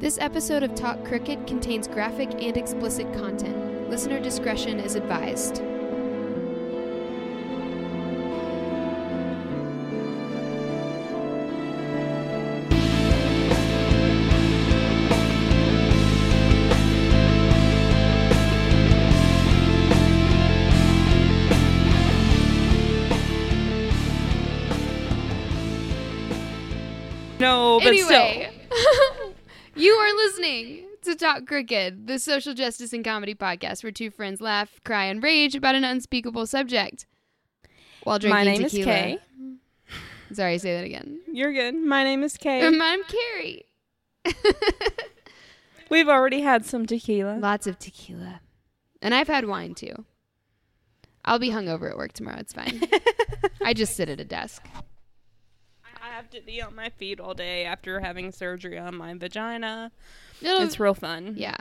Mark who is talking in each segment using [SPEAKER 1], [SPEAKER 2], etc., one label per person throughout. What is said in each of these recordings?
[SPEAKER 1] This episode of Talk Cricket contains graphic and explicit content. Listener discretion is advised.
[SPEAKER 2] No, but
[SPEAKER 1] anyway, you are listening to Talk Cricket, the social justice and comedy podcast where two friends laugh, cry, and rage about an unspeakable subject while
[SPEAKER 2] still.
[SPEAKER 1] drinking
[SPEAKER 2] My name
[SPEAKER 1] tequila.
[SPEAKER 2] is Kay.
[SPEAKER 1] Sorry, say that again.
[SPEAKER 2] You're good. My name is Kay.
[SPEAKER 1] And I'm Carrie.
[SPEAKER 2] We've already had some tequila.
[SPEAKER 1] Lots of tequila, and I've had wine too. I'll be hungover at work tomorrow. It's fine. I just sit at a desk.
[SPEAKER 2] I have to be on my feet all day after having surgery on my vagina.
[SPEAKER 1] It'll-
[SPEAKER 2] It's real fun.
[SPEAKER 1] Um, yeah.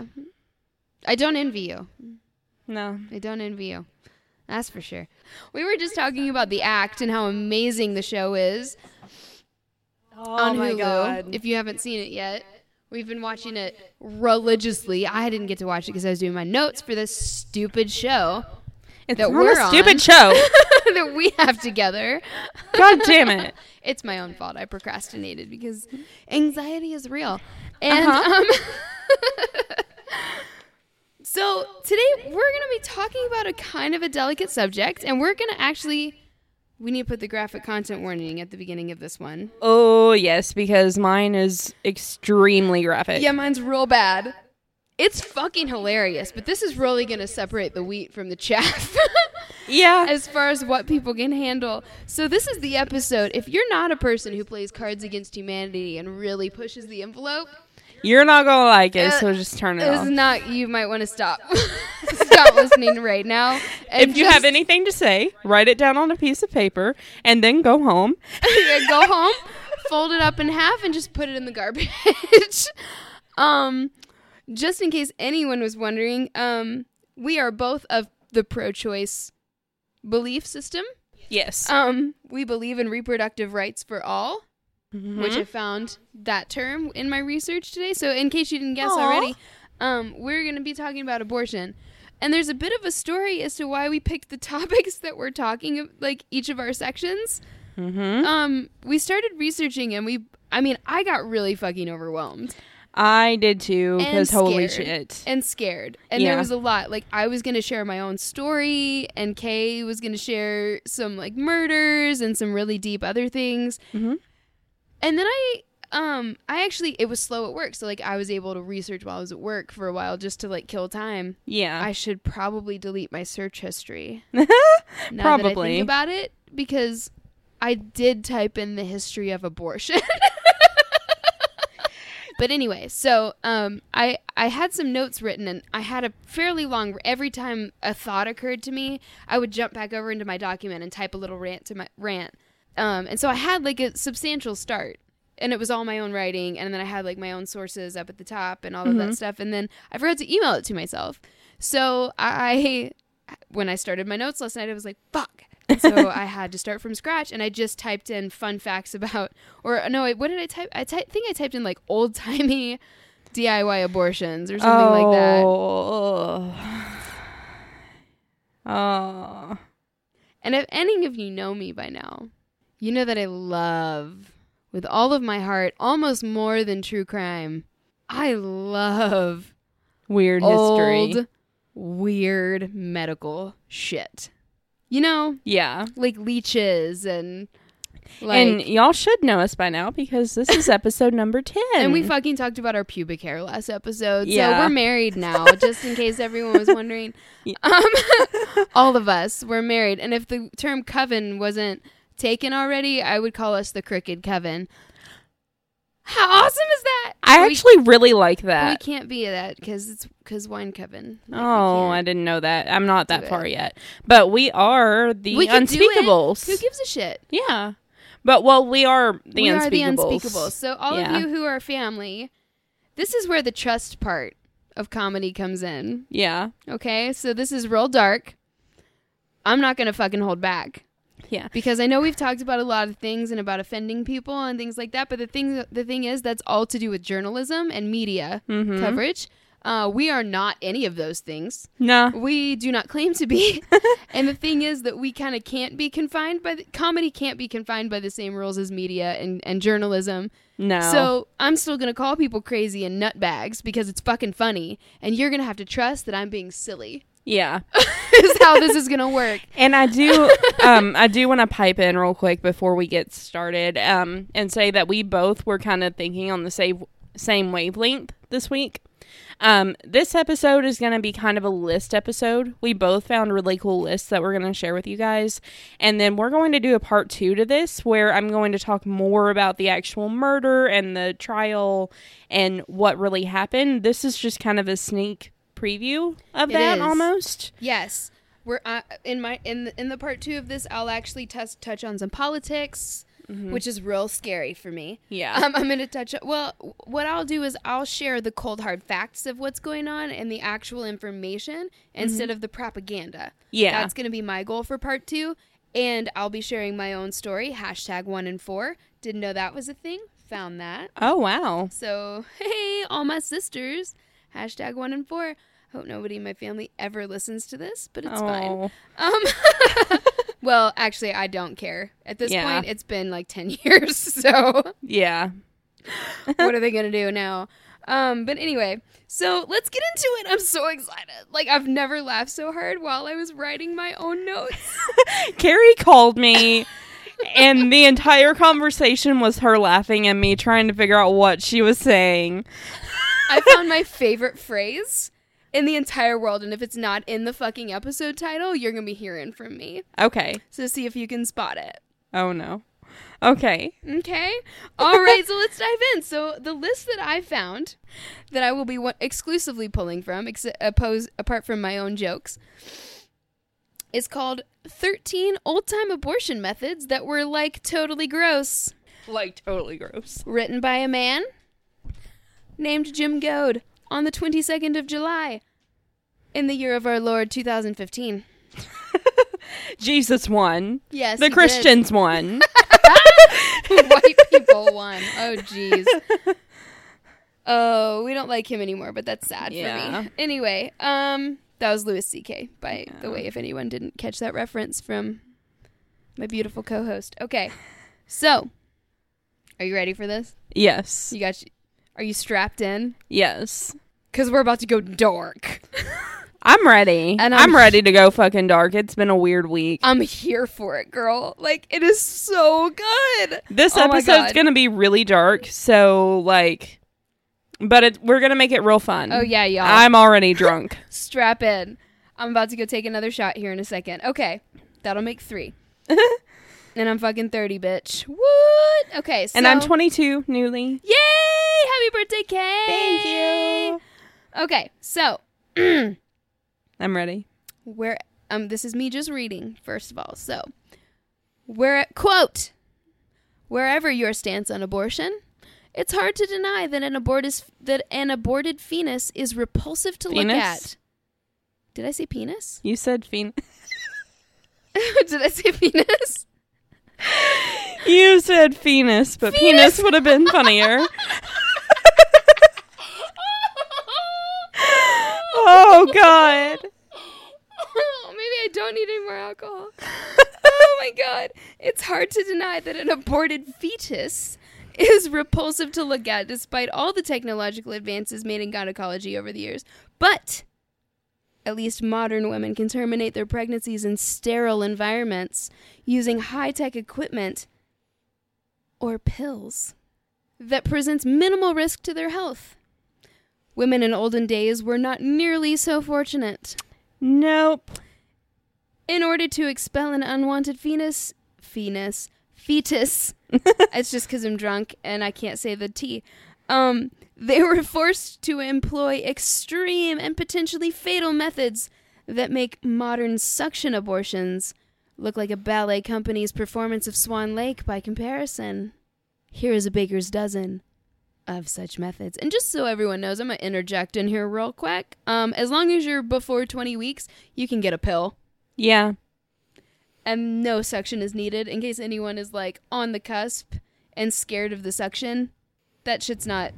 [SPEAKER 1] I don't envy you.
[SPEAKER 2] No.
[SPEAKER 1] I don't envy you. That's for sure. We were just talking about the act and how amazing the show is
[SPEAKER 2] Oh
[SPEAKER 1] on Hulu. If you haven't seen it yet, we've been watching it religiously. I didn't get to watch it because I was doing my notes for this stupid show
[SPEAKER 2] It's
[SPEAKER 1] that
[SPEAKER 2] not
[SPEAKER 1] we're
[SPEAKER 2] a
[SPEAKER 1] on.
[SPEAKER 2] stupid show.
[SPEAKER 1] that we have together.
[SPEAKER 2] God damn it.
[SPEAKER 1] It's my own fault. I procrastinated because anxiety is real. And um, so today we're going to be talking about a kind of a delicate subject, and we're going to actually. We need to put the graphic content warning at the beginning of this one.
[SPEAKER 2] Oh, yes, because mine is extremely graphic.
[SPEAKER 1] Yeah, mine's real bad. It's fucking hilarious, but this is really going to separate the wheat from the chaff.
[SPEAKER 2] Yeah.
[SPEAKER 1] as far as what people can handle. So this is the episode. If you're not a person who plays Cards Against Humanity and really pushes the envelope,
[SPEAKER 2] You're not going to like it,
[SPEAKER 1] Uh,
[SPEAKER 2] so just turn it
[SPEAKER 1] this
[SPEAKER 2] off.
[SPEAKER 1] is not. You might want to stop. stop listening right now. and
[SPEAKER 2] if you
[SPEAKER 1] just-
[SPEAKER 2] have anything to say, write it down on a piece of paper and then go home.
[SPEAKER 1] yeah, go home, fold it up in half, and just put it in the garbage. um, just in case anyone was wondering, um, we are both of the pro-choice belief system.
[SPEAKER 2] Yes.
[SPEAKER 1] Um, we believe in reproductive rights for all.
[SPEAKER 2] Mm-hmm.
[SPEAKER 1] which I found that term in my research today. So, in case you didn't guess
[SPEAKER 2] Aw.
[SPEAKER 1] already, um, we're going to be talking about abortion. And there's a bit of a story as to why we picked the topics that we're talking of, like each of our sections.
[SPEAKER 2] Mm-hmm.
[SPEAKER 1] Um, we started researching and we I mean, I got really fucking overwhelmed
[SPEAKER 2] I did too,
[SPEAKER 1] And
[SPEAKER 2] because holy
[SPEAKER 1] scared.
[SPEAKER 2] shit.
[SPEAKER 1] and scared. And there
[SPEAKER 2] Yeah.
[SPEAKER 1] was a lot. Like I was going to share my own story and Kay was going to share some like murders and some really deep other things.
[SPEAKER 2] Mm-hmm.
[SPEAKER 1] And then I um I actually it was slow at work, so like I was able to research while I was at work for a while just to like kill time.
[SPEAKER 2] Yeah.
[SPEAKER 1] I should probably delete my search history. Now that I
[SPEAKER 2] Probably.
[SPEAKER 1] think about it because I did type in the history of abortion. but anyway, so um I I had some notes written and I had a fairly long every time a thought occurred to me, I would jump back over into my document and type a little rant to my rant. Um and so I had like a substantial start and it was all my own writing and then i had like my own sources up at the top and all of that stuff and then i forgot to email it to myself so i when i started my notes last night i was like fuck And so i had to start from scratch and i just typed in fun facts about or no wait, what did i type i ty- think i typed in like old-timey diy abortions or something like that
[SPEAKER 2] oh. Oh.
[SPEAKER 1] and if any of you know me by now you know that i love with all of my heart almost more than true crime i love
[SPEAKER 2] Weird history.
[SPEAKER 1] old, weird medical shit. You know,
[SPEAKER 2] Yeah.
[SPEAKER 1] like leeches and like,
[SPEAKER 2] and
[SPEAKER 1] and,
[SPEAKER 2] y'all should know us by now because this is episode number 10.
[SPEAKER 1] we fucking talked about our pubic hair last episode. So
[SPEAKER 2] Yeah.
[SPEAKER 1] we're married now, just in case everyone was wondering.
[SPEAKER 2] Yeah.
[SPEAKER 1] Um, all of us we're married, and if the term coven wasn't taken already, I would call us the crooked coven. How awesome is that?
[SPEAKER 2] I
[SPEAKER 1] we,
[SPEAKER 2] actually really like
[SPEAKER 1] we
[SPEAKER 2] that.
[SPEAKER 1] can't be that because it's because wine coven. Like, we
[SPEAKER 2] Oh,
[SPEAKER 1] can't.
[SPEAKER 2] I didn't know that. I'm not
[SPEAKER 1] do
[SPEAKER 2] that
[SPEAKER 1] it.
[SPEAKER 2] far yet. But we are the
[SPEAKER 1] We can do it.
[SPEAKER 2] unspeakables.
[SPEAKER 1] who gives a shit?
[SPEAKER 2] yeah. But well, we are the
[SPEAKER 1] we
[SPEAKER 2] unspeakables.
[SPEAKER 1] are the unspeakables. So all
[SPEAKER 2] Yeah.
[SPEAKER 1] of you who are family, this is where the trust part of comedy comes in.
[SPEAKER 2] Yeah.
[SPEAKER 1] Okay, so this is real dark. I'm not gonna fucking hold back.
[SPEAKER 2] Yeah.
[SPEAKER 1] because I know we've talked about a lot of things and about offending people and things like that. But the thing, the thing is, that's all to do with journalism and media
[SPEAKER 2] Mm-hmm.
[SPEAKER 1] coverage. Uh, we are not any of those things.
[SPEAKER 2] No.
[SPEAKER 1] We do not claim to be. and the thing is that we kind of can't be confined by the, comedy. Can't be confined by the same rules as media and and journalism.
[SPEAKER 2] No.
[SPEAKER 1] So I'm still gonna call people crazy and nutbags because it's fucking funny, and you're gonna have to trust that I'm being silly.
[SPEAKER 2] yeah.
[SPEAKER 1] is how this is gonna work.
[SPEAKER 2] And I do, um, I do want to pipe in real quick before we get started, um, and say that we both were kind of thinking on the same same wavelength this week. Um, this episode is going to be kind of a list episode. We both found really cool lists that we're going to share with you guys, and then we're going to do a part two to this where I'm going to talk more about the actual murder and the trial and what really happened. This is just kind of a sneak preview of
[SPEAKER 1] It
[SPEAKER 2] that
[SPEAKER 1] is.
[SPEAKER 2] almost.
[SPEAKER 1] Yes, we're uh, in my in the, in the part two of this. I'll actually tus- touch on some politics, which is real scary for me.
[SPEAKER 2] Yeah.
[SPEAKER 1] Um, I'm going to touch. Well, what I'll do is I'll share the cold hard facts of what's going on and the actual information instead of the propaganda.
[SPEAKER 2] Mm-hmm. Yeah.
[SPEAKER 1] that's going to be my goal for part two, and I'll be sharing my own story. Hashtag one and four. Didn't know that was a thing. Found that.
[SPEAKER 2] Oh wow.
[SPEAKER 1] So, hey, all my sisters. Hashtag one and four. Hope nobody in my family ever listens to this, but it's fine.
[SPEAKER 2] Oh.
[SPEAKER 1] Um, well, actually, I don't care. At this
[SPEAKER 2] Yeah.
[SPEAKER 1] point, it's been like 10 years. So,
[SPEAKER 2] Yeah.
[SPEAKER 1] what are they going to do now? Um, but anyway, so let's get into it. I'm so excited. Like, I've never laughed so hard while I was writing my own notes.
[SPEAKER 2] Carrie called me, and the entire conversation was her laughing and me trying to figure out what she was saying.
[SPEAKER 1] I found my favorite phrase in the entire world. And if it's not in the fucking episode title, you're going to be hearing from me.
[SPEAKER 2] Okay.
[SPEAKER 1] So, see if you can spot it.
[SPEAKER 2] Oh no. Okay.
[SPEAKER 1] Okay. All right, so let's dive in. So the list that I found that I will be wa- exclusively pulling from, ex- oppose, apart from my own jokes, is called 13 Old-Time Abortion Methods That Were Like Totally Gross,
[SPEAKER 2] Like totally gross.
[SPEAKER 1] written by a man named Jim Goad on the 22nd of July in the year of our Lord 2015.
[SPEAKER 2] Jesus won.
[SPEAKER 1] Yes. he
[SPEAKER 2] The
[SPEAKER 1] did.
[SPEAKER 2] Christians won.
[SPEAKER 1] white people won. Oh jeez. Oh, we don't like him anymore, but that's sad for
[SPEAKER 2] Yeah.
[SPEAKER 1] me. Anyway, um that was Louis CK by the way if anyone didn't catch that reference from my beautiful co-host. Okay. So, are you ready for this?
[SPEAKER 2] yes.
[SPEAKER 1] You got Are you strapped in?
[SPEAKER 2] Yes.
[SPEAKER 1] Cuz we're about to go dark.
[SPEAKER 2] I'm ready.
[SPEAKER 1] And I'm-
[SPEAKER 2] I'm, ready to go fucking dark. It's been a weird week.
[SPEAKER 1] I'm here for it, girl. Like it is so good.
[SPEAKER 2] This
[SPEAKER 1] Oh my
[SPEAKER 2] episode's
[SPEAKER 1] God.
[SPEAKER 2] gonna be really dark, so like, but it, we're gonna make it real fun.
[SPEAKER 1] Oh yeah, y'all.
[SPEAKER 2] I'm already drunk.
[SPEAKER 1] Strap in. I'm about to go take another shot here in a second. Okay. That'll make three. and I'm fucking 30, bitch. What? Okay. So,
[SPEAKER 2] and I'm 22 newly.
[SPEAKER 1] Yay! Happy birthday, Kay!
[SPEAKER 2] Thank you.
[SPEAKER 1] Okay. So,
[SPEAKER 2] I'm ready.
[SPEAKER 1] where, um, this is me just reading, first of all. So, where, quote, wherever your stance on abortion, it's hard to deny that an abortus, that an aborted fetus is repulsive to look
[SPEAKER 2] Penis?
[SPEAKER 1] at. Did I say penis?
[SPEAKER 2] You said phen-
[SPEAKER 1] Did I say penis?
[SPEAKER 2] You said penis, but penis, would have been funnier. oh god.
[SPEAKER 1] Oh, Maybe I don't need any more alcohol. oh my god. It's hard to deny that an aborted fetus is repulsive to look at despite all the technological advances made in gynecology over the years. But at least modern women can terminate their pregnancies in sterile environments using high tech equipment or pills that presents minimal risk to their health. Women in olden days were not nearly so fortunate.
[SPEAKER 2] Nope.
[SPEAKER 1] In order to expel an unwanted fetus, fetus, fetus. it's just because I'm drunk and I can't say the T. Um, they were forced to employ extreme and potentially fatal methods that make modern suction abortions look like a ballet company's performance of Swan Lake by comparison. Here is a baker's dozen of such methods. And just so everyone knows, I'm going to interject in here real quick. Um, as long as you're before 20 weeks, you can get a pill
[SPEAKER 2] Yeah.
[SPEAKER 1] and no suction is needed in case anyone is like on the cusp and scared of the suction. That shit's not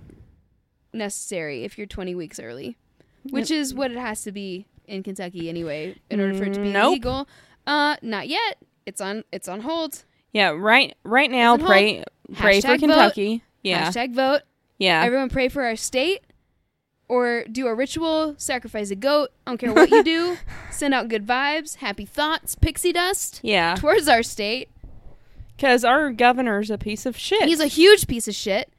[SPEAKER 1] necessary if you're 20 weeks early, which is what it has to be in Kentucky anyway in order for it to be
[SPEAKER 2] Nope.
[SPEAKER 1] legal. Uh, not yet. It's on. It's on hold.
[SPEAKER 2] Yeah, right right now
[SPEAKER 1] Listen,
[SPEAKER 2] pray pray for
[SPEAKER 1] Hashtag vote.
[SPEAKER 2] Kentucky. Yeah.
[SPEAKER 1] Hashtag vote.
[SPEAKER 2] yeah.
[SPEAKER 1] Everyone pray for our state, or do a ritual, sacrifice a goat. I don't care what you do. Send out good vibes, happy thoughts, pixie dust
[SPEAKER 2] yeah.
[SPEAKER 1] towards our state.
[SPEAKER 2] Cuz our governor's a piece of shit.
[SPEAKER 1] He's a huge piece of shit.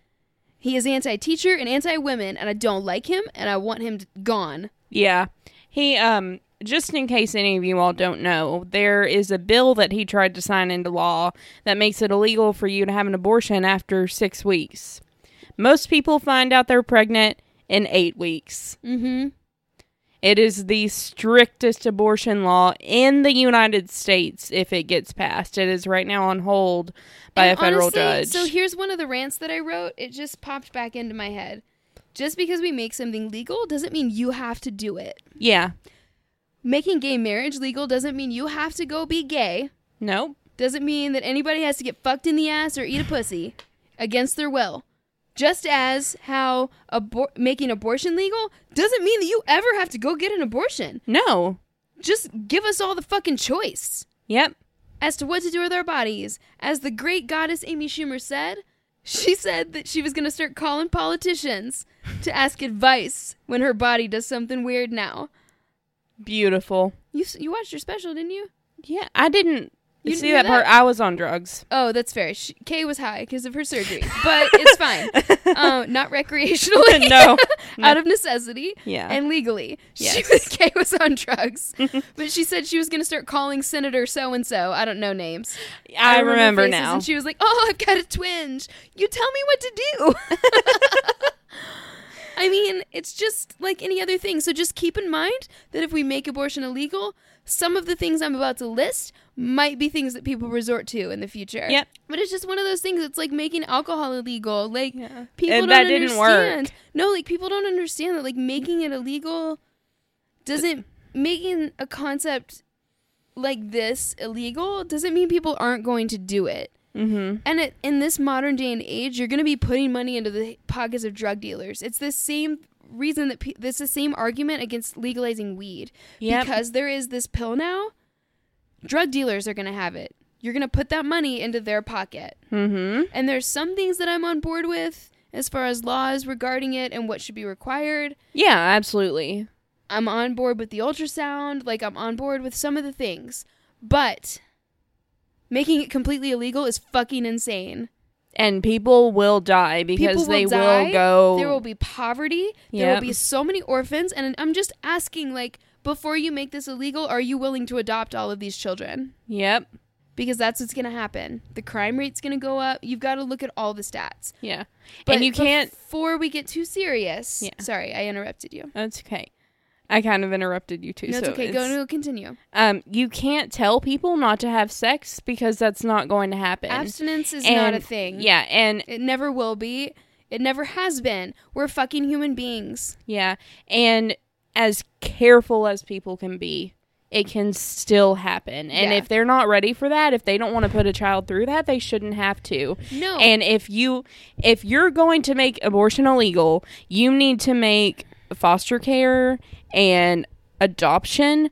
[SPEAKER 1] He is anti-teacher and anti-women, and I don't like him, and I want him gone.
[SPEAKER 2] Yeah. He um just in case any of you all don't know, there is a bill that he tried to sign into law that makes it illegal for you to have an abortion after 6 weeks. Most people find out they're pregnant in 8 weeks.
[SPEAKER 1] Mm-hmm.
[SPEAKER 2] It is the strictest abortion law in the United States if it gets passed. It is right now on hold by
[SPEAKER 1] And
[SPEAKER 2] a federal
[SPEAKER 1] honestly,
[SPEAKER 2] judge.
[SPEAKER 1] So here's one of the rants that I wrote. It just popped back into my head. Just because we make something legal doesn't mean you have to do it.
[SPEAKER 2] yeah.
[SPEAKER 1] Making gay marriage legal doesn't mean you have to go be gay.
[SPEAKER 2] Nope.
[SPEAKER 1] Doesn't mean that anybody has to get fucked in the ass or eat a pussy against their will. Just as how abor- making abortion legal doesn't mean that you ever have to go get an abortion.
[SPEAKER 2] No.
[SPEAKER 1] Just give us all the fucking choice
[SPEAKER 2] Yep.
[SPEAKER 1] as to what to do with our bodies. As the great goddess Amy Schumer said, she said that she was going to start calling politicians to ask advice when her body does something weird now.
[SPEAKER 2] Beautiful.
[SPEAKER 1] You s- you watched her special, didn't you?
[SPEAKER 2] Yeah, I didn't
[SPEAKER 1] You didn't
[SPEAKER 2] see
[SPEAKER 1] hear
[SPEAKER 2] that part.
[SPEAKER 1] that?
[SPEAKER 2] I was on drugs.
[SPEAKER 1] Oh, that's fair. She, Kay was high because of her surgery, but it's fine. Uh, not recreationally.
[SPEAKER 2] No.
[SPEAKER 1] Out of necessity
[SPEAKER 2] Yeah.
[SPEAKER 1] and legally. She
[SPEAKER 2] Yes.
[SPEAKER 1] was, Kay was on drugs. but she said she was going to start calling Senator so and so. I don't know names.
[SPEAKER 2] I, remember,
[SPEAKER 1] faces,
[SPEAKER 2] now.
[SPEAKER 1] And she was like, "Oh, I've got a twinge. You tell me what to do." I mean, it's just like any other thing. So just keep in mind that if we make abortion illegal, some of the things I'm about to list might be things that people resort to in the future.
[SPEAKER 2] Yep.
[SPEAKER 1] But it's just one of those things. It's like making alcohol illegal. Like
[SPEAKER 2] Yeah.
[SPEAKER 1] people
[SPEAKER 2] And
[SPEAKER 1] don't
[SPEAKER 2] that didn't work.
[SPEAKER 1] understand. No, like people don't understand that like making it illegal doesn't making a concept like this illegal doesn't mean people aren't going to do it.
[SPEAKER 2] mm-hmm.
[SPEAKER 1] And it, in this modern day and age, you're going to be putting money into the pockets of drug dealers. It's the same reason that pe- it's the same argument against legalizing weed
[SPEAKER 2] Yep.
[SPEAKER 1] because there is this pill now. Drug dealers are going to have it. You're going to put that money into their pocket.
[SPEAKER 2] mm-hmm.
[SPEAKER 1] And there's some things that I'm on board with as far as laws regarding it and what should be required.
[SPEAKER 2] Yeah, absolutely.
[SPEAKER 1] I'm on board with the ultrasound, like I'm on board with some of the things. But making it completely illegal is fucking insane.
[SPEAKER 2] And people will die because
[SPEAKER 1] People will
[SPEAKER 2] they
[SPEAKER 1] die.
[SPEAKER 2] will go.
[SPEAKER 1] There will be poverty. There will
[SPEAKER 2] Yep.
[SPEAKER 1] be so many orphans and I'm just asking like before you make this illegal, are you willing to adopt all of these children?
[SPEAKER 2] Yep.
[SPEAKER 1] Because that's what's going to happen. The crime rate's going to go up. You've got to look at all the stats.
[SPEAKER 2] Yeah.
[SPEAKER 1] But
[SPEAKER 2] and you can't.
[SPEAKER 1] Before we get too serious.
[SPEAKER 2] Yeah.
[SPEAKER 1] Sorry, I interrupted you.
[SPEAKER 2] That's okay. I kind of interrupted you too.
[SPEAKER 1] No, it's
[SPEAKER 2] so
[SPEAKER 1] okay. Go to continue.
[SPEAKER 2] um, you can't tell people not to have sex because that's not going to happen.
[SPEAKER 1] Abstinence is not a
[SPEAKER 2] And-
[SPEAKER 1] thing.
[SPEAKER 2] Yeah, and
[SPEAKER 1] It never will be. It never has been. We're fucking human beings.
[SPEAKER 2] yeah, and as careful as people can be, it can still happen. And
[SPEAKER 1] Yeah.
[SPEAKER 2] if they're not ready for that, if they don't want to put a child through that, they shouldn't have to.
[SPEAKER 1] No.
[SPEAKER 2] And if you if you're going to make abortion illegal, you need to make foster care and adoption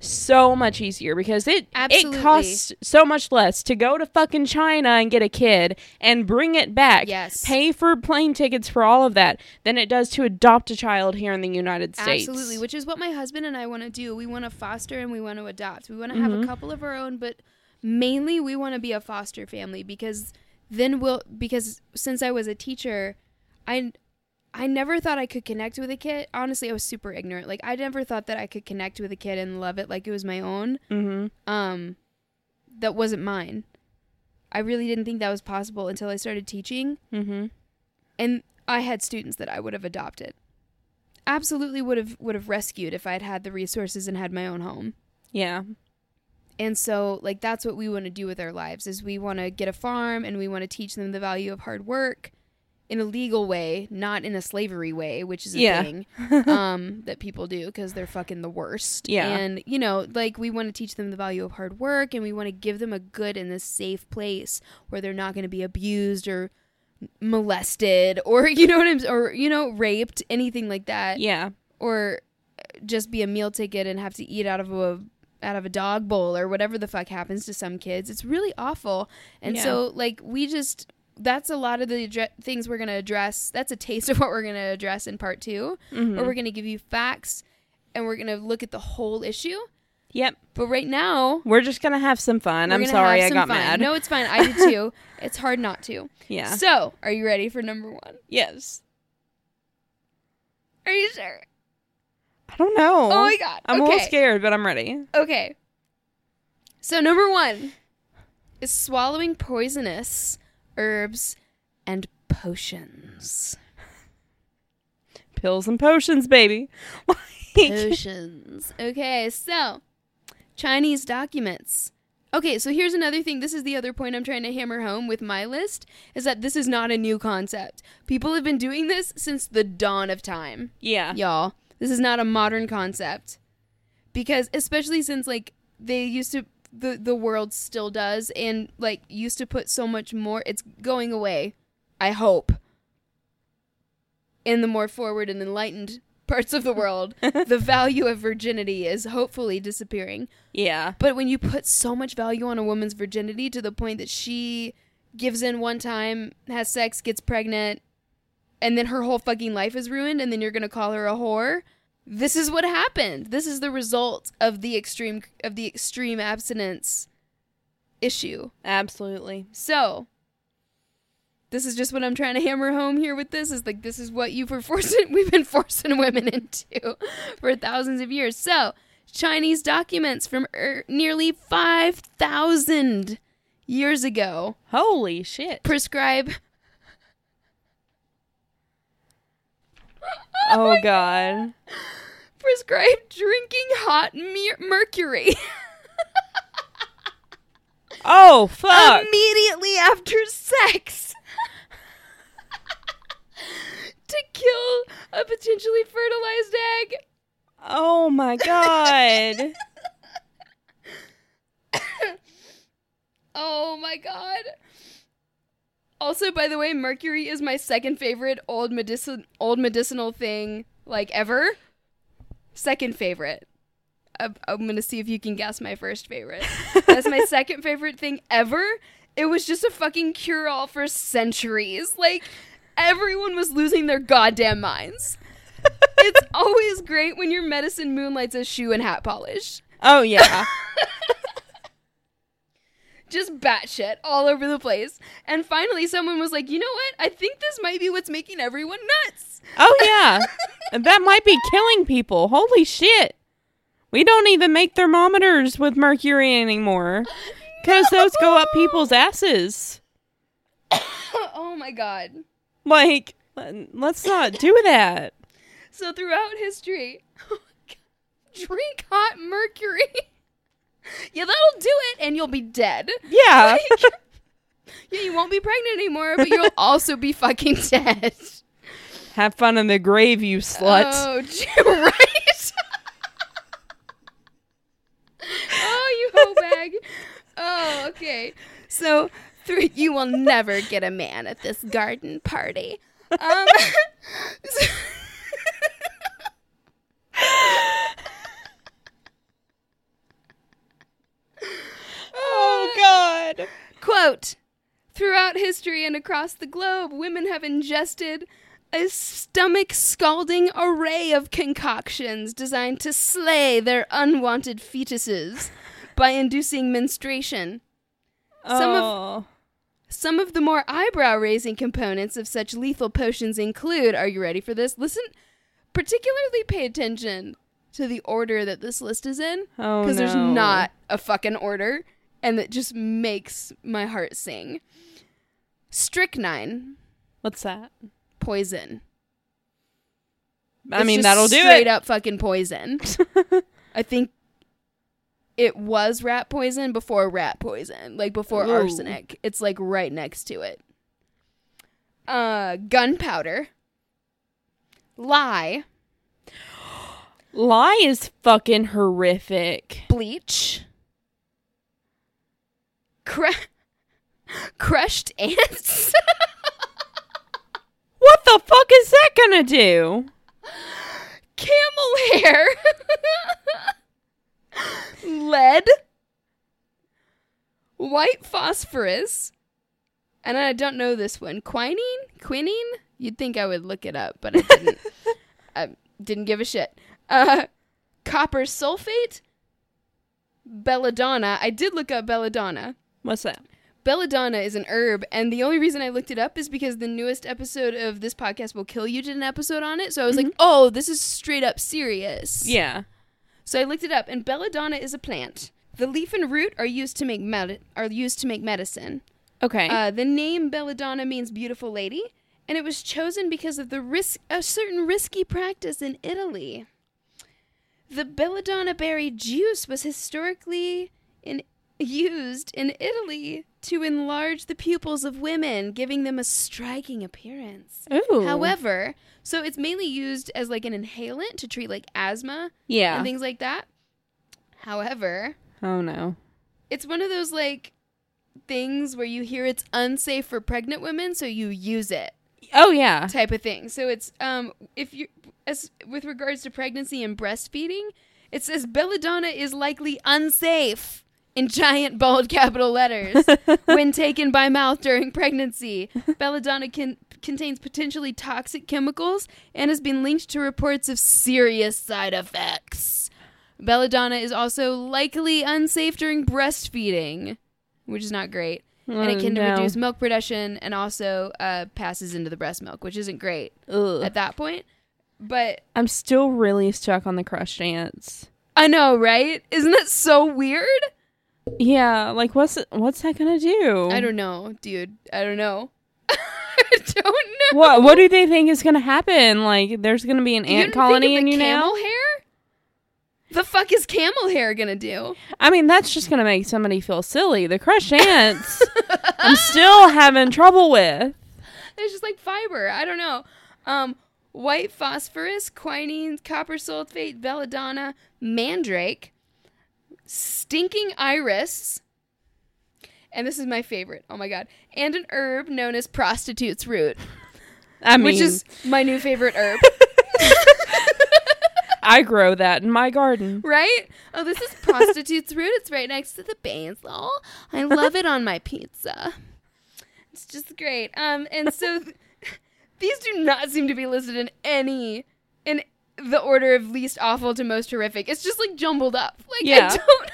[SPEAKER 2] so much easier because it
[SPEAKER 1] Absolutely.
[SPEAKER 2] it costs so much less to go to fucking China and get a kid and bring it back.
[SPEAKER 1] Yes.
[SPEAKER 2] Pay for plane tickets for all of that than it does to adopt a child here in the United States.
[SPEAKER 1] Absolutely, which is what my husband and I want to do. We want to foster and we want to adopt. We want to have a couple of our own, but mainly we want to be a foster family because then we'll because since I was a teacher, I I never thought I could connect with a kid. Honestly, I was super ignorant. Like I never thought that I could connect with a kid and love it like it was my own.
[SPEAKER 2] Mhm.
[SPEAKER 1] Um that wasn't mine. I really didn't think that was possible until I started teaching
[SPEAKER 2] Mhm.
[SPEAKER 1] and I had students that I would have adopted. Absolutely would have would have rescued if I had had the resources and had my own home.
[SPEAKER 2] Yeah.
[SPEAKER 1] And so like that's what we want to do with our lives is we want to get a farm and we want to teach them the value of hard work in a legal way, not in a slavery way, which is a
[SPEAKER 2] Yeah.
[SPEAKER 1] thing um, that people do because they're fucking the worst.
[SPEAKER 2] Yeah.
[SPEAKER 1] And, you know, like we want to teach them the value of hard work and we want to give them a good and a safe place where they're not going to be abused or molested or, you know what I'm, or, you know, raped, anything like that.
[SPEAKER 2] yeah.
[SPEAKER 1] Or uh, just be a meal ticket and have to eat out of a out of a dog bowl or whatever the fuck happens to some kids. It's really awful. And
[SPEAKER 2] Yeah.
[SPEAKER 1] so like we just that's a lot of the addre- things we're going to address. That's a taste of what we're going to address in part 2
[SPEAKER 2] Mm-hmm.
[SPEAKER 1] where
[SPEAKER 2] Hmm.
[SPEAKER 1] we're going to give you facts and we're going to look at the whole issue.
[SPEAKER 2] Yep.
[SPEAKER 1] But right now,
[SPEAKER 2] We're just gonna have some fun.
[SPEAKER 1] we're
[SPEAKER 2] I'm
[SPEAKER 1] gonna
[SPEAKER 2] sorry
[SPEAKER 1] have
[SPEAKER 2] I
[SPEAKER 1] some
[SPEAKER 2] got
[SPEAKER 1] fun.
[SPEAKER 2] mad.
[SPEAKER 1] No, it's fine. I did too. it's hard not to.
[SPEAKER 2] Yeah.
[SPEAKER 1] So, are you ready for number 1?
[SPEAKER 2] yes.
[SPEAKER 1] Are you sure?
[SPEAKER 2] I don't know.
[SPEAKER 1] Oh my God.
[SPEAKER 2] I'm a
[SPEAKER 1] Okay.
[SPEAKER 2] little scared, but I'm ready.
[SPEAKER 1] Okay. So number one is swallowing poisonous herbs and potions.
[SPEAKER 2] Pills and potions, baby. Like-
[SPEAKER 1] Potions. Okay, so Chinese documents. Okay, so here's another thing. This is the other point I'm trying to hammer home with my list is that this is not a new concept. People have been doing this since the dawn of time.
[SPEAKER 2] yeah.
[SPEAKER 1] y'all. This is not a modern concept. Because especially since like they used to the the world still does and like used to put so much more it's going away, I hope. In the more forward and enlightened parts of the world, the value of virginity is hopefully disappearing.
[SPEAKER 2] Yeah.
[SPEAKER 1] But when you put so much value on a woman's virginity to the point that she gives in one time, has sex, gets pregnant, and then her whole fucking life is ruined, and then you're gonna call her a whore. This is what happened. This is the result of the extreme of the extreme abstinence issue.
[SPEAKER 2] Absolutely.
[SPEAKER 1] So this is just what I'm trying to hammer home here with this is like this is what you were forcing we've been forcing women into for thousands of years. So Chinese documents from er, nearly 5,000 years ago
[SPEAKER 2] Holy shit.
[SPEAKER 1] prescribe
[SPEAKER 2] Oh god.
[SPEAKER 1] prescribe drinking hot mer- mercury
[SPEAKER 2] Oh fuck.
[SPEAKER 1] immediately after sex to kill a potentially fertilized egg.
[SPEAKER 2] Oh my god.
[SPEAKER 1] Oh my god. Also, by the way, mercury is my second favorite old medicin old medicinal thing like ever. Second favorite. I'm, I'm gonna see if you can guess my first favorite. That's my second favorite thing ever. It was just a fucking cure all for centuries. Like everyone was losing their goddamn minds. it's always great when your medicine moonlights as shoe and hat polish
[SPEAKER 2] oh yeah.
[SPEAKER 1] just batshit all over the place. And finally, someone was like, you know what? I think this might be what's making everyone nuts.
[SPEAKER 2] Oh yeah. that might be killing people. Holy shit. We don't even make thermometers with mercury anymore. Cuz those go up people's asses.
[SPEAKER 1] oh my god.
[SPEAKER 2] Like let's not do that.
[SPEAKER 1] So, throughout history, oh drink hot mercury. yeah, that'll do it, and you'll be dead.
[SPEAKER 2] Yeah.
[SPEAKER 1] Yeah, you won't be pregnant anymore, but you'll also be fucking dead.
[SPEAKER 2] Have fun in the grave, you slut.
[SPEAKER 1] Oh, gee, right. oh, you hoe bag. Oh, okay. So, three, you will never get a man at this garden party. Um, so-
[SPEAKER 2] oh god.
[SPEAKER 1] quote: Throughout history and across the globe, women have ingested a stomach scalding array of concoctions designed to slay their unwanted fetuses by inducing menstruation. Some of-
[SPEAKER 2] oh.
[SPEAKER 1] Some of the more eyebrow raising components of such lethal potions include are you ready for this? Listen, particularly pay attention to the order that this list is in
[SPEAKER 2] Oh,
[SPEAKER 1] because there's
[SPEAKER 2] no.
[SPEAKER 1] not a fucking order and that just makes my heart sing. Strychnine,
[SPEAKER 2] What's that?
[SPEAKER 1] poison.
[SPEAKER 2] I
[SPEAKER 1] It's
[SPEAKER 2] mean,
[SPEAKER 1] just
[SPEAKER 2] that'll do
[SPEAKER 1] Straight
[SPEAKER 2] it.
[SPEAKER 1] up fucking poison. I think it was rat poison before rat poison, like before
[SPEAKER 2] Ooh.
[SPEAKER 1] arsenic. It's like right next to it. uh, gunpowder, lye,
[SPEAKER 2] Lie is fucking horrific.
[SPEAKER 1] bleach, cru- crushed ants.
[SPEAKER 2] What the fuck is that gonna do?
[SPEAKER 1] camel hair, lead, white phosphorus, and I don't know this one. Quinine? Quinine? You'd think I would look it up, but I didn't. I didn't give a shit. Uh, copper sulfate, belladonna. I did look up belladonna.
[SPEAKER 2] What's that?
[SPEAKER 1] Belladonna is an herb, and the only reason I looked it up is because the newest episode of this podcast will kill you did an episode on it. So I was like, oh, this is straight up serious.
[SPEAKER 2] Yeah.
[SPEAKER 1] So I looked it up, and belladonna is a plant. The leaf and root are used to make med- are used to make medicine.
[SPEAKER 2] Okay.
[SPEAKER 1] Uh, the name belladonna means beautiful lady, and it was chosen because of the risk a certain risky practice in Italy. The belladonna berry juice was historically in, used in Italy to enlarge the pupils of women, giving them a striking appearance.
[SPEAKER 2] Ooh.
[SPEAKER 1] However, so it's mainly used as like an inhalant to treat like asthma
[SPEAKER 2] yeah.
[SPEAKER 1] and things like that. However,
[SPEAKER 2] oh no.
[SPEAKER 1] it's one of those like things where you hear it's unsafe for pregnant women, so you use it
[SPEAKER 2] Oh yeah.
[SPEAKER 1] type of thing. So it's um if you as with regards to pregnancy and breastfeeding, it says belladonna is likely unsafe in giant bold capital letters when taken by mouth during pregnancy. Belladonna can, contains potentially toxic chemicals and has been linked to reports of serious side effects. Belladonna is also likely unsafe during breastfeeding, which is not great. And it
[SPEAKER 2] Oh,
[SPEAKER 1] can
[SPEAKER 2] no.
[SPEAKER 1] reduce milk production and also uh, passes into the breast milk, which isn't great
[SPEAKER 2] Ugh.
[SPEAKER 1] at that point. But
[SPEAKER 2] I'm still really stuck on the crushed ants.
[SPEAKER 1] I know, right? Isn't that so weird?
[SPEAKER 2] Yeah, like what's what's that gonna do?
[SPEAKER 1] I don't know, dude. I don't know. I don't know.
[SPEAKER 2] What what do they think is gonna happen? Like there's gonna be an
[SPEAKER 1] You
[SPEAKER 2] ant
[SPEAKER 1] didn't think of
[SPEAKER 2] colony
[SPEAKER 1] the
[SPEAKER 2] in you
[SPEAKER 1] camel
[SPEAKER 2] now?
[SPEAKER 1] hair? The fuck is camel hair gonna do?
[SPEAKER 2] I mean, that's just gonna make somebody feel silly. The crushed ants, I'm still having trouble with.
[SPEAKER 1] It's just like fiber. I don't know. Um, white phosphorus, quinine, copper sulfate, belladonna, mandrake, stinking iris, and this is my favorite. Oh my god! And an herb known as prostitute's root,
[SPEAKER 2] I mean,
[SPEAKER 1] which is my new favorite herb.
[SPEAKER 2] I grow that in my garden.
[SPEAKER 1] Right? Oh, this is prostitute's root. It's right next to the basil. I love it on my pizza. It's just great. Um, and so th- these do not seem to be listed in any in the order of least awful to most horrific. It's just like jumbled up. Like
[SPEAKER 2] Yeah.
[SPEAKER 1] I don't.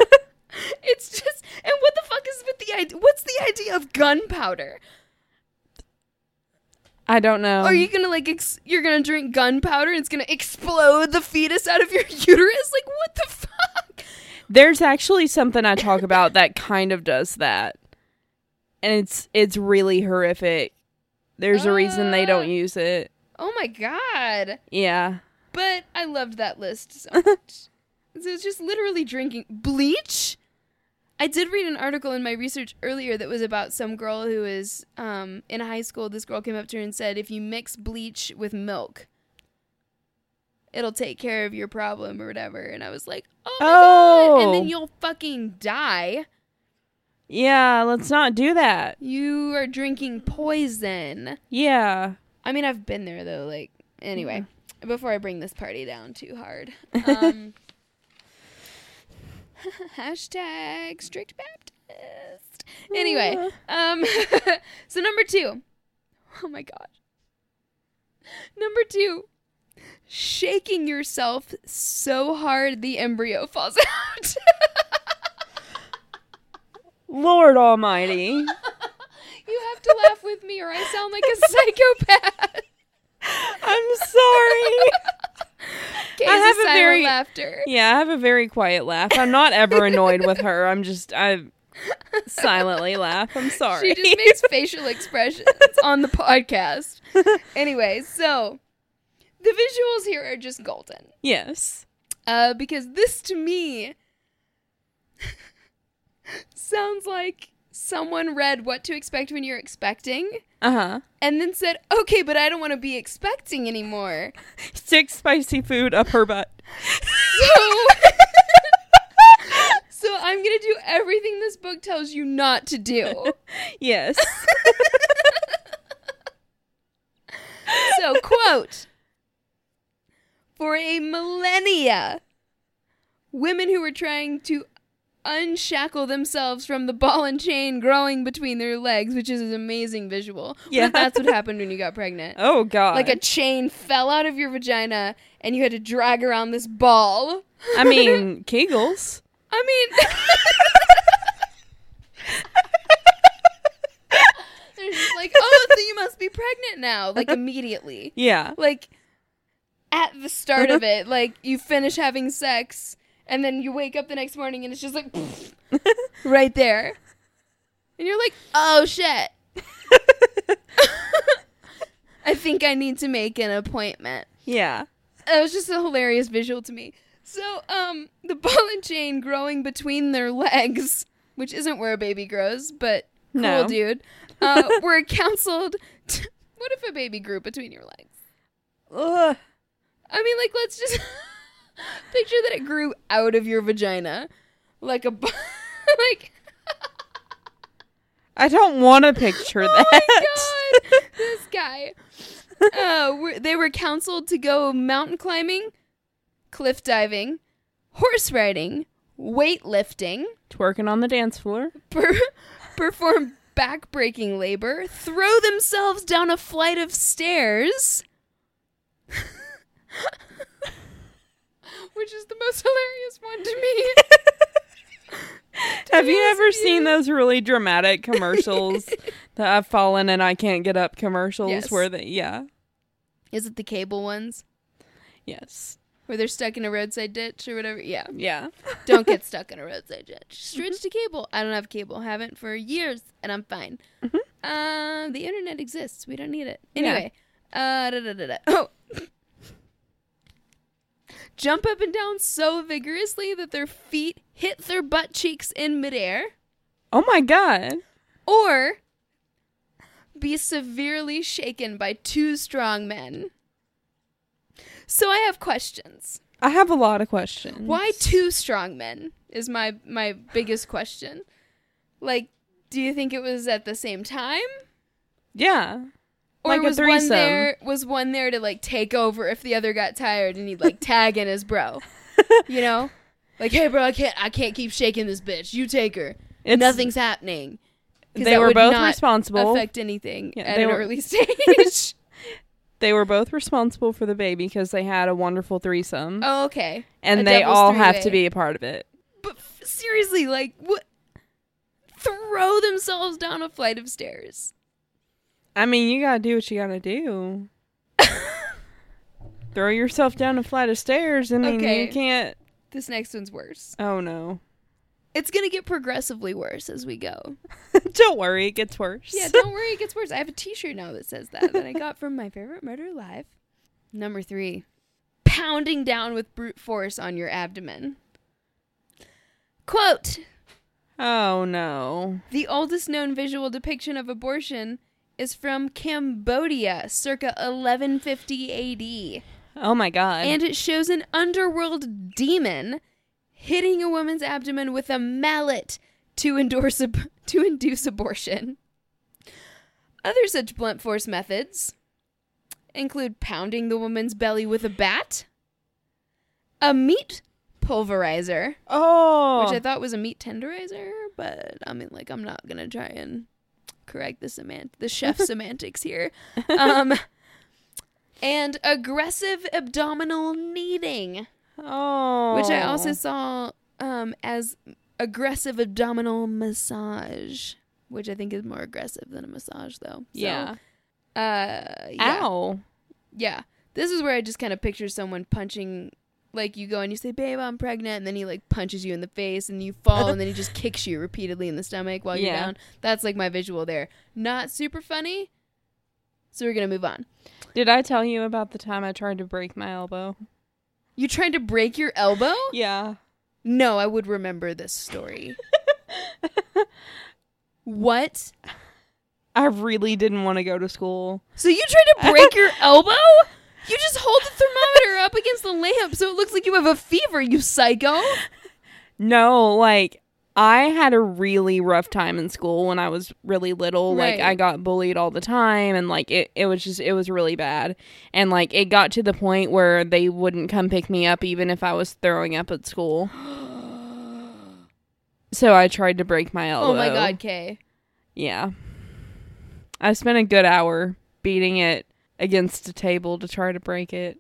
[SPEAKER 1] it's just and what the fuck is with the idea? What's the idea of gunpowder?
[SPEAKER 2] I don't know.
[SPEAKER 1] Are you gonna like ex- you're gonna drink gunpowder and it's gonna explode the fetus out of your uterus? Like what the fuck?
[SPEAKER 2] There's actually something I talk about that kind of does that, and it's it's really horrific. There's a reason they
[SPEAKER 1] Uh.
[SPEAKER 2] don't use it.
[SPEAKER 1] Oh my god.
[SPEAKER 2] Yeah.
[SPEAKER 1] But I loved that list so much. so it's just literally drinking bleach. I did read an article in my research earlier that was about some girl who is um, in high school. This girl came up to her and said, "If you mix bleach with milk, it'll take care of your problem or whatever." And I was like, "Oh, my God. and
[SPEAKER 2] Oh.
[SPEAKER 1] then you'll fucking die.
[SPEAKER 2] Yeah, let's not do that.
[SPEAKER 1] You are drinking poison."
[SPEAKER 2] Yeah.
[SPEAKER 1] I mean, I've been there though. Like, anyway,
[SPEAKER 2] Mm-hmm.
[SPEAKER 1] before I bring this party down too hard. Um, hashtag strict Baptist. Anyway,
[SPEAKER 2] Ah.
[SPEAKER 1] um, so number two. Oh my gosh. Number two, shaking yourself so hard the embryo falls out.
[SPEAKER 2] Lord Almighty.
[SPEAKER 1] you have to laugh with me, or I sound like a psychopath.
[SPEAKER 2] I'm sorry.
[SPEAKER 1] Case
[SPEAKER 2] have a
[SPEAKER 1] of silent
[SPEAKER 2] very-
[SPEAKER 1] laughter.
[SPEAKER 2] Yeah, I have a very quiet laugh. I'm not ever annoyed with her. I'm just I silently laugh. I'm
[SPEAKER 1] She
[SPEAKER 2] sorry.
[SPEAKER 1] just makes facial expressions on the podcast. Anyway, so the visuals here are just golden.
[SPEAKER 2] yes.
[SPEAKER 1] Uh, because this to me sounds like someone read what to expect when you're expecting
[SPEAKER 2] Uh huh.
[SPEAKER 1] and then said, okay, but I don't want to be expecting anymore.
[SPEAKER 2] Stick spicy food up her butt.
[SPEAKER 1] So, so I'm going to do everything this book tells you not to do.
[SPEAKER 2] Yes.
[SPEAKER 1] So, quote For a millennia, women who were trying to unshackle themselves from the ball and chain growing between their legs, which is an amazing visual. Yeah.
[SPEAKER 2] Yeah.
[SPEAKER 1] But that's what happened when you got pregnant.
[SPEAKER 2] Oh God.
[SPEAKER 1] Like a chain fell out of your vagina and you had to drag around this ball.
[SPEAKER 2] I mean, Kegels.
[SPEAKER 1] I mean, they're just like, oh, so you must be pregnant now, like immediately,
[SPEAKER 2] Yeah.
[SPEAKER 1] like at the start of it, like you finish having sex, and then you wake up the next morning and it's just like right there, and you're like, oh shit, I think I need to make an appointment.
[SPEAKER 2] yeah.
[SPEAKER 1] It was just a hilarious visual to me. So, um, the ball and chain growing between their legs, which isn't where a baby grows, but cool,
[SPEAKER 2] No.
[SPEAKER 1] dude, uh, were counseled. To, what if a baby grew between your legs?
[SPEAKER 2] Ugh.
[SPEAKER 1] I mean, like, let's just picture that it grew out of your vagina, like a, bu- like.
[SPEAKER 2] I don't want to picture
[SPEAKER 1] Oh
[SPEAKER 2] that.
[SPEAKER 1] my god, this guy. Uh, were, they were counseled to go mountain climbing, cliff diving, horse riding, weightlifting,
[SPEAKER 2] Twerking on the dance floor.
[SPEAKER 1] per- perform backbreaking labor, throw themselves down a flight of stairs. Which is the most hilarious one to me.
[SPEAKER 2] Have you
[SPEAKER 1] Yes,
[SPEAKER 2] ever
[SPEAKER 1] yes.
[SPEAKER 2] seen those really dramatic commercials that I've fallen and I can't get up commercials
[SPEAKER 1] Yes.
[SPEAKER 2] where they yeah.
[SPEAKER 1] Is it the cable ones
[SPEAKER 2] Yes.
[SPEAKER 1] where they're stuck in a roadside ditch or whatever? Yeah.
[SPEAKER 2] Yeah.
[SPEAKER 1] don't get stuck in a roadside ditch. Switch to cable. I don't have cable. Haven't for years, and I'm fine.
[SPEAKER 2] Mhm.
[SPEAKER 1] Uh, the internet exists. We don't need it
[SPEAKER 2] Yeah.
[SPEAKER 1] anyway. Uh, da, da, da, da. Oh, jump up and down so vigorously that their feet hit their butt cheeks in midair,
[SPEAKER 2] Oh my god.
[SPEAKER 1] or be severely shaken by two strong men. So I have questions.
[SPEAKER 2] I have a lot of questions.
[SPEAKER 1] Why two strong men is my my biggest question. Like, do you think it was at the same time,
[SPEAKER 2] Yeah.
[SPEAKER 1] or
[SPEAKER 2] Like a
[SPEAKER 1] was one
[SPEAKER 2] threesome.
[SPEAKER 1] there was one there to like take over if the other got tired and he'd like tag in his bro, you know, like hey bro, I can't I can't keep shaking this bitch. You take her.
[SPEAKER 2] It's-
[SPEAKER 1] Nothing's happening. 'Cause
[SPEAKER 2] They
[SPEAKER 1] that
[SPEAKER 2] were
[SPEAKER 1] would
[SPEAKER 2] both
[SPEAKER 1] not
[SPEAKER 2] responsible.
[SPEAKER 1] Affect anything
[SPEAKER 2] Yeah,
[SPEAKER 1] at
[SPEAKER 2] they
[SPEAKER 1] an
[SPEAKER 2] were-
[SPEAKER 1] early stage.
[SPEAKER 2] They were both responsible for the baby because they had a wonderful threesome,
[SPEAKER 1] oh, okay.
[SPEAKER 2] and
[SPEAKER 1] A
[SPEAKER 2] they
[SPEAKER 1] devil's
[SPEAKER 2] all have to
[SPEAKER 1] three-way.
[SPEAKER 2] be a part of it.
[SPEAKER 1] But f- seriously, like what? Throw themselves down a flight of stairs.
[SPEAKER 2] I mean, you gotta do what you gotta do. Throw yourself down a flight of stairs. I mean,
[SPEAKER 1] Okay.
[SPEAKER 2] you can't.
[SPEAKER 1] This next one's worse.
[SPEAKER 2] Oh no!
[SPEAKER 1] It's gonna get progressively worse as we go.
[SPEAKER 2] don't worry, it gets worse.
[SPEAKER 1] Yeah, don't worry, it gets worse. I have a T-shirt now that says that that I got from my favorite murder live. Number three, pounding down with brute force on your abdomen. Quote:
[SPEAKER 2] oh no!
[SPEAKER 1] The oldest known visual depiction of abortion is from Cambodia, circa 1150 A.D.
[SPEAKER 2] Oh my god!
[SPEAKER 1] and it shows an underworld demon hitting a woman's abdomen with a mallet to endorse ab- to induce abortion. Other such blunt force methods include pounding the woman's belly with a bat, a meat pulverizer,
[SPEAKER 2] oh,
[SPEAKER 1] which I thought was a meat tenderizer, but I mean, like, I'm not gonna try and correct the semant the chef semantics here. Um, and aggressive abdominal kneading,
[SPEAKER 2] oh,
[SPEAKER 1] which I also saw um, as aggressive abdominal massage, which I think is more aggressive than a massage, though. So,
[SPEAKER 2] yeah.
[SPEAKER 1] Uh, yeah.
[SPEAKER 2] Ow!
[SPEAKER 1] Yeah. This is where I just kind of picture someone punching like you go and you say, "Babe, I'm pregnant," and then he like punches you in the face and you fall and then he just kicks you repeatedly in the stomach while you're
[SPEAKER 2] Yeah.
[SPEAKER 1] down. That's like my visual there. Not super funny. So we're going to move on.
[SPEAKER 2] Did I tell you about the time I tried to break my elbow?
[SPEAKER 1] You trying to break your elbow?
[SPEAKER 2] Yeah.
[SPEAKER 1] No, I would remember this story. What?
[SPEAKER 2] I really didn't want to go to school.
[SPEAKER 1] So you tried to break your elbow? You just hold the thermometer up against the lamp so it looks like you have a fever, you psycho.
[SPEAKER 2] No, like I had a really rough time in school when I was really little. Like
[SPEAKER 1] Right.
[SPEAKER 2] I got bullied all the time and like it, it was just it was really bad. And like it got to the point where they wouldn't come pick me up even if I was throwing up at school. So I tried to break my elbow.
[SPEAKER 1] Oh my god, Kay.
[SPEAKER 2] Yeah. I spent a good hour beating it against a table to try to break it.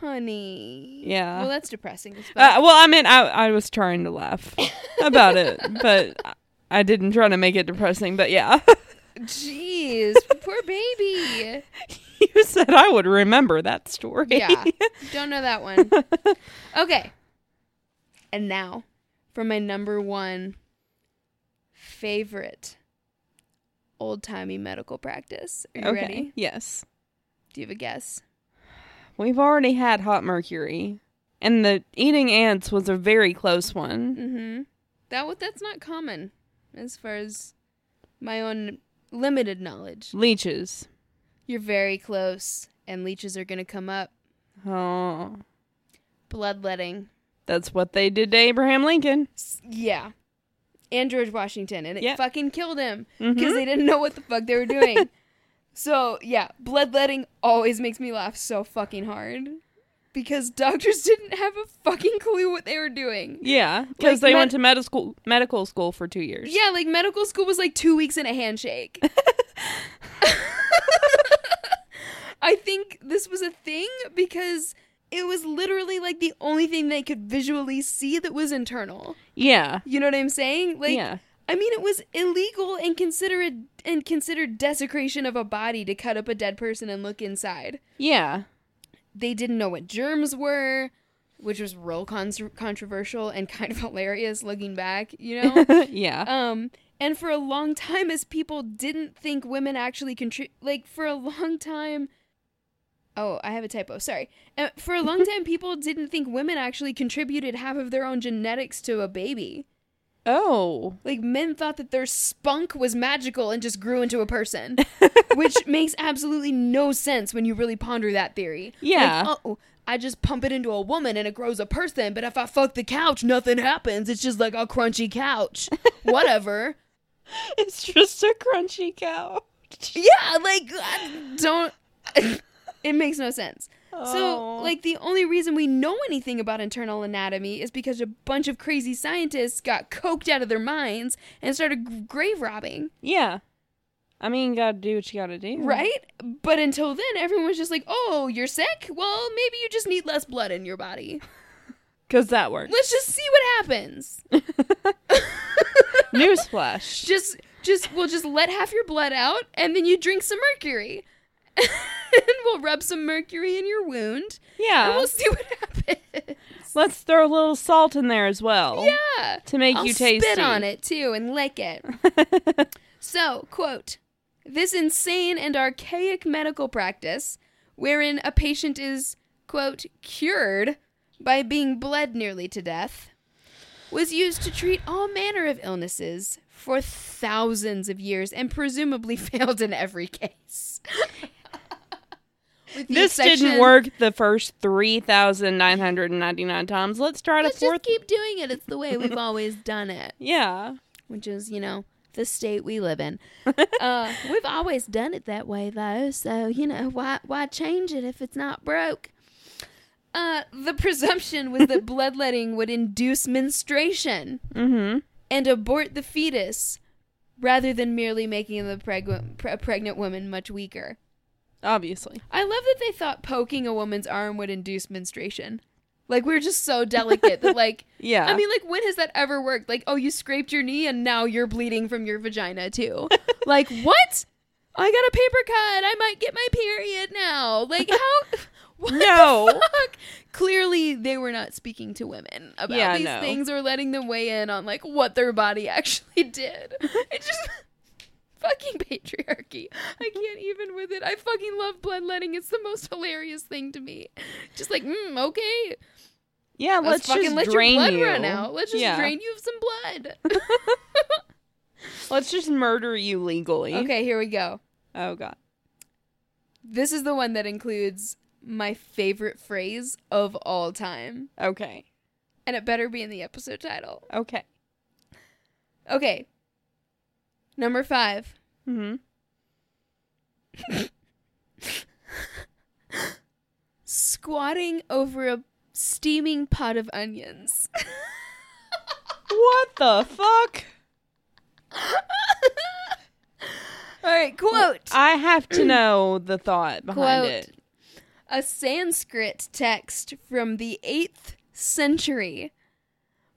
[SPEAKER 1] Honey.
[SPEAKER 2] Yeah.
[SPEAKER 1] Well, that's depressing as fuck.
[SPEAKER 2] Uh, well, I mean, I, I was trying to laugh about it, but I- I didn't try to make it depressing. But yeah,
[SPEAKER 1] Jeez, poor baby.
[SPEAKER 2] you said I would remember that story.
[SPEAKER 1] Yeah. Don't know that one. Okay. And now for my number one favorite old timey medical practice. Are you
[SPEAKER 2] okay.
[SPEAKER 1] ready?
[SPEAKER 2] Yes.
[SPEAKER 1] Do you have a guess?
[SPEAKER 2] We've already had hot mercury, and the eating ants was a very close one.
[SPEAKER 1] Mm-hmm. That wa- that's not common, as far as my own limited knowledge.
[SPEAKER 2] Leeches.
[SPEAKER 1] You're very close, and leeches are gonna come up.
[SPEAKER 2] Oh,
[SPEAKER 1] Bloodletting.
[SPEAKER 2] that's what they did to Abraham Lincoln.
[SPEAKER 1] S- Yeah. And George Washington, and it
[SPEAKER 2] Yeah.
[SPEAKER 1] fucking killed him because
[SPEAKER 2] Mhm.
[SPEAKER 1] they didn't know what the fuck they were doing. so yeah, bloodletting always makes me laugh so fucking hard because doctors didn't have a fucking clue what they were doing.
[SPEAKER 2] Yeah,
[SPEAKER 1] Like
[SPEAKER 2] because they
[SPEAKER 1] med-
[SPEAKER 2] went to medical school, medical school for two years.
[SPEAKER 1] Yeah, like medical school was like two weeks in a handshake. I think this was a thing because it was literally like the only thing they could visually see that was internal.
[SPEAKER 2] Yeah.
[SPEAKER 1] You know what I'm saying? Like,
[SPEAKER 2] yeah.
[SPEAKER 1] I mean, it was illegal and considered and considered desecration of a body to cut up a dead person and look inside.
[SPEAKER 2] Yeah.
[SPEAKER 1] They didn't know what germs were, which was real con- controversial and kind of hilarious looking back. You know.
[SPEAKER 2] yeah.
[SPEAKER 1] Um, and for a long time, as people didn't think women actually contribute, like for a long time. Oh, I have a typo. Sorry. Uh, for a long time, people didn't think women actually contributed half of their own genetics to a baby.
[SPEAKER 2] oh.
[SPEAKER 1] Like men thought that their spunk was magical and just grew into a person, which makes absolutely no sense when you really ponder that theory.
[SPEAKER 2] Yeah.
[SPEAKER 1] Like, oh, I just pump it into a woman and it grows a person, but if I fuck the couch, nothing happens. It's just like a crunchy couch. Whatever.
[SPEAKER 2] It's just a crunchy couch.
[SPEAKER 1] Yeah, like I don't. it makes no sense.
[SPEAKER 2] Oh.
[SPEAKER 1] So, like, the only reason we know anything about internal anatomy is because a bunch of crazy scientists got coked out of their minds and started g- grave robbing,
[SPEAKER 2] yeah. I mean, you gotta do what you gotta do.
[SPEAKER 1] right? But until then, everyone was just like, oh, you're sick? Well, maybe you just need less blood in your body.
[SPEAKER 2] Because that works.
[SPEAKER 1] Let's just see what happens.
[SPEAKER 2] Newsflash.
[SPEAKER 1] Just, just, we'll just let half your blood out and then you drink some mercury. and we'll rub some mercury in your wound and
[SPEAKER 2] Yeah.
[SPEAKER 1] we'll see what happens.
[SPEAKER 2] Let's throw a little salt in there as well.
[SPEAKER 1] Yeah.
[SPEAKER 2] To make
[SPEAKER 1] I'll
[SPEAKER 2] you tasty.
[SPEAKER 1] spit on it too and lick it. so, quote, this insane and archaic medical practice wherein a patient is, quote, cured by being bled nearly to death was used to treat all manner of illnesses for thousands of years and presumably failed in every case. With the
[SPEAKER 2] this
[SPEAKER 1] exception-
[SPEAKER 2] didn't work the first 3,999 times. Let's try to
[SPEAKER 1] Let's
[SPEAKER 2] fourth.
[SPEAKER 1] just keep doing it. It's the way we've always done it.
[SPEAKER 2] yeah.
[SPEAKER 1] which is you know the state we live in. uh, we've always done it that way though, so you know why why change it if it's not broke? Uh, the presumption was that bloodletting would induce menstruation
[SPEAKER 2] Mm hmm.
[SPEAKER 1] and abort the fetus, rather than merely making the preg- pre- pregnant woman much weaker.
[SPEAKER 2] Obviously.
[SPEAKER 1] I love that they thought poking a woman's arm would induce menstruation. Like we we're just so delicate that like
[SPEAKER 2] Yeah.
[SPEAKER 1] I mean, like, when has that ever worked? Like, oh, you scraped your knee and now you're bleeding from your vagina, too. like, what? I got a paper cut. I might get my period now. Like, how? What
[SPEAKER 2] No.
[SPEAKER 1] The fuck? Clearly, they were not speaking to women about
[SPEAKER 2] Yeah,
[SPEAKER 1] these
[SPEAKER 2] no.
[SPEAKER 1] things or letting them weigh in on, like, what their body actually did. It just. Fucking patriarchy. I can't even with it. I fucking love bloodletting. It's the most hilarious thing to me. Just like, mm, okay,
[SPEAKER 2] yeah,
[SPEAKER 1] Let's,
[SPEAKER 2] let's,
[SPEAKER 1] fucking
[SPEAKER 2] just
[SPEAKER 1] let your
[SPEAKER 2] drain
[SPEAKER 1] blood
[SPEAKER 2] you.
[SPEAKER 1] run out. Let's just
[SPEAKER 2] Yeah.
[SPEAKER 1] drain you of some blood.
[SPEAKER 2] Let's just murder you legally.
[SPEAKER 1] Okay, here we go.
[SPEAKER 2] Oh god.
[SPEAKER 1] This is the one that includes my favorite phrase of all time.
[SPEAKER 2] Okay.
[SPEAKER 1] And it better be in the episode title.
[SPEAKER 2] Okay.
[SPEAKER 1] Okay. Number five.
[SPEAKER 2] Mm-hmm.
[SPEAKER 1] Squatting over a steaming pot of onions.
[SPEAKER 2] What the fuck?
[SPEAKER 1] All right, quote.
[SPEAKER 2] I have to know the thought behind
[SPEAKER 1] Quote.
[SPEAKER 2] it.
[SPEAKER 1] a Sanskrit text from the 8th century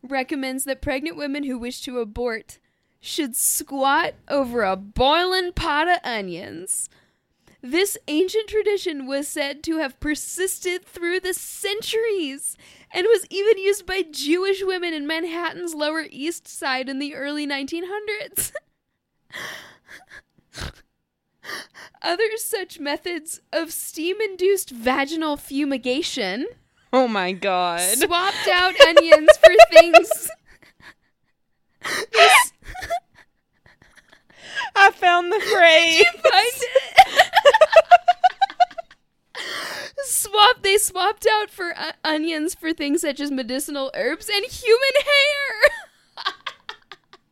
[SPEAKER 1] recommends that pregnant women who wish to abort should squat over a boiling pot of onions. This ancient tradition was said to have persisted through the centuries and was even used by Jewish women in Manhattan's Lower East Side in the early 1900s. Other such methods of steam induced vaginal fumigation
[SPEAKER 2] Oh my god.
[SPEAKER 1] swapped out onions for things. This
[SPEAKER 2] I found the phrase.
[SPEAKER 1] swap they swapped out for uh, onions for things such as medicinal herbs and human hair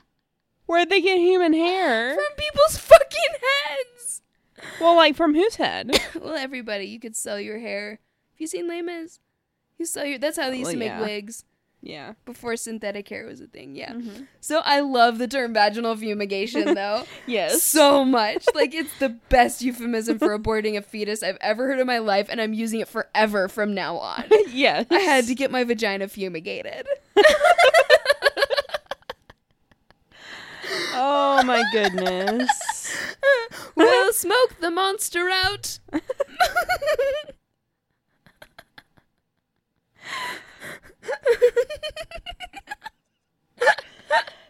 [SPEAKER 2] Where'd they get human hair?
[SPEAKER 1] from people's fucking heads.
[SPEAKER 2] Well, like from whose head?
[SPEAKER 1] Well, everybody, you could sell your hair. Have you seen Les Mis? You sell your. That's how they used
[SPEAKER 2] Well,
[SPEAKER 1] to make
[SPEAKER 2] yeah.
[SPEAKER 1] wigs
[SPEAKER 2] Yeah.
[SPEAKER 1] before synthetic hair was a thing. Yeah. So I love the term vaginal fumigation though.
[SPEAKER 2] Yes.
[SPEAKER 1] so much. Like it's the best euphemism for aborting a fetus I've ever heard in my life, and I'm using it forever from now on.
[SPEAKER 2] yes.
[SPEAKER 1] I had to get my vagina fumigated.
[SPEAKER 2] Oh my goodness.
[SPEAKER 1] we'll smoke the monster out.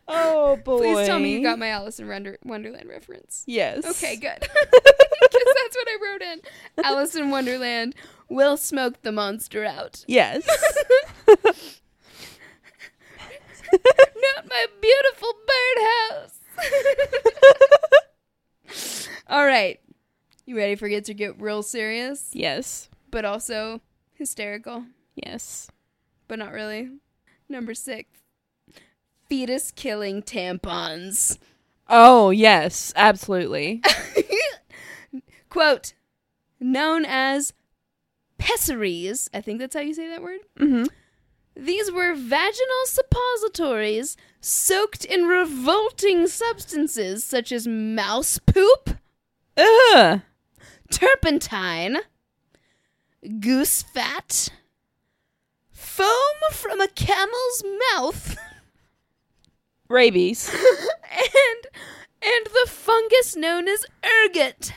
[SPEAKER 2] Oh boy.
[SPEAKER 1] Please tell me you got my Alice in Wonder- Wonderland reference.
[SPEAKER 2] Yes.
[SPEAKER 1] Okay, good. Because that's what I wrote in. Alice in Wonderland will smoke the monster out.
[SPEAKER 2] Yes.
[SPEAKER 1] Not my beautiful birdhouse. All right. You ready for it to get real serious,
[SPEAKER 2] yes.
[SPEAKER 1] but also hysterical,
[SPEAKER 2] Yes.
[SPEAKER 1] but not really? Number six fetus killing tampons.
[SPEAKER 2] Oh, yes, absolutely.
[SPEAKER 1] Quote, known as pessaries. I think that's how you say that word.
[SPEAKER 2] Mhm.
[SPEAKER 1] These were vaginal suppositories soaked in revolting substances such as mouse poop,
[SPEAKER 2] Ugh.
[SPEAKER 1] turpentine, goose fat, foam from a camel's mouth,
[SPEAKER 2] Rabies.
[SPEAKER 1] and and the fungus known as ergot,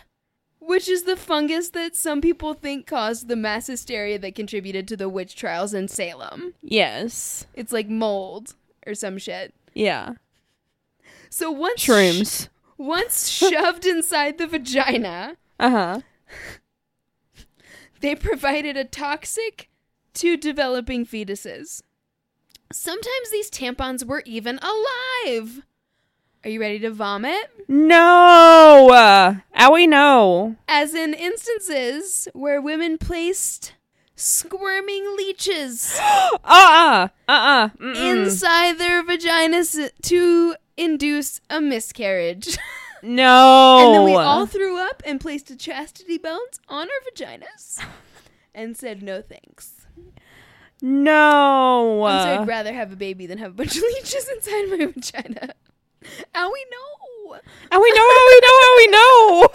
[SPEAKER 1] which is the fungus that some people think caused the mass hysteria that contributed to the witch trials in Salem.
[SPEAKER 2] Yes.
[SPEAKER 1] It's like mold or some shit.
[SPEAKER 2] Yeah.
[SPEAKER 1] So once
[SPEAKER 2] Shrooms.
[SPEAKER 1] once shoved inside the vagina,
[SPEAKER 2] Uh huh.
[SPEAKER 1] they provided a toxic to developing fetuses. Sometimes these tampons were even alive. Are you ready to vomit?
[SPEAKER 2] No. Uh, owie, no.
[SPEAKER 1] As in instances where women placed squirming leeches
[SPEAKER 2] Uh uh. Uh uh. Mm-mm.
[SPEAKER 1] inside their vaginas to induce a miscarriage.
[SPEAKER 2] No.
[SPEAKER 1] And then we all threw up and placed a chastity belt on our vaginas and said no thanks.
[SPEAKER 2] no.
[SPEAKER 1] I'm sorry, I'd rather have a baby than have a bunch of leeches inside my vagina. Owie, no.
[SPEAKER 2] Owie, no. Owie, no. Owie,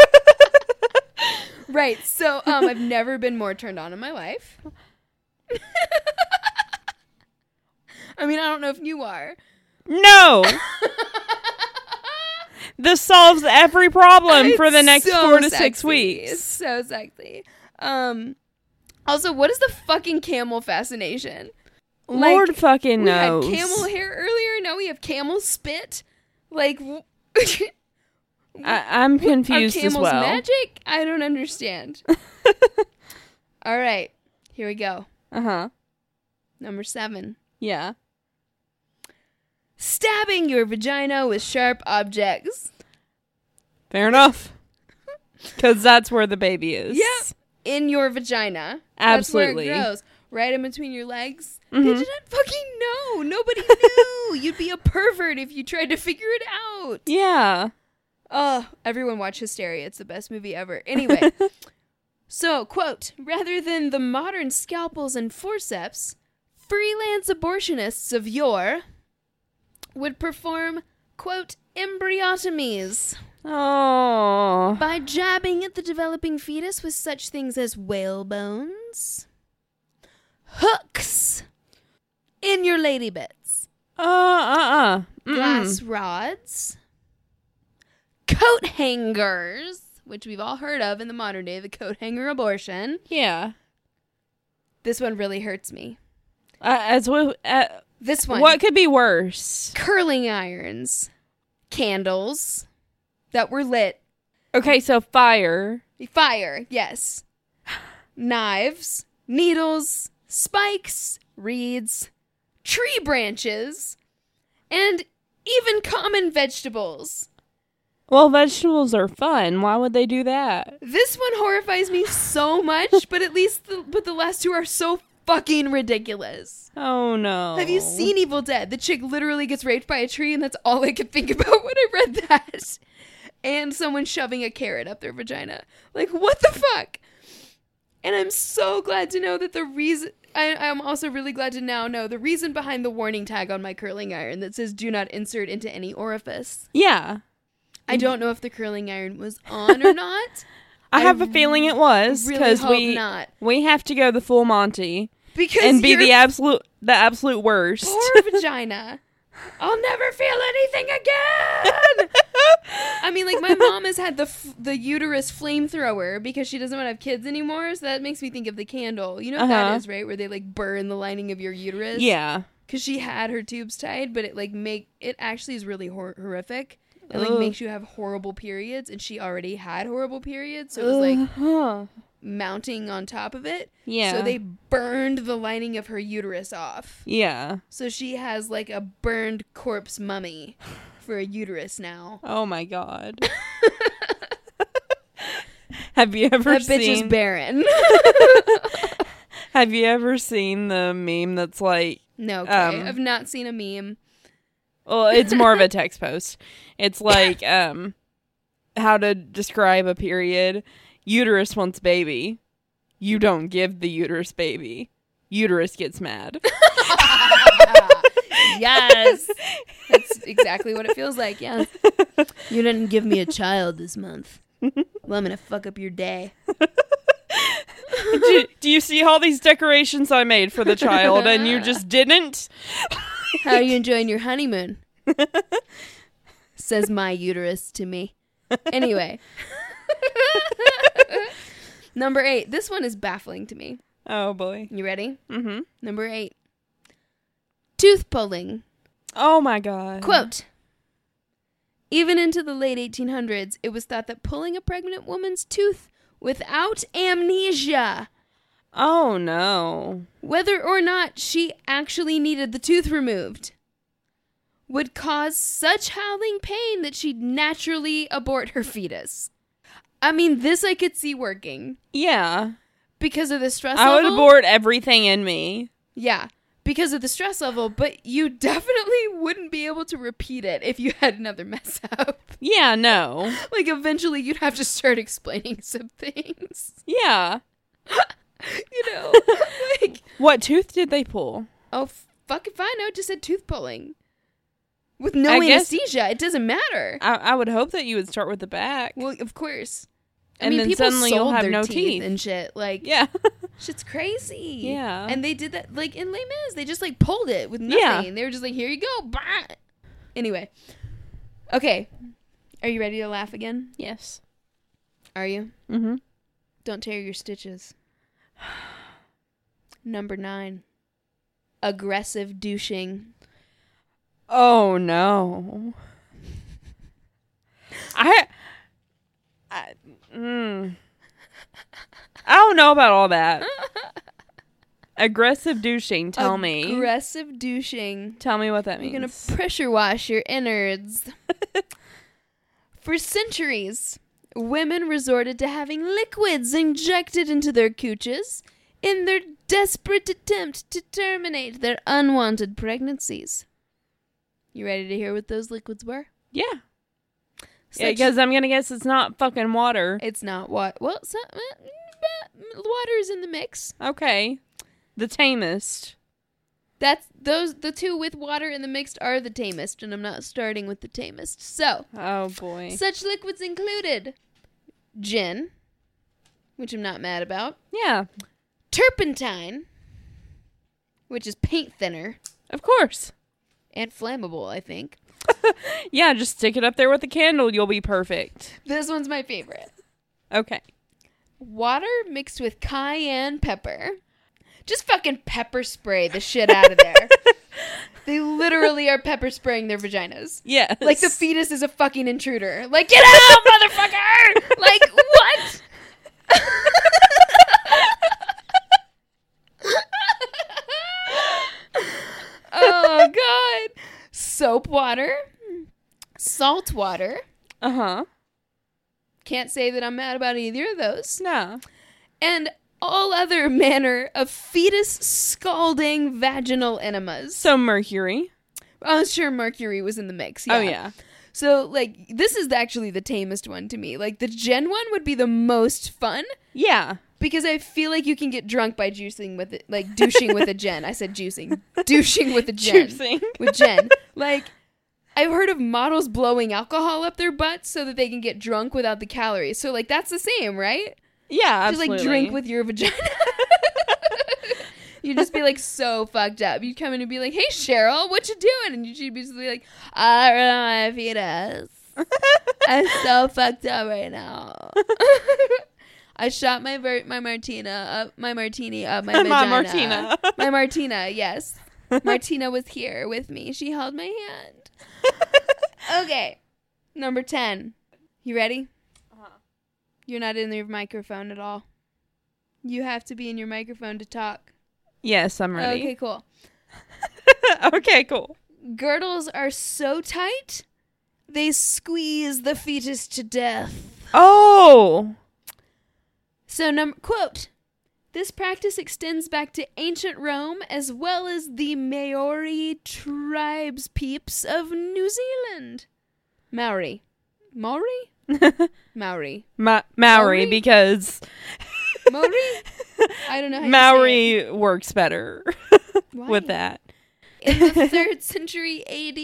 [SPEAKER 2] no.
[SPEAKER 1] Right, so um, I've never been more turned on in my life. I mean, I don't know if you are.
[SPEAKER 2] No. this solves every problem for the
[SPEAKER 1] It's
[SPEAKER 2] next
[SPEAKER 1] so
[SPEAKER 2] four to six
[SPEAKER 1] sexy. It's
[SPEAKER 2] weeks.
[SPEAKER 1] so sexy. Um, also, what is the fucking camel fascination? Like,
[SPEAKER 2] Lord fucking
[SPEAKER 1] we had
[SPEAKER 2] knows.
[SPEAKER 1] camel hair earlier. Now we have camel spit. Like, w-
[SPEAKER 2] I- I'm
[SPEAKER 1] are
[SPEAKER 2] confused
[SPEAKER 1] camels
[SPEAKER 2] as well.
[SPEAKER 1] magic? I don't understand. All right, here we go.
[SPEAKER 2] Uh-huh. Uh huh.
[SPEAKER 1] Number seven.
[SPEAKER 2] Yeah.
[SPEAKER 1] stabbing your vagina with sharp objects.
[SPEAKER 2] Fair enough. Because that's where the baby is.
[SPEAKER 1] Yep. In your vagina. That's
[SPEAKER 2] Absolutely.
[SPEAKER 1] where it grows. Right in between your legs. They didn't fucking know. Nobody knew. You'd be a pervert if you tried to figure it out.
[SPEAKER 2] Yeah.
[SPEAKER 1] Oh, everyone watch Hysteria. It's the best movie ever. Anyway, so, quote, rather than the modern scalpels and forceps, freelance abortionists of yore would perform, quote, embryotomies
[SPEAKER 2] Oh.
[SPEAKER 1] by jabbing at the developing fetus with such things as whale bones, hooks in your lady bits,
[SPEAKER 2] Uh. Uh. Uh.
[SPEAKER 1] glass rods, coat hangers, which we've all heard of in the modern day, the coat hanger abortion.
[SPEAKER 2] Yeah.
[SPEAKER 1] This one really hurts me.
[SPEAKER 2] Uh, as well. Uh,
[SPEAKER 1] This one.
[SPEAKER 2] what could be worse?
[SPEAKER 1] Curling irons, candles that were lit,
[SPEAKER 2] Okay, so fire.
[SPEAKER 1] fire, yes, knives, needles, spikes, reeds, tree branches, and even common vegetables.
[SPEAKER 2] Well, vegetables are fun. Why would they do that?
[SPEAKER 1] This one horrifies me so much, but at least the, but the last two are so fucking ridiculous.
[SPEAKER 2] Oh no.
[SPEAKER 1] Have you seen Evil Dead? The chick literally gets raped by a tree, and that's all I could think about when I read that. And someone shoving a carrot up their vagina. Like, what the fuck? And I'm so glad to know that the reason. I, I'm also really glad to now know the reason behind the warning tag on my curling iron that says do not insert into any orifice.
[SPEAKER 2] Yeah.
[SPEAKER 1] I don't know if the curling iron was on or not.
[SPEAKER 2] I, have a feeling it was
[SPEAKER 1] really
[SPEAKER 2] because
[SPEAKER 1] hope
[SPEAKER 2] we
[SPEAKER 1] not.
[SPEAKER 2] we have to go the full Monty
[SPEAKER 1] Because
[SPEAKER 2] and be
[SPEAKER 1] your
[SPEAKER 2] the absolute the absolute worst.
[SPEAKER 1] poor vagina. I'll never feel anything again. I mean, like my mom has had the f- the uterus flamethrower because she doesn't want to have kids anymore. So that makes me think of the candle. You know what that
[SPEAKER 2] Uh-huh.
[SPEAKER 1] is, right? Where they like burn the lining of your uterus.
[SPEAKER 2] yeah.
[SPEAKER 1] Because she had her tubes tied, but it like make it actually is really hor- horrific. It like
[SPEAKER 2] Ugh.
[SPEAKER 1] makes you have horrible periods, and she already had horrible periods, so it was like
[SPEAKER 2] Uh-huh.
[SPEAKER 1] mounting on top of it.
[SPEAKER 2] Yeah.
[SPEAKER 1] So they burned the lining of her uterus off.
[SPEAKER 2] Yeah.
[SPEAKER 1] So she has like a burned corpse mummy for a uterus now.
[SPEAKER 2] Oh my god. have you ever
[SPEAKER 1] that bitch is
[SPEAKER 2] seen
[SPEAKER 1] barren.
[SPEAKER 2] Have you ever seen the meme that's like
[SPEAKER 1] no, okay.
[SPEAKER 2] Um,
[SPEAKER 1] I've not seen a meme.
[SPEAKER 2] Well, it's more of a text post. It's like um how to describe a period. Uterus wants baby. You don't give the uterus baby. Uterus gets mad.
[SPEAKER 1] Yes, that's exactly what it feels like. Yeah, you didn't give me a child this month. Well, I'm gonna fuck up your day.
[SPEAKER 2] do, do you see all these decorations I made for the child and you just didn't?
[SPEAKER 1] How are you enjoying your honeymoon? Says my uterus to me. Anyway, number eight. This one is baffling to me.
[SPEAKER 2] Oh boy.
[SPEAKER 1] You ready?
[SPEAKER 2] Mhm.
[SPEAKER 1] Number eight. Tooth pulling.
[SPEAKER 2] Oh my god.
[SPEAKER 1] Quote Even into the late 1800s, it was thought that pulling a pregnant woman's tooth without amnesia,
[SPEAKER 2] Oh no.
[SPEAKER 1] whether or not she actually needed the tooth removed, would cause such howling pain that she'd naturally abort her fetus. I mean, this I could see working
[SPEAKER 2] Yeah.
[SPEAKER 1] because of the stress
[SPEAKER 2] I would
[SPEAKER 1] level.
[SPEAKER 2] abort everything in me.
[SPEAKER 1] Yeah, because of the stress level, but you definitely wouldn't be able to repeat it if you had another mess up.
[SPEAKER 2] Yeah, no.
[SPEAKER 1] like eventually you'd have to start explaining some things
[SPEAKER 2] Yeah.
[SPEAKER 1] you know like
[SPEAKER 2] What tooth did they pull?
[SPEAKER 1] oh fuck if i know it just said tooth pulling with no
[SPEAKER 2] I guess-
[SPEAKER 1] anesthesia it doesn't matter
[SPEAKER 2] I, I would hope that you would start with the back.
[SPEAKER 1] well of course I
[SPEAKER 2] And
[SPEAKER 1] mean,
[SPEAKER 2] then
[SPEAKER 1] people
[SPEAKER 2] suddenly you'll
[SPEAKER 1] sold
[SPEAKER 2] have
[SPEAKER 1] their
[SPEAKER 2] no teeth.
[SPEAKER 1] and shit. Like,
[SPEAKER 2] yeah.
[SPEAKER 1] shit's crazy.
[SPEAKER 2] Yeah.
[SPEAKER 1] and they did that like in Les Mis. They just like pulled it with nothing.
[SPEAKER 2] Yeah.
[SPEAKER 1] They were just like, "Here you go." Bah. Anyway, okay, are you ready to laugh again?
[SPEAKER 2] yes.
[SPEAKER 1] Are you?
[SPEAKER 2] Mm-hmm.
[SPEAKER 1] Don't tear your stitches. Number nine. Aggressive douching.
[SPEAKER 2] Oh no. I. I. Mm, I don't know about all that. Aggressive douching. Tell me.
[SPEAKER 1] Aggressive douching.
[SPEAKER 2] Tell me what that
[SPEAKER 1] You're
[SPEAKER 2] means.
[SPEAKER 1] gonna pressure wash your innards. For centuries, women resorted to having liquids injected into their cooches in their desperate attempt to terminate their unwanted pregnancies. You ready to hear what those liquids were?
[SPEAKER 2] yeah.
[SPEAKER 1] Such-
[SPEAKER 2] Because I'm gonna guess it's not fucking water.
[SPEAKER 1] it's not what. Well, some, uh, mm, uh, water's in the mix.
[SPEAKER 2] Okay. The tamest.
[SPEAKER 1] That's those the two with water in the mix are the tamest, and I'm not starting with the tamest. So,
[SPEAKER 2] Oh boy.
[SPEAKER 1] Such liquids included gin, which I'm not mad about,
[SPEAKER 2] Yeah.
[SPEAKER 1] turpentine, which is paint thinner
[SPEAKER 2] Of course.
[SPEAKER 1] and flammable, I think.
[SPEAKER 2] Yeah, just stick it up there with a candle. You'll be perfect.
[SPEAKER 1] This one's my favorite.
[SPEAKER 2] Okay.
[SPEAKER 1] Water mixed with cayenne pepper. Just fucking pepper spray the shit out of there. they literally are pepper spraying their vaginas.
[SPEAKER 2] Yes.
[SPEAKER 1] Like the fetus is a fucking intruder. Like, get out, motherfucker! like, what? oh, God. Soap water, salt water.
[SPEAKER 2] Uh huh.
[SPEAKER 1] Can't say that I'm mad about either of those.
[SPEAKER 2] No.
[SPEAKER 1] And all other manner of fetus scalding vaginal enemas.
[SPEAKER 2] So mercury.
[SPEAKER 1] Oh, sure, mercury was in the mix.
[SPEAKER 2] Oh yeah.
[SPEAKER 1] So like this is actually the tamest one to me. Like the Gen one would be the most fun
[SPEAKER 2] Yeah.
[SPEAKER 1] because I feel like you can get drunk by juicing with it, like douching with a Gen. I said juicing, douching with a Gen.
[SPEAKER 2] Juicing.
[SPEAKER 1] With Gen, like I've heard of models blowing alcohol up their butts so that they can get drunk without the calories. So like that's the same, right?
[SPEAKER 2] Yeah.
[SPEAKER 1] Just
[SPEAKER 2] Absolutely.
[SPEAKER 1] like drink with your vagina. You'd just be like so fucked up. You'd come in and be like, "Hey Cheryl, what you doing?" And you'd be just be like, "I don't know my fetus. I'm so fucked up right now. I shot my ver- my martina up my martini up my,
[SPEAKER 2] My
[SPEAKER 1] vagina.
[SPEAKER 2] Martina.
[SPEAKER 1] my martina. Yes, Martina was here with me. She held my hand. Okay, number ten. You ready? Uh-huh. You're not in your microphone at all. You have to be in your microphone to talk.
[SPEAKER 2] yes, I'm
[SPEAKER 1] Okay,
[SPEAKER 2] ready.
[SPEAKER 1] cool.
[SPEAKER 2] Okay. Cool.
[SPEAKER 1] Girdles are so tight, they squeeze the fetus to death.
[SPEAKER 2] Oh.
[SPEAKER 1] So, num- quote, this practice extends back to ancient Rome as well as the Maori tribes peeps of New Zealand. Maori. Maori? Maori.
[SPEAKER 2] Ma-
[SPEAKER 1] Maori?
[SPEAKER 2] Maori because
[SPEAKER 1] Maori? I don't know how you say it.
[SPEAKER 2] Maori works better
[SPEAKER 1] Why?
[SPEAKER 2] with that.
[SPEAKER 1] In the third century AD.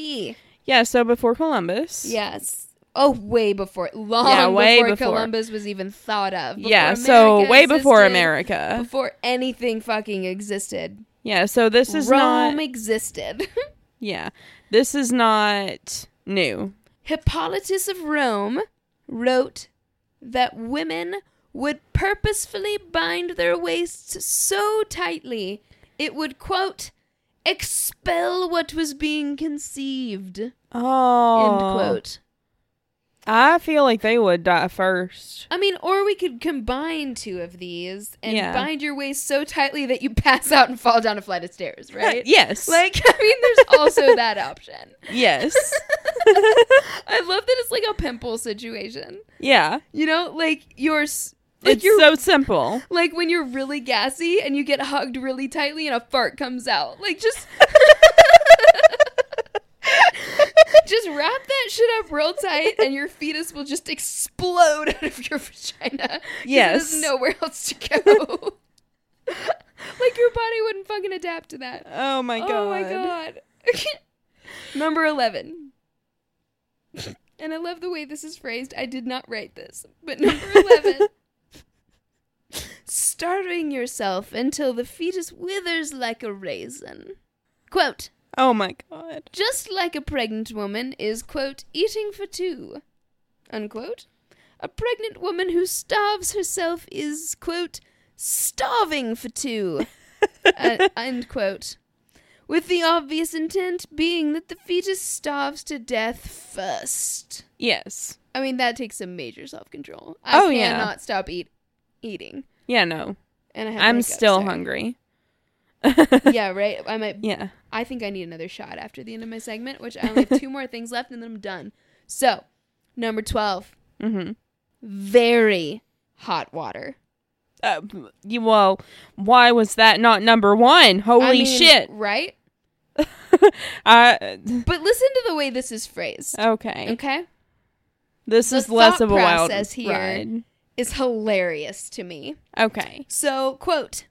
[SPEAKER 2] Yeah, so before Columbus.
[SPEAKER 1] Yes. Oh, way before, long
[SPEAKER 2] Yeah, way
[SPEAKER 1] before,
[SPEAKER 2] before.
[SPEAKER 1] Columbus was even thought of. Before
[SPEAKER 2] yeah, so
[SPEAKER 1] America
[SPEAKER 2] way before
[SPEAKER 1] existed,
[SPEAKER 2] America.
[SPEAKER 1] Before anything fucking existed,
[SPEAKER 2] Yeah, so this is
[SPEAKER 1] Rome
[SPEAKER 2] not
[SPEAKER 1] existed.
[SPEAKER 2] Yeah. This is not new.
[SPEAKER 1] Hippolytus of Rome wrote that women would purposefully bind their waists so tightly it would, quote, expel what was being conceived, end
[SPEAKER 2] Oh.
[SPEAKER 1] quote.
[SPEAKER 2] I feel like they would die first.
[SPEAKER 1] I mean, or we could combine two of these and
[SPEAKER 2] Yeah.
[SPEAKER 1] bind your waist so tightly that you pass out and fall down a flight of stairs, right?
[SPEAKER 2] Yes.
[SPEAKER 1] Like, I mean, there's also that option.
[SPEAKER 2] yes.
[SPEAKER 1] I love that it's like a pimple situation.
[SPEAKER 2] yeah.
[SPEAKER 1] You know, like you're s- like
[SPEAKER 2] it's
[SPEAKER 1] you're
[SPEAKER 2] so simple.
[SPEAKER 1] like when you're really gassy and you get hugged really tightly and a fart comes out. Like just just wrap that shit up real tight and your fetus will just explode out of your vagina. 'cause
[SPEAKER 2] Yes.
[SPEAKER 1] There's nowhere else to go. like your body wouldn't fucking adapt to that.
[SPEAKER 2] Oh my god.
[SPEAKER 1] Oh my god. Number 11. And I love the way this is phrased. I did not write this. But number 11. Starving yourself until the fetus withers like a raisin. Quote,
[SPEAKER 2] Oh my god.
[SPEAKER 1] just like a pregnant woman is, quote, eating for two, unquote. A pregnant woman who starves herself is, quote, starving for two, uh, end quote. With the obvious intent being that the fetus starves to death first.
[SPEAKER 2] Yes.
[SPEAKER 1] I mean, that takes some major self control. I
[SPEAKER 2] Oh, yeah.
[SPEAKER 1] cannot stop eat- eating.
[SPEAKER 2] Yeah, no.
[SPEAKER 1] And I have
[SPEAKER 2] I'm
[SPEAKER 1] hiccups,
[SPEAKER 2] still
[SPEAKER 1] sorry.
[SPEAKER 2] hungry.
[SPEAKER 1] yeah, right. I might.
[SPEAKER 2] yeah.
[SPEAKER 1] I think I need another shot after the end of my segment, which I only have two more things left, and then I'm done. So, number twelve,
[SPEAKER 2] Mm-hmm.
[SPEAKER 1] very hot water.
[SPEAKER 2] Uh, you, well, why was that not number one? Holy
[SPEAKER 1] I mean,
[SPEAKER 2] shit!
[SPEAKER 1] Right.
[SPEAKER 2] I
[SPEAKER 1] But listen to the way this is phrased.
[SPEAKER 2] okay.
[SPEAKER 1] Okay,
[SPEAKER 2] This
[SPEAKER 1] The
[SPEAKER 2] is less
[SPEAKER 1] thought
[SPEAKER 2] of a wild
[SPEAKER 1] process here.
[SPEAKER 2] ride.
[SPEAKER 1] it's hilarious to me.
[SPEAKER 2] Okay.
[SPEAKER 1] So, quote,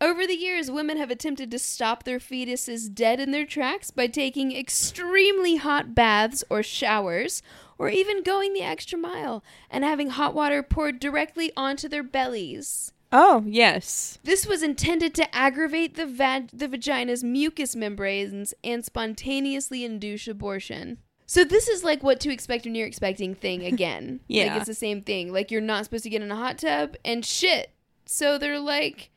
[SPEAKER 1] over the years, women have attempted to stop their fetuses dead in their tracks by taking extremely hot baths or showers, or even going the extra mile and having hot water poured directly onto their bellies.
[SPEAKER 2] Oh yes.
[SPEAKER 1] This was intended to aggravate the, vag- the vagina's mucous membranes and spontaneously induce abortion. So this is like what to expect when you're expecting thing again.
[SPEAKER 2] Yeah.
[SPEAKER 1] Like it's the same thing. Like you're not supposed to get in a hot tub and shit. So they're like,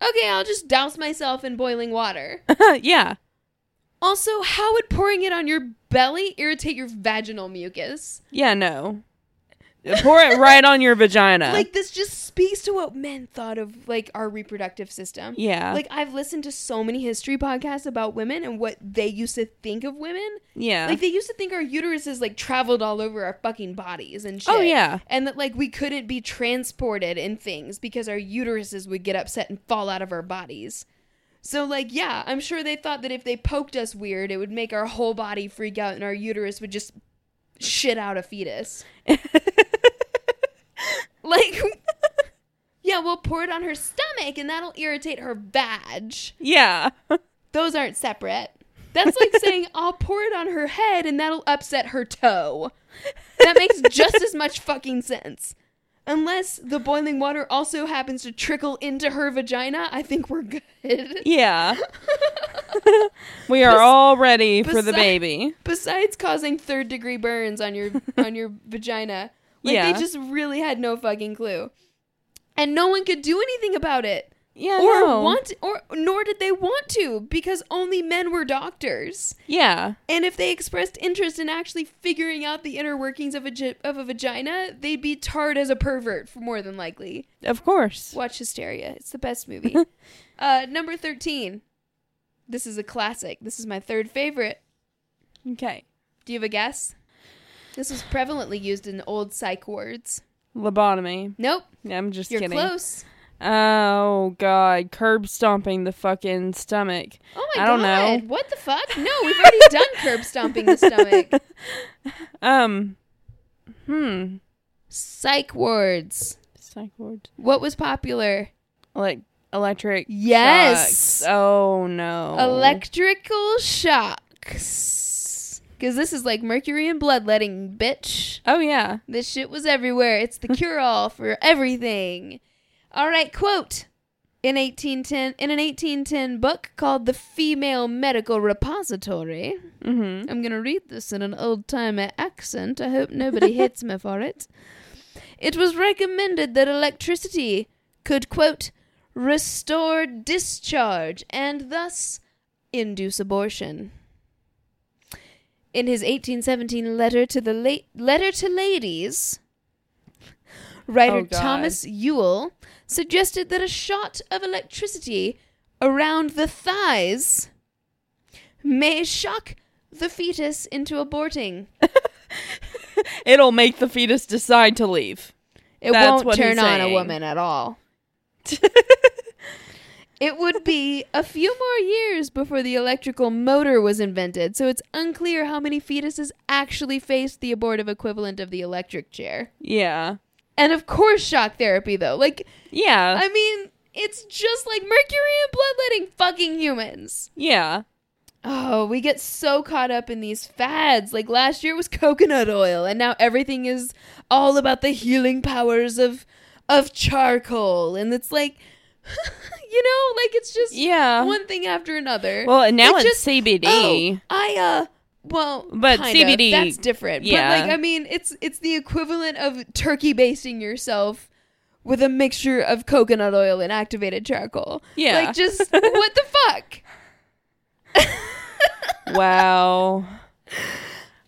[SPEAKER 1] okay, I'll just douse myself in boiling water.
[SPEAKER 2] yeah.
[SPEAKER 1] also, how would pouring it on your belly irritate your vaginal mucus?
[SPEAKER 2] Yeah. No. Pour it right on your vagina.
[SPEAKER 1] Like this just speaks to what men thought of like our reproductive system.
[SPEAKER 2] yeah.
[SPEAKER 1] Like I've listened to so many history podcasts about women and what they used to think of women.
[SPEAKER 2] yeah.
[SPEAKER 1] Like they used to think our uteruses like traveled all over our fucking bodies and shit.
[SPEAKER 2] oh yeah.
[SPEAKER 1] And that like we couldn't be transported in things because our uteruses would get upset and fall out of our bodies. So like yeah, I'm sure they thought that if they poked us weird, it would make our whole body freak out and our uterus would just shit out a fetus. Like Yeah, we'll pour it on her stomach and that'll irritate her vag
[SPEAKER 2] yeah.
[SPEAKER 1] those aren't separate. That's like saying I'll pour it on her head and that'll upset her toe. That makes just as much fucking sense. Unless the boiling water also happens to trickle into her vagina, I think we're good.
[SPEAKER 2] Yeah. we are all ready for the
[SPEAKER 1] besi-
[SPEAKER 2] baby.
[SPEAKER 1] Besides causing third degree burns on your on your vagina, like
[SPEAKER 2] Yeah.
[SPEAKER 1] they just really had no fucking clue. And no one could do anything about it.
[SPEAKER 2] Yeah.
[SPEAKER 1] or
[SPEAKER 2] no.
[SPEAKER 1] want or nor did they want to because only men were doctors.
[SPEAKER 2] Yeah.
[SPEAKER 1] And if they expressed interest in actually figuring out the inner workings of a, gi- of a vagina, they'd be tarred as a pervert, for more than likely.
[SPEAKER 2] Of course.
[SPEAKER 1] Watch Hysteria. It's the best movie. uh, number 13. This is a classic. This is my third favorite.
[SPEAKER 2] Okay.
[SPEAKER 1] Do you have a guess? This was prevalently used in old psych wards.
[SPEAKER 2] Lobotomy.
[SPEAKER 1] Nope,
[SPEAKER 2] I'm just
[SPEAKER 1] you're
[SPEAKER 2] kidding.
[SPEAKER 1] close.
[SPEAKER 2] Oh god, curb stomping the fucking stomach.
[SPEAKER 1] Oh my
[SPEAKER 2] I don't
[SPEAKER 1] god,
[SPEAKER 2] know.
[SPEAKER 1] what the fuck? No, we've already done curb stomping the stomach.
[SPEAKER 2] Um. Hmm.
[SPEAKER 1] Psych wards.
[SPEAKER 2] Psych ward.
[SPEAKER 1] What was popular?
[SPEAKER 2] Like electric.
[SPEAKER 1] Yes.
[SPEAKER 2] shocks. Oh no.
[SPEAKER 1] Electrical shocks. Because this is like mercury and bloodletting, bitch.
[SPEAKER 2] Oh yeah.
[SPEAKER 1] This shit was everywhere. It's the cure all for everything. All right, quote. In 1810, in an 1810 book called The Female Medical Repository,
[SPEAKER 2] Mm-hmm.
[SPEAKER 1] I'm going to read this in an old timer accent. I hope nobody hits me for it. It was recommended that electricity could, quote, restore discharge and thus induce abortion. In his 1817 letter to the late letter to ladies,
[SPEAKER 2] Oh,
[SPEAKER 1] writer
[SPEAKER 2] God.
[SPEAKER 1] Thomas Yule suggested that a shot of electricity around the thighs may shock the fetus into aborting.
[SPEAKER 2] It'll make the fetus decide to leave.
[SPEAKER 1] It
[SPEAKER 2] That's
[SPEAKER 1] won't
[SPEAKER 2] what he's
[SPEAKER 1] turn on a
[SPEAKER 2] saying.
[SPEAKER 1] woman at all. It would be a few more years before the electrical motor was invented, so it's unclear how many fetuses actually faced the abortive equivalent of the electric chair.
[SPEAKER 2] yeah.
[SPEAKER 1] And of course, shock therapy, though. Like,
[SPEAKER 2] Yeah.
[SPEAKER 1] I mean, it's just like mercury and bloodletting fucking humans.
[SPEAKER 2] yeah.
[SPEAKER 1] Oh, we get so caught up in these fads. Like last year it was coconut oil, and now everything is all about the healing powers of of charcoal. And it's like, you know, like it's just
[SPEAKER 2] Yeah.
[SPEAKER 1] one thing after another.
[SPEAKER 2] Well, and now
[SPEAKER 1] It
[SPEAKER 2] it's
[SPEAKER 1] just-
[SPEAKER 2] CBD.
[SPEAKER 1] Oh, I uh, well,
[SPEAKER 2] But
[SPEAKER 1] kind
[SPEAKER 2] CBD
[SPEAKER 1] that's different.
[SPEAKER 2] yeah.
[SPEAKER 1] But like, I mean, it's it's the equivalent of turkey basting yourself with a mixture of coconut oil and activated charcoal.
[SPEAKER 2] Yeah.
[SPEAKER 1] like just what the fuck.
[SPEAKER 2] Oh. Wow.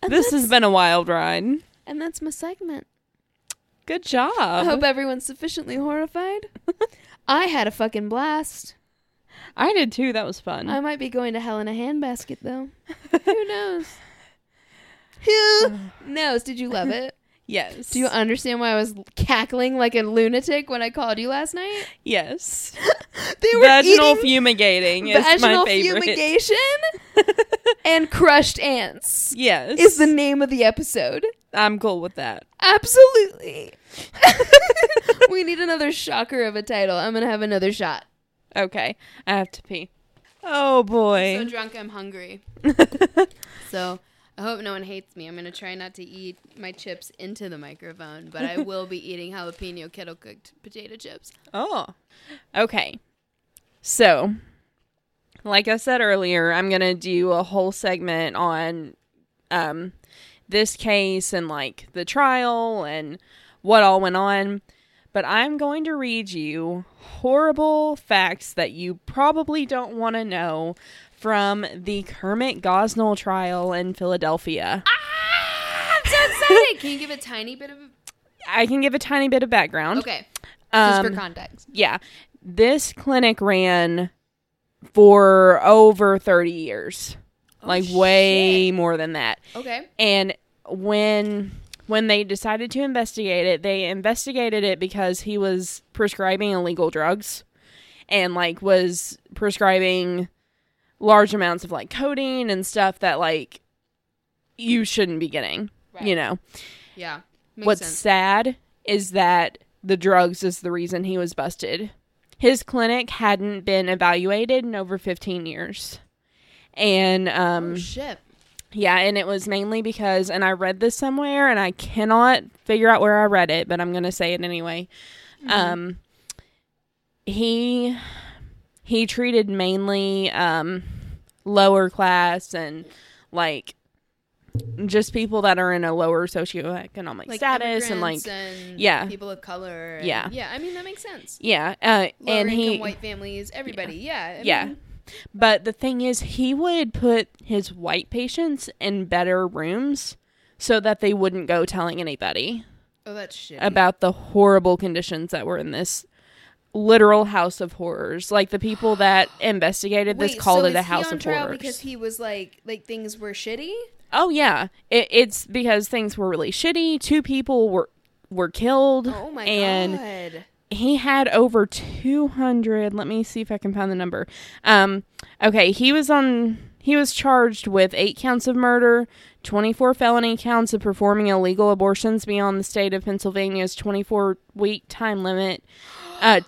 [SPEAKER 2] this has been a wild ride.
[SPEAKER 1] And that's my segment.
[SPEAKER 2] Good job.
[SPEAKER 1] I hope everyone's sufficiently horrified. I had a fucking blast.
[SPEAKER 2] I did too. That was fun.
[SPEAKER 1] I might be going to hell in a handbasket though. Who knows? Who knows? Did you love it?
[SPEAKER 2] yes.
[SPEAKER 1] Do you understand why I was cackling like a lunatic when I called you last night?
[SPEAKER 2] yes.
[SPEAKER 1] They
[SPEAKER 2] Vaginal fumigating is
[SPEAKER 1] vaginal
[SPEAKER 2] my favorite.
[SPEAKER 1] fumigation and crushed ants
[SPEAKER 2] yes.
[SPEAKER 1] is the name of the episode.
[SPEAKER 2] I'm cool with that.
[SPEAKER 1] Absolutely. we need another shocker of a title. I'm gonna have another shot.
[SPEAKER 2] Okay. I have to pee. Oh boy.
[SPEAKER 1] So drunk, I'm hungry. so I hope no one hates me. I'm gonna try not to eat my chips into the microphone, but I will be eating jalapeno kettle cooked potato chips.
[SPEAKER 2] Oh. Okay. So, like I said earlier, I'm going to do a whole segment on um this case and like the trial and what all went on, but I'm going to read you horrible facts that you probably don't want to know from the Kermit Gosnell trial in Philadelphia.
[SPEAKER 1] I'm so excited. Can you give a tiny bit of
[SPEAKER 2] I can give a tiny bit of background.
[SPEAKER 1] okay? Just
[SPEAKER 2] Um,
[SPEAKER 1] for context.
[SPEAKER 2] yeah this clinic ran for over 30 years like way more than that
[SPEAKER 1] Okay.
[SPEAKER 2] and when when they decided to investigate it they investigated it because he was prescribing illegal drugs and like was prescribing large amounts of like codeine and stuff that like you shouldn't be getting
[SPEAKER 1] Right.
[SPEAKER 2] you know
[SPEAKER 1] Yeah. Makes
[SPEAKER 2] What's
[SPEAKER 1] sense.
[SPEAKER 2] sad is that the drugs is the reason he was busted. His clinic hadn't been evaluated in over 15 years. And um
[SPEAKER 1] Oh, shit.
[SPEAKER 2] yeah, and it was mainly because and I read this somewhere and I cannot figure out where I read it, but I'm going to say it anyway. Um he he treated mainly um lower class and like just people that are in a lower socioeconomic status and like
[SPEAKER 1] immigrants and
[SPEAKER 2] yeah.
[SPEAKER 1] people of color. and-
[SPEAKER 2] Yeah.
[SPEAKER 1] Yeah. I mean that makes sense.
[SPEAKER 2] Yeah, uh,
[SPEAKER 1] Lower
[SPEAKER 2] and
[SPEAKER 1] income
[SPEAKER 2] he,
[SPEAKER 1] white families, everybody. Yeah. I
[SPEAKER 2] yeah.
[SPEAKER 1] mean,
[SPEAKER 2] But the thing is, he would put his white patients in better rooms so that they wouldn't go telling anybody
[SPEAKER 1] oh, that's shit.
[SPEAKER 2] about the horrible conditions that were in this literal house of horrors. Like the people that investigated this
[SPEAKER 1] Wait,
[SPEAKER 2] called
[SPEAKER 1] so
[SPEAKER 2] it a
[SPEAKER 1] is he
[SPEAKER 2] house
[SPEAKER 1] on
[SPEAKER 2] of
[SPEAKER 1] trial
[SPEAKER 2] horrors.
[SPEAKER 1] because he was like like things were shitty.
[SPEAKER 2] oh yeah, it, it's because things were really shitty. Two people were were killed.
[SPEAKER 1] Oh my
[SPEAKER 2] and
[SPEAKER 1] god.
[SPEAKER 2] he had over 200 let me see if i can find the number um okay he was on he was charged with eight counts of murder 24 felony counts of performing illegal abortions beyond the state of pennsylvania's 24 week time limit uh,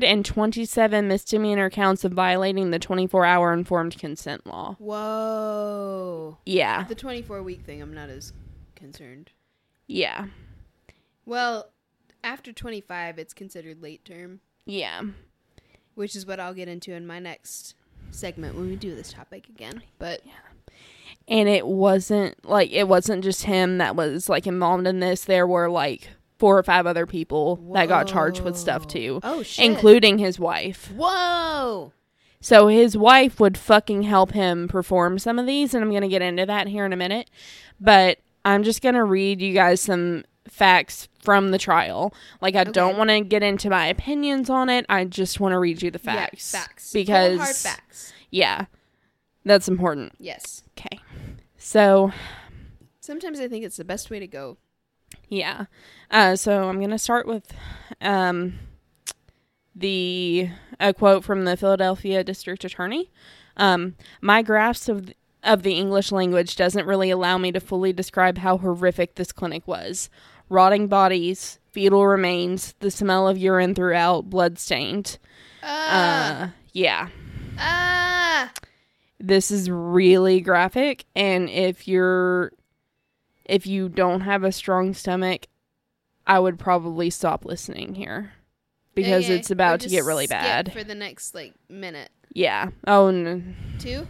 [SPEAKER 2] 227 misdemeanor counts of violating the 24 hour informed consent law
[SPEAKER 1] Whoa.
[SPEAKER 2] yeah
[SPEAKER 1] The 24 week thing, I'm not as concerned.
[SPEAKER 2] yeah
[SPEAKER 1] Well, after 25, it's considered late term,
[SPEAKER 2] yeah
[SPEAKER 1] which is what I'll get into in my next segment when we do this topic again. But
[SPEAKER 2] and it wasn't like it wasn't just him that was like involved in this there were like four or five other people that got charged with stuff too
[SPEAKER 1] Oh, shit.
[SPEAKER 2] including his wife
[SPEAKER 1] whoa.
[SPEAKER 2] so his wife would fucking help him perform some of these and i'm gonna get into that here in a minute but i'm just gonna read you guys some facts from the trial like i don't want to get into my opinions on it i just want to read you the
[SPEAKER 1] Yeah,
[SPEAKER 2] facts
[SPEAKER 1] facts. Cold,
[SPEAKER 2] because
[SPEAKER 1] hard facts.
[SPEAKER 2] yeah that's important
[SPEAKER 1] Yes.
[SPEAKER 2] okay so
[SPEAKER 1] Sometimes I think it's the best way to go.
[SPEAKER 2] Yeah. Uh, so I'm going to start with um, the a quote from the Philadelphia District Attorney. Um, My grasp of th- of the English language doesn't really allow me to fully describe how horrific this clinic was. Rotting bodies, fetal remains, the smell of urine throughout, blood stained.
[SPEAKER 1] Ah.
[SPEAKER 2] Uh, yeah.
[SPEAKER 1] ah.
[SPEAKER 2] This is really graphic and if you're if you don't have a strong stomach i would probably stop listening here because
[SPEAKER 1] Okay,
[SPEAKER 2] it's about
[SPEAKER 1] we'll
[SPEAKER 2] to get
[SPEAKER 1] just
[SPEAKER 2] really
[SPEAKER 1] skip
[SPEAKER 2] bad
[SPEAKER 1] For the next, like, minute.
[SPEAKER 2] yeah oh no.
[SPEAKER 1] Two?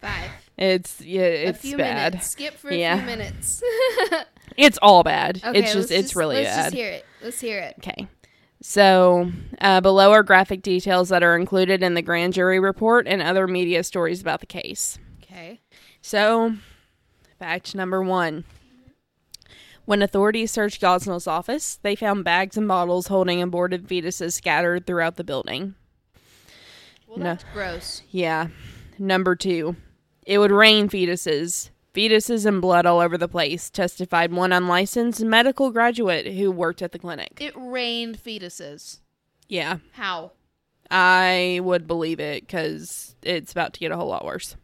[SPEAKER 1] Five.
[SPEAKER 2] it's yeah
[SPEAKER 1] a
[SPEAKER 2] it's
[SPEAKER 1] few
[SPEAKER 2] bad
[SPEAKER 1] minutes. Skip for a
[SPEAKER 2] Yeah.
[SPEAKER 1] few minutes.
[SPEAKER 2] it's all bad
[SPEAKER 1] Okay, let's
[SPEAKER 2] it's just it's really
[SPEAKER 1] let's
[SPEAKER 2] bad
[SPEAKER 1] Just hear it. Let's hear it.
[SPEAKER 2] Okay. So, uh, below are graphic details that are included in the grand jury report and other media stories about the case.
[SPEAKER 1] Okay.
[SPEAKER 2] So, fact number one. When authorities searched Gosnell's office, they found bags and bottles holding aborted fetuses scattered throughout the building.
[SPEAKER 1] Well,
[SPEAKER 2] No.
[SPEAKER 1] that's gross.
[SPEAKER 2] Yeah. Number two, it would rain fetuses. Fetuses and blood all over the place, testified one unlicensed medical graduate who worked at the clinic.
[SPEAKER 1] It rained fetuses.
[SPEAKER 2] Yeah,
[SPEAKER 1] How?
[SPEAKER 2] I would believe it because it's about to get a whole lot worse.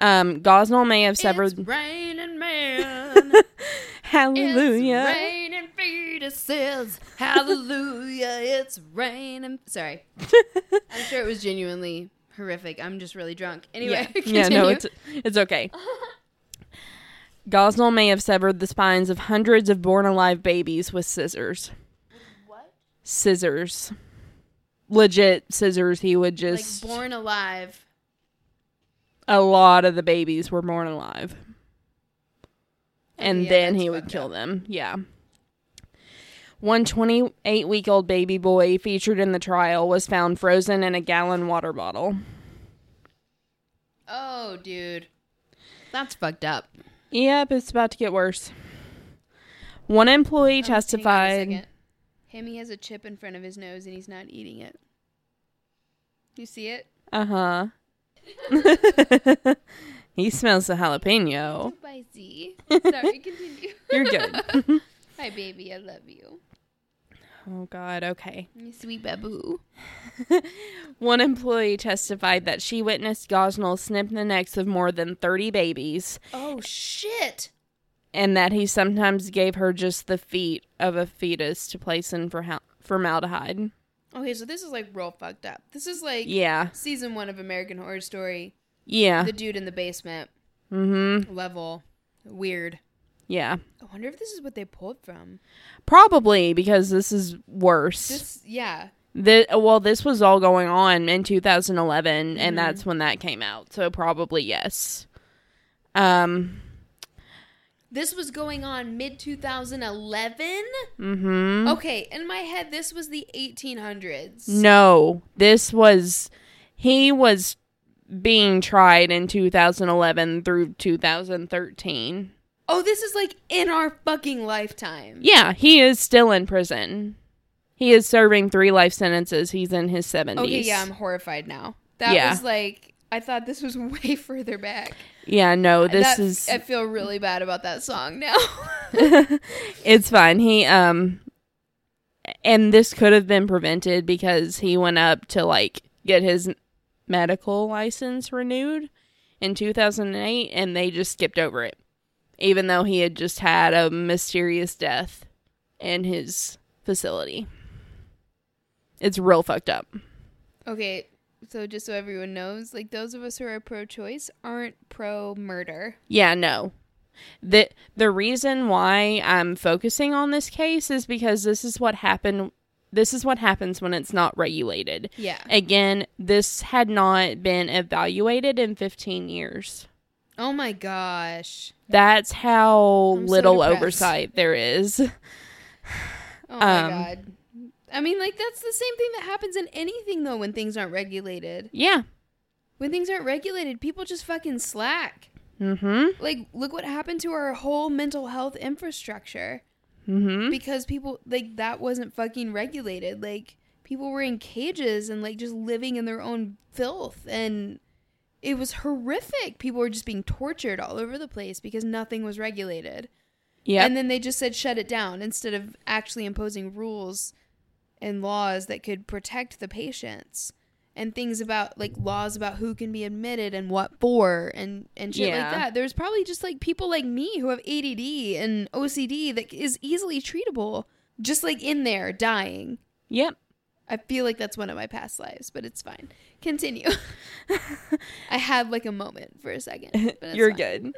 [SPEAKER 2] Um, Gosnell may have severed.
[SPEAKER 1] It's raining man.
[SPEAKER 2] Hallelujah.
[SPEAKER 1] It's raining fetuses. Hallelujah. It's raining. Sorry. I'm sure it was genuinely horrific. I'm just really drunk. Anyway,
[SPEAKER 2] yeah,
[SPEAKER 1] continue.
[SPEAKER 2] no, it's it's okay. Gosnell may have severed the spines of hundreds of born alive babies with scissors.
[SPEAKER 1] what?
[SPEAKER 2] Scissors, legit scissors. He would
[SPEAKER 1] Like
[SPEAKER 2] just
[SPEAKER 1] born alive.
[SPEAKER 2] a lot of the babies were born alive, and
[SPEAKER 1] yeah,
[SPEAKER 2] then
[SPEAKER 1] that's
[SPEAKER 2] he would
[SPEAKER 1] fucked
[SPEAKER 2] kill them. Yeah. One 28 week old baby boy featured in the trial was found frozen in a gallon water bottle.
[SPEAKER 1] Oh, dude. That's fucked up.
[SPEAKER 2] Yep, it's about to get worse. One employee
[SPEAKER 1] Hang on a
[SPEAKER 2] testified.
[SPEAKER 1] second. Him, he has a chip in front of his nose and he's not eating it. You see it?
[SPEAKER 2] Uh huh. uh-huh. he smells the jalapeno.
[SPEAKER 1] Too spicy. Sorry, continue.
[SPEAKER 2] You're good.
[SPEAKER 1] Hi, baby. I love you.
[SPEAKER 2] oh, God. Okay.
[SPEAKER 1] You sweet baboo.
[SPEAKER 2] One employee testified that she witnessed Gosnell snip the necks of more than 30 babies
[SPEAKER 1] Oh, shit.
[SPEAKER 2] and that he sometimes gave her just the feet of a fetus to place in for formaldehyde.
[SPEAKER 1] Okay, so this is like real fucked up. This is like
[SPEAKER 2] Yeah.
[SPEAKER 1] season one of American Horror Story.
[SPEAKER 2] Yeah.
[SPEAKER 1] The dude in the basement
[SPEAKER 2] Mm hmm.
[SPEAKER 1] level. Weird.
[SPEAKER 2] Yeah.
[SPEAKER 1] I wonder if this is what they pulled from.
[SPEAKER 2] Probably because this is worse.
[SPEAKER 1] This, yeah.
[SPEAKER 2] The, well, this was all going on in 2011,
[SPEAKER 1] Mm-hmm.
[SPEAKER 2] and that's when that came out. So probably yes. Um.
[SPEAKER 1] This was going on mid 2011?
[SPEAKER 2] Hmm.
[SPEAKER 1] Okay, in my head, this was the 1800s.
[SPEAKER 2] No, this was he was being tried in 2011 through 2013.
[SPEAKER 1] Oh, this is like in our fucking lifetime.
[SPEAKER 2] Yeah, he is still in prison. He is serving three life sentences. He's in his 70s.
[SPEAKER 1] Okay, Oh, yeah, I'm horrified now. That
[SPEAKER 2] Yeah.
[SPEAKER 1] was like I thought this was way further back.
[SPEAKER 2] Yeah, no, this
[SPEAKER 1] Uh, That-
[SPEAKER 2] is
[SPEAKER 1] I feel really bad about that song now.
[SPEAKER 2] it's fine. He um and this could have been prevented because he went up to like get his medical license renewed in 2008 and they just skipped over it. Even though he had just had a mysterious death in his facility. It's real fucked up.
[SPEAKER 1] okay, so just so everyone knows, like those of us who are pro-choice aren't pro-murder.
[SPEAKER 2] Yeah, no. The the reason why I'm focusing on this case is because this is what happened this is what happens when it's not regulated.
[SPEAKER 1] Yeah.
[SPEAKER 2] Again, this had not been evaluated in 15 years.
[SPEAKER 1] Oh my gosh.
[SPEAKER 2] That's how
[SPEAKER 1] I'm so
[SPEAKER 2] little
[SPEAKER 1] depressed.
[SPEAKER 2] oversight there is.
[SPEAKER 1] Oh my
[SPEAKER 2] Um,
[SPEAKER 1] god. I mean, like that's the same thing that happens in anything though when things aren't regulated.
[SPEAKER 2] Yeah.
[SPEAKER 1] When things aren't regulated, people just fucking slack.
[SPEAKER 2] Mhm.
[SPEAKER 1] Like look what happened to our whole mental health infrastructure.
[SPEAKER 2] Mhm.
[SPEAKER 1] because people like that wasn't fucking regulated like people were in cages and like just living in their own filth and it was horrific people were just being tortured all over the place because nothing was regulated
[SPEAKER 2] Yeah.
[SPEAKER 1] and then they just said shut it down instead of actually imposing rules and laws that could protect the patients and things about like laws about who can be admitted and what for and and shit
[SPEAKER 2] Yeah.
[SPEAKER 1] like that there's probably just like people like me who have ADD and OCD that is easily treatable just like in there dying
[SPEAKER 2] Yep.
[SPEAKER 1] I feel like that's one of my past lives but it's fine continue I had like a moment for a second but it's
[SPEAKER 2] You're
[SPEAKER 1] fine.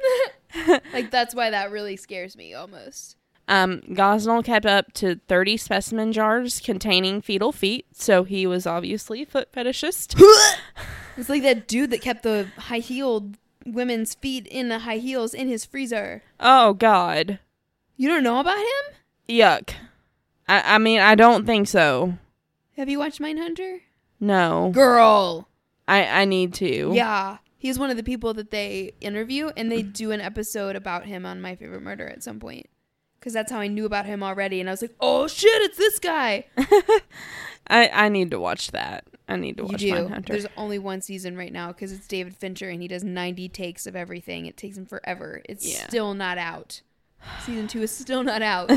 [SPEAKER 2] good.
[SPEAKER 1] like that's why that really scares me almost
[SPEAKER 2] Um, Gosnell kept up to 30 specimen jars containing fetal feet, so he was obviously a foot fetishist.
[SPEAKER 1] It's like that dude that kept the high heeled women's feet in the high heels in his freezer.
[SPEAKER 2] Oh God,
[SPEAKER 1] You don't know about him?
[SPEAKER 2] yuck! I, I mean, I don't think so.
[SPEAKER 1] Have you watched Mindhunter?
[SPEAKER 2] No,
[SPEAKER 1] Girl.
[SPEAKER 2] I I need to.
[SPEAKER 1] Yeah. He's one of the people that they interview, and they do an episode about him on My Favorite Murder at some point. Because that's how I knew about him already. And I was like, oh shit, it's this guy.
[SPEAKER 2] I I need to watch that. I need to
[SPEAKER 1] You
[SPEAKER 2] watch
[SPEAKER 1] do.
[SPEAKER 2] Mindhunter.
[SPEAKER 1] There's only one season right now because it's David Fincher and he does 90 takes of everything. It takes him forever. It's
[SPEAKER 2] Yeah.
[SPEAKER 1] still not out. Season two is still not out.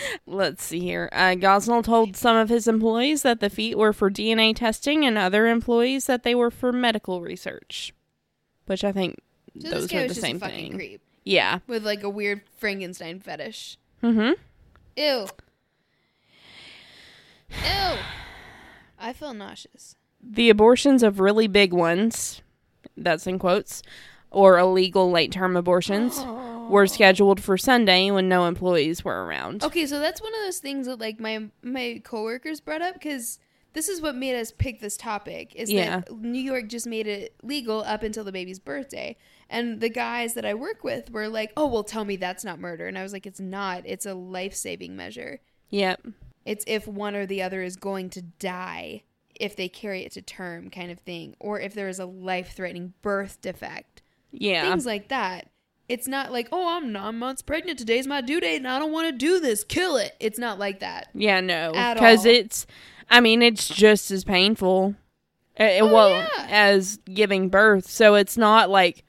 [SPEAKER 2] Let's see here. Uh, Gosnell told some of his employees that the feet were for DNA testing, and other employees that they were for medical research, which I think
[SPEAKER 1] So this
[SPEAKER 2] those
[SPEAKER 1] guy
[SPEAKER 2] are
[SPEAKER 1] was
[SPEAKER 2] the
[SPEAKER 1] just a
[SPEAKER 2] same
[SPEAKER 1] fucking
[SPEAKER 2] thing.
[SPEAKER 1] creep
[SPEAKER 2] Yeah.
[SPEAKER 1] with like a weird Frankenstein fetish.
[SPEAKER 2] Mm-hmm.
[SPEAKER 1] Ew. Ew. I feel nauseous.
[SPEAKER 2] The abortions of really big ones, that's in quotes, or illegal late-term abortions, were scheduled for Sunday when no employees were around.
[SPEAKER 1] Okay, so that's one of those things that like my my coworkers brought up because this is what made us pick this topic is
[SPEAKER 2] Yeah.
[SPEAKER 1] that New York just made it legal up until the baby's birthday, and the guys that I work with were like, "Oh, well, tell me that's not murder," and I was like, "It's not. It's a life saving measure.
[SPEAKER 2] Yep.
[SPEAKER 1] It's if one or the other is going to die." If they carry it to term, kind of thing, or if there is a life threatening birth defect,
[SPEAKER 2] Yeah.
[SPEAKER 1] things like that. It's not like, oh, I'm nine months pregnant. Today's my due date, and I don't want to do this. Kill it. It's not like that.
[SPEAKER 2] Yeah, no,
[SPEAKER 1] At
[SPEAKER 2] because
[SPEAKER 1] all.
[SPEAKER 2] it's. I mean, it's just as painful. eh, well,
[SPEAKER 1] Oh, yeah.
[SPEAKER 2] as giving birth, so it's not like,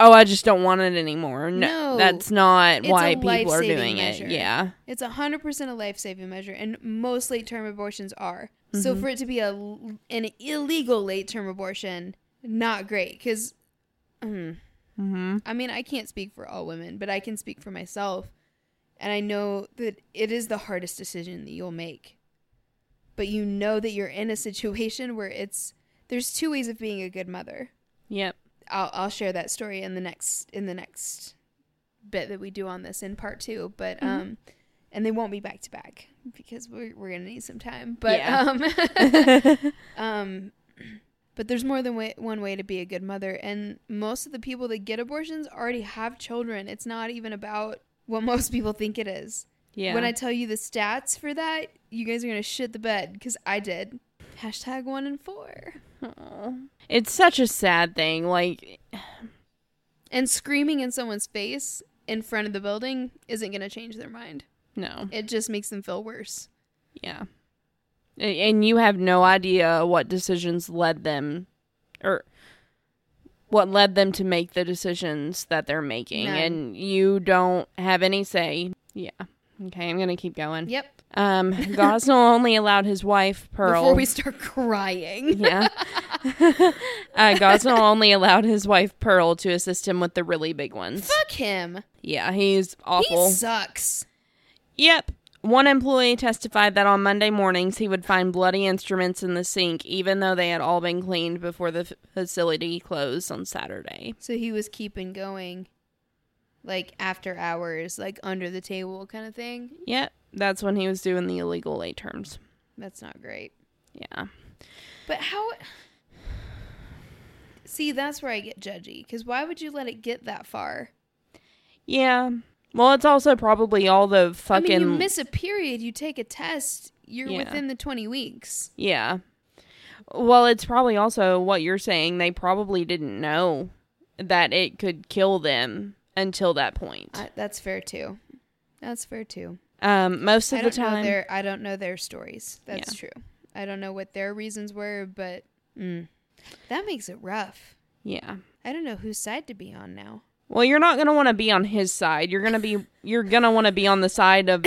[SPEAKER 2] oh, I just don't want it anymore. No,
[SPEAKER 1] No.
[SPEAKER 2] that's not
[SPEAKER 1] It's
[SPEAKER 2] why
[SPEAKER 1] a
[SPEAKER 2] people are
[SPEAKER 1] life-saving
[SPEAKER 2] doing
[SPEAKER 1] measure.
[SPEAKER 2] it. Yeah,
[SPEAKER 1] It's a 100% a life saving measure, and most late term abortions are.
[SPEAKER 2] Mm-hmm.
[SPEAKER 1] So for it to be a, l- an illegal late term abortion, not great. Because,
[SPEAKER 2] mm-hmm.
[SPEAKER 1] I mean, I can't speak for all women, but I can speak for myself. And I know that it is the hardest decision that you'll make. But you know that you're in a situation where it's there's two ways of being a good mother.
[SPEAKER 2] yep,
[SPEAKER 1] I'll I'll share that story in the next in the next bit that we do on this in part two. But um, and they won't be back to back because we're we're gonna need some time. But um, um, but there's more than way, one way to be a good mother, and most of the people that get abortions already have children. It's not even about what most people think it is.
[SPEAKER 2] yeah.
[SPEAKER 1] When I tell you the stats for that, you guys are gonna shit the bed because I did. Hashtag one in four.
[SPEAKER 2] Aw. it's such a sad thing. Like,
[SPEAKER 1] and screaming in someone's face in front of the building isn't going to change their mind.
[SPEAKER 2] no,
[SPEAKER 1] It just makes them feel worse.
[SPEAKER 2] yeah, A- and you have no idea what decisions led them, or what led them to make the decisions that they're making,
[SPEAKER 1] None.
[SPEAKER 2] and you don't have any say. Yeah. Okay, I'm gonna keep going.
[SPEAKER 1] Yep.
[SPEAKER 2] Um, Gosnell only allowed his wife Pearl.
[SPEAKER 1] Before we start crying.
[SPEAKER 2] yeah. uh, Gosnell only allowed his wife Pearl to assist him with the really big ones.
[SPEAKER 1] Fuck him.
[SPEAKER 2] Yeah, he's
[SPEAKER 1] He
[SPEAKER 2] awful.
[SPEAKER 1] sucks.
[SPEAKER 2] Yep. One employee testified that on Monday mornings he would find bloody instruments in the sink, even though they had all been cleaned before the f- facility closed on Saturday.
[SPEAKER 1] So he was keeping going like after hours, like under the table kind of thing.
[SPEAKER 2] Yep, that's when he was doing the illegal late terms.
[SPEAKER 1] That's not great.
[SPEAKER 2] Yeah.
[SPEAKER 1] But how See, that's where I get judgy cuz why would you let it get that far?
[SPEAKER 2] Yeah. Well, it's also probably all the
[SPEAKER 1] I
[SPEAKER 2] fucking
[SPEAKER 1] mean, you miss a period, you take a test, you're
[SPEAKER 2] Yeah.
[SPEAKER 1] within the 20 weeks.
[SPEAKER 2] Yeah. Well, it's probably also what you're saying. They probably didn't know that it could kill them until that point.
[SPEAKER 1] I, that's fair too. That's fair too.
[SPEAKER 2] Um, most
[SPEAKER 1] I
[SPEAKER 2] of the
[SPEAKER 1] don't know
[SPEAKER 2] time,
[SPEAKER 1] their I don't know their stories. That's true. I don't know what their reasons were, but mm, that makes it rough.
[SPEAKER 2] yeah.
[SPEAKER 1] I don't know whose side to be on now.
[SPEAKER 2] Well, you're not gonna want to be on his side. You're gonna be you're gonna want to be on the side of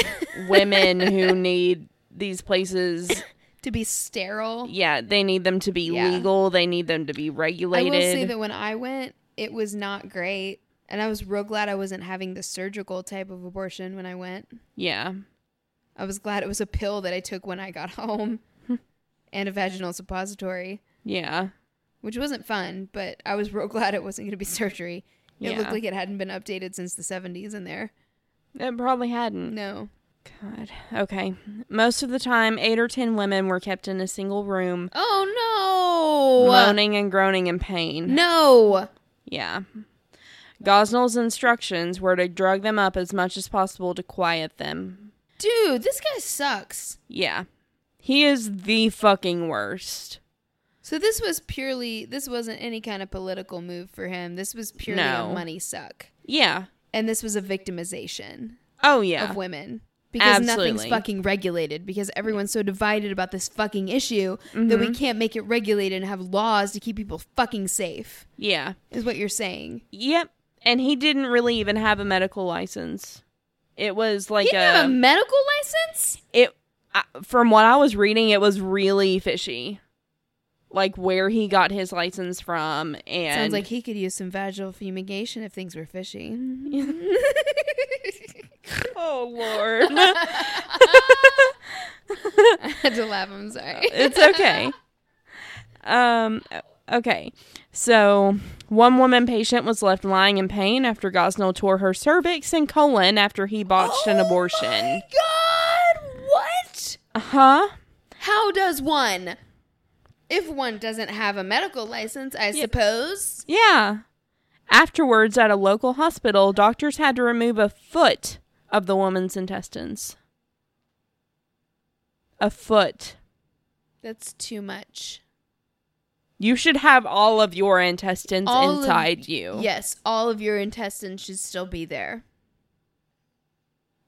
[SPEAKER 2] women who need these places.
[SPEAKER 1] To be sterile.
[SPEAKER 2] Yeah, they need them to be
[SPEAKER 1] Yeah.
[SPEAKER 2] legal. They need them to be regulated.
[SPEAKER 1] I will say that when I went, it was not great, and I was real glad I wasn't having the surgical type of abortion when I went.
[SPEAKER 2] yeah.
[SPEAKER 1] I was glad it was a pill that I took when I got home, and a vaginal suppository.
[SPEAKER 2] Yeah.
[SPEAKER 1] which wasn't fun, but I was real glad it wasn't going to be surgery. It
[SPEAKER 2] Yeah.
[SPEAKER 1] looked like it hadn't been updated since the 70s in there.
[SPEAKER 2] It probably hadn't.
[SPEAKER 1] No.
[SPEAKER 2] God. Okay. Most of the time, eight or ten women were kept in a single room,
[SPEAKER 1] Oh, no.
[SPEAKER 2] moaning and groaning in
[SPEAKER 1] Mm-hmm.
[SPEAKER 2] pain.
[SPEAKER 1] No.
[SPEAKER 2] Yeah. Gosnell's instructions were to drug them up as much as possible to quiet them.
[SPEAKER 1] Dude, this guy sucks.
[SPEAKER 2] Yeah. He is the fucking worst.
[SPEAKER 1] So this was purely, this wasn't any kind of political move for him. This was purely
[SPEAKER 2] No.
[SPEAKER 1] a money suck.
[SPEAKER 2] Yeah.
[SPEAKER 1] And this was a victimization
[SPEAKER 2] Oh, yeah.
[SPEAKER 1] of women. because
[SPEAKER 2] Absolutely.
[SPEAKER 1] nothing's fucking regulated because everyone's so divided about this fucking issue that we can't make it regulated and have laws to keep people fucking safe
[SPEAKER 2] Yeah.
[SPEAKER 1] is what you're saying
[SPEAKER 2] Yep. And he didn't really even have a medical license. It was like
[SPEAKER 1] he didn't have
[SPEAKER 2] a-
[SPEAKER 1] a medical license
[SPEAKER 2] it I, from what I was reading, it was really fishy, like where he got his license from, and
[SPEAKER 1] sounds like he could use some vaginal fumigation if things were fishy
[SPEAKER 2] oh lord,
[SPEAKER 1] i had to laugh i'm sorry
[SPEAKER 2] Uh, it's okay. Um, okay. So one woman patient was left lying in pain after Gosnell tore her cervix and colon after he botched
[SPEAKER 1] Oh
[SPEAKER 2] an abortion.
[SPEAKER 1] god what
[SPEAKER 2] Uh huh.
[SPEAKER 1] how does one if one doesn't have a medical license i suppose
[SPEAKER 2] Yeah. Afterwards, at a local hospital, doctors had to remove a foot of the woman's intestines. A foot.
[SPEAKER 1] that's too much
[SPEAKER 2] You should have all of your intestines
[SPEAKER 1] All of-
[SPEAKER 2] inside you.
[SPEAKER 1] Yes, all of your intestines should still be there.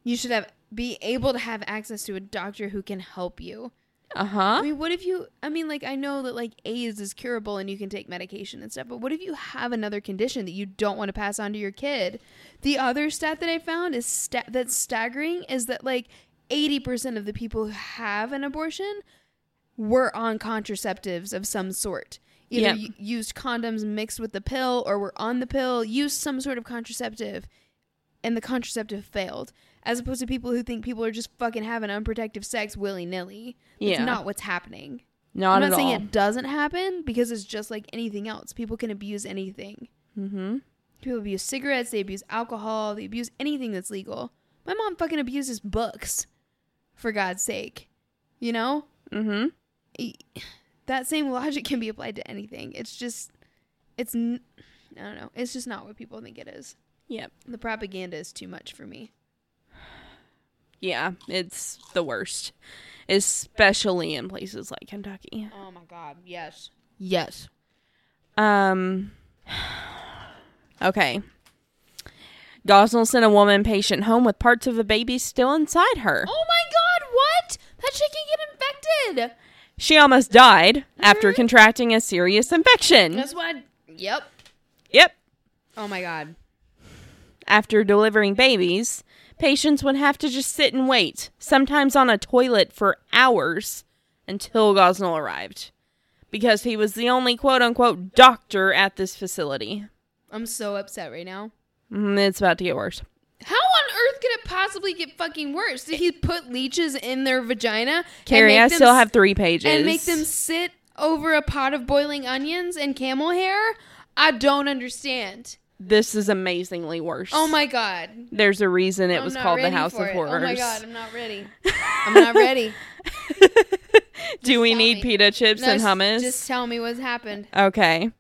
[SPEAKER 1] You should have be able to have access to a doctor who can help you.
[SPEAKER 2] Uh
[SPEAKER 1] I
[SPEAKER 2] huh.
[SPEAKER 1] mean, what if you I mean like I know that like AIDS is curable and you can take medication and stuff, but what if you have another condition that you don't want to pass on to your kid? The other stat that I found is sta- that's staggering is that like 80% of the people who have an abortion were on contraceptives of some sort. Either
[SPEAKER 2] Yep.
[SPEAKER 1] u- used condoms mixed with the pill or were on the pill, used some sort of contraceptive, and the contraceptive failed. As opposed to people who think people are just fucking having unprotected sex willy nilly. That's
[SPEAKER 2] Yeah.
[SPEAKER 1] not what's happening.
[SPEAKER 2] Not,
[SPEAKER 1] I'm
[SPEAKER 2] at
[SPEAKER 1] not saying
[SPEAKER 2] all.
[SPEAKER 1] it doesn't happen because it's just like anything else. People can abuse anything.
[SPEAKER 2] Mm-hmm.
[SPEAKER 1] People abuse cigarettes, they abuse alcohol, they abuse anything that's legal. My mom fucking abuses books, for God's sake. You know? E,
[SPEAKER 2] Mm-hmm.
[SPEAKER 1] that same logic can be applied to anything. It's just, it's, n- I don't know. It's just not what people think it is.
[SPEAKER 2] Yep.
[SPEAKER 1] The propaganda is too much for me.
[SPEAKER 2] Yeah. It's the worst, especially in places like Kentucky.
[SPEAKER 1] Oh my God. Yes. Yes.
[SPEAKER 2] Um. Okay. Gosnell sent a woman patient home with parts of a baby still inside her.
[SPEAKER 1] Oh my God. What? That shit can get infected.
[SPEAKER 2] She almost died
[SPEAKER 1] Mm-hmm.
[SPEAKER 2] after contracting a serious infection.
[SPEAKER 1] That's why. Yep.
[SPEAKER 2] Yep.
[SPEAKER 1] Oh my God.
[SPEAKER 2] After delivering babies, patients would have to just sit and wait, sometimes on a toilet for hours, until Gosnell arrived. Because he was the only quote unquote doctor at this facility.
[SPEAKER 1] I'm so upset right now.
[SPEAKER 2] Mm, It's about to get worse.
[SPEAKER 1] How on earth could it possibly get fucking worse? Did he put leeches in their vagina?
[SPEAKER 2] Carrie,
[SPEAKER 1] and
[SPEAKER 2] I
[SPEAKER 1] make them
[SPEAKER 2] still
[SPEAKER 1] s-
[SPEAKER 2] have three pages.
[SPEAKER 1] and make them sit over a pot of boiling onions and camel hair? I don't understand.
[SPEAKER 2] This is amazingly worse.
[SPEAKER 1] Oh my god.
[SPEAKER 2] There's a reason it
[SPEAKER 1] I'm
[SPEAKER 2] was
[SPEAKER 1] not
[SPEAKER 2] called the
[SPEAKER 1] ready
[SPEAKER 2] House
[SPEAKER 1] for
[SPEAKER 2] of
[SPEAKER 1] it.
[SPEAKER 2] Horrors.
[SPEAKER 1] Oh my god, I'm not ready. I'm not ready.
[SPEAKER 2] Do we
[SPEAKER 1] tell
[SPEAKER 2] need
[SPEAKER 1] me.
[SPEAKER 2] pita chips
[SPEAKER 1] No,
[SPEAKER 2] and
[SPEAKER 1] s-
[SPEAKER 2] hummus?
[SPEAKER 1] Just tell me what's happened.
[SPEAKER 2] Okay.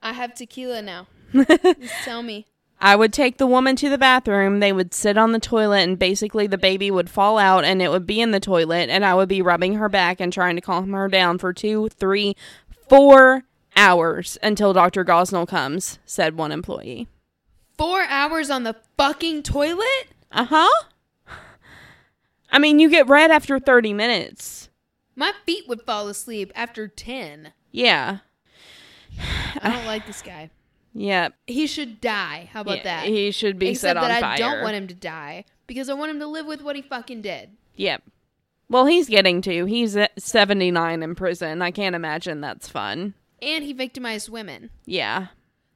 [SPEAKER 1] I have tequila now. Just tell me.
[SPEAKER 2] I would take the woman to the bathroom. They would sit on the toilet, and basically the baby would fall out and it would be in the toilet, and I would be rubbing her back and trying to calm her down for two, three, four hours until Dr. Gosnell comes, said one employee.
[SPEAKER 1] 4 hours on the fucking toilet?
[SPEAKER 2] Uh huh. I mean, you get red after 30 minutes.
[SPEAKER 1] My feet would fall asleep after 10.
[SPEAKER 2] Yeah.
[SPEAKER 1] I don't like this guy.
[SPEAKER 2] Yep.
[SPEAKER 1] He should die. How about
[SPEAKER 2] Yeah,
[SPEAKER 1] that?
[SPEAKER 2] He should be set
[SPEAKER 1] Except
[SPEAKER 2] on
[SPEAKER 1] that
[SPEAKER 2] fire.
[SPEAKER 1] I don't want him to die because I want him to live with what he fucking did.
[SPEAKER 2] Yep. Well, he's getting to. He's at 79 in prison. I can't imagine that's fun.
[SPEAKER 1] And he victimized women.
[SPEAKER 2] Yeah.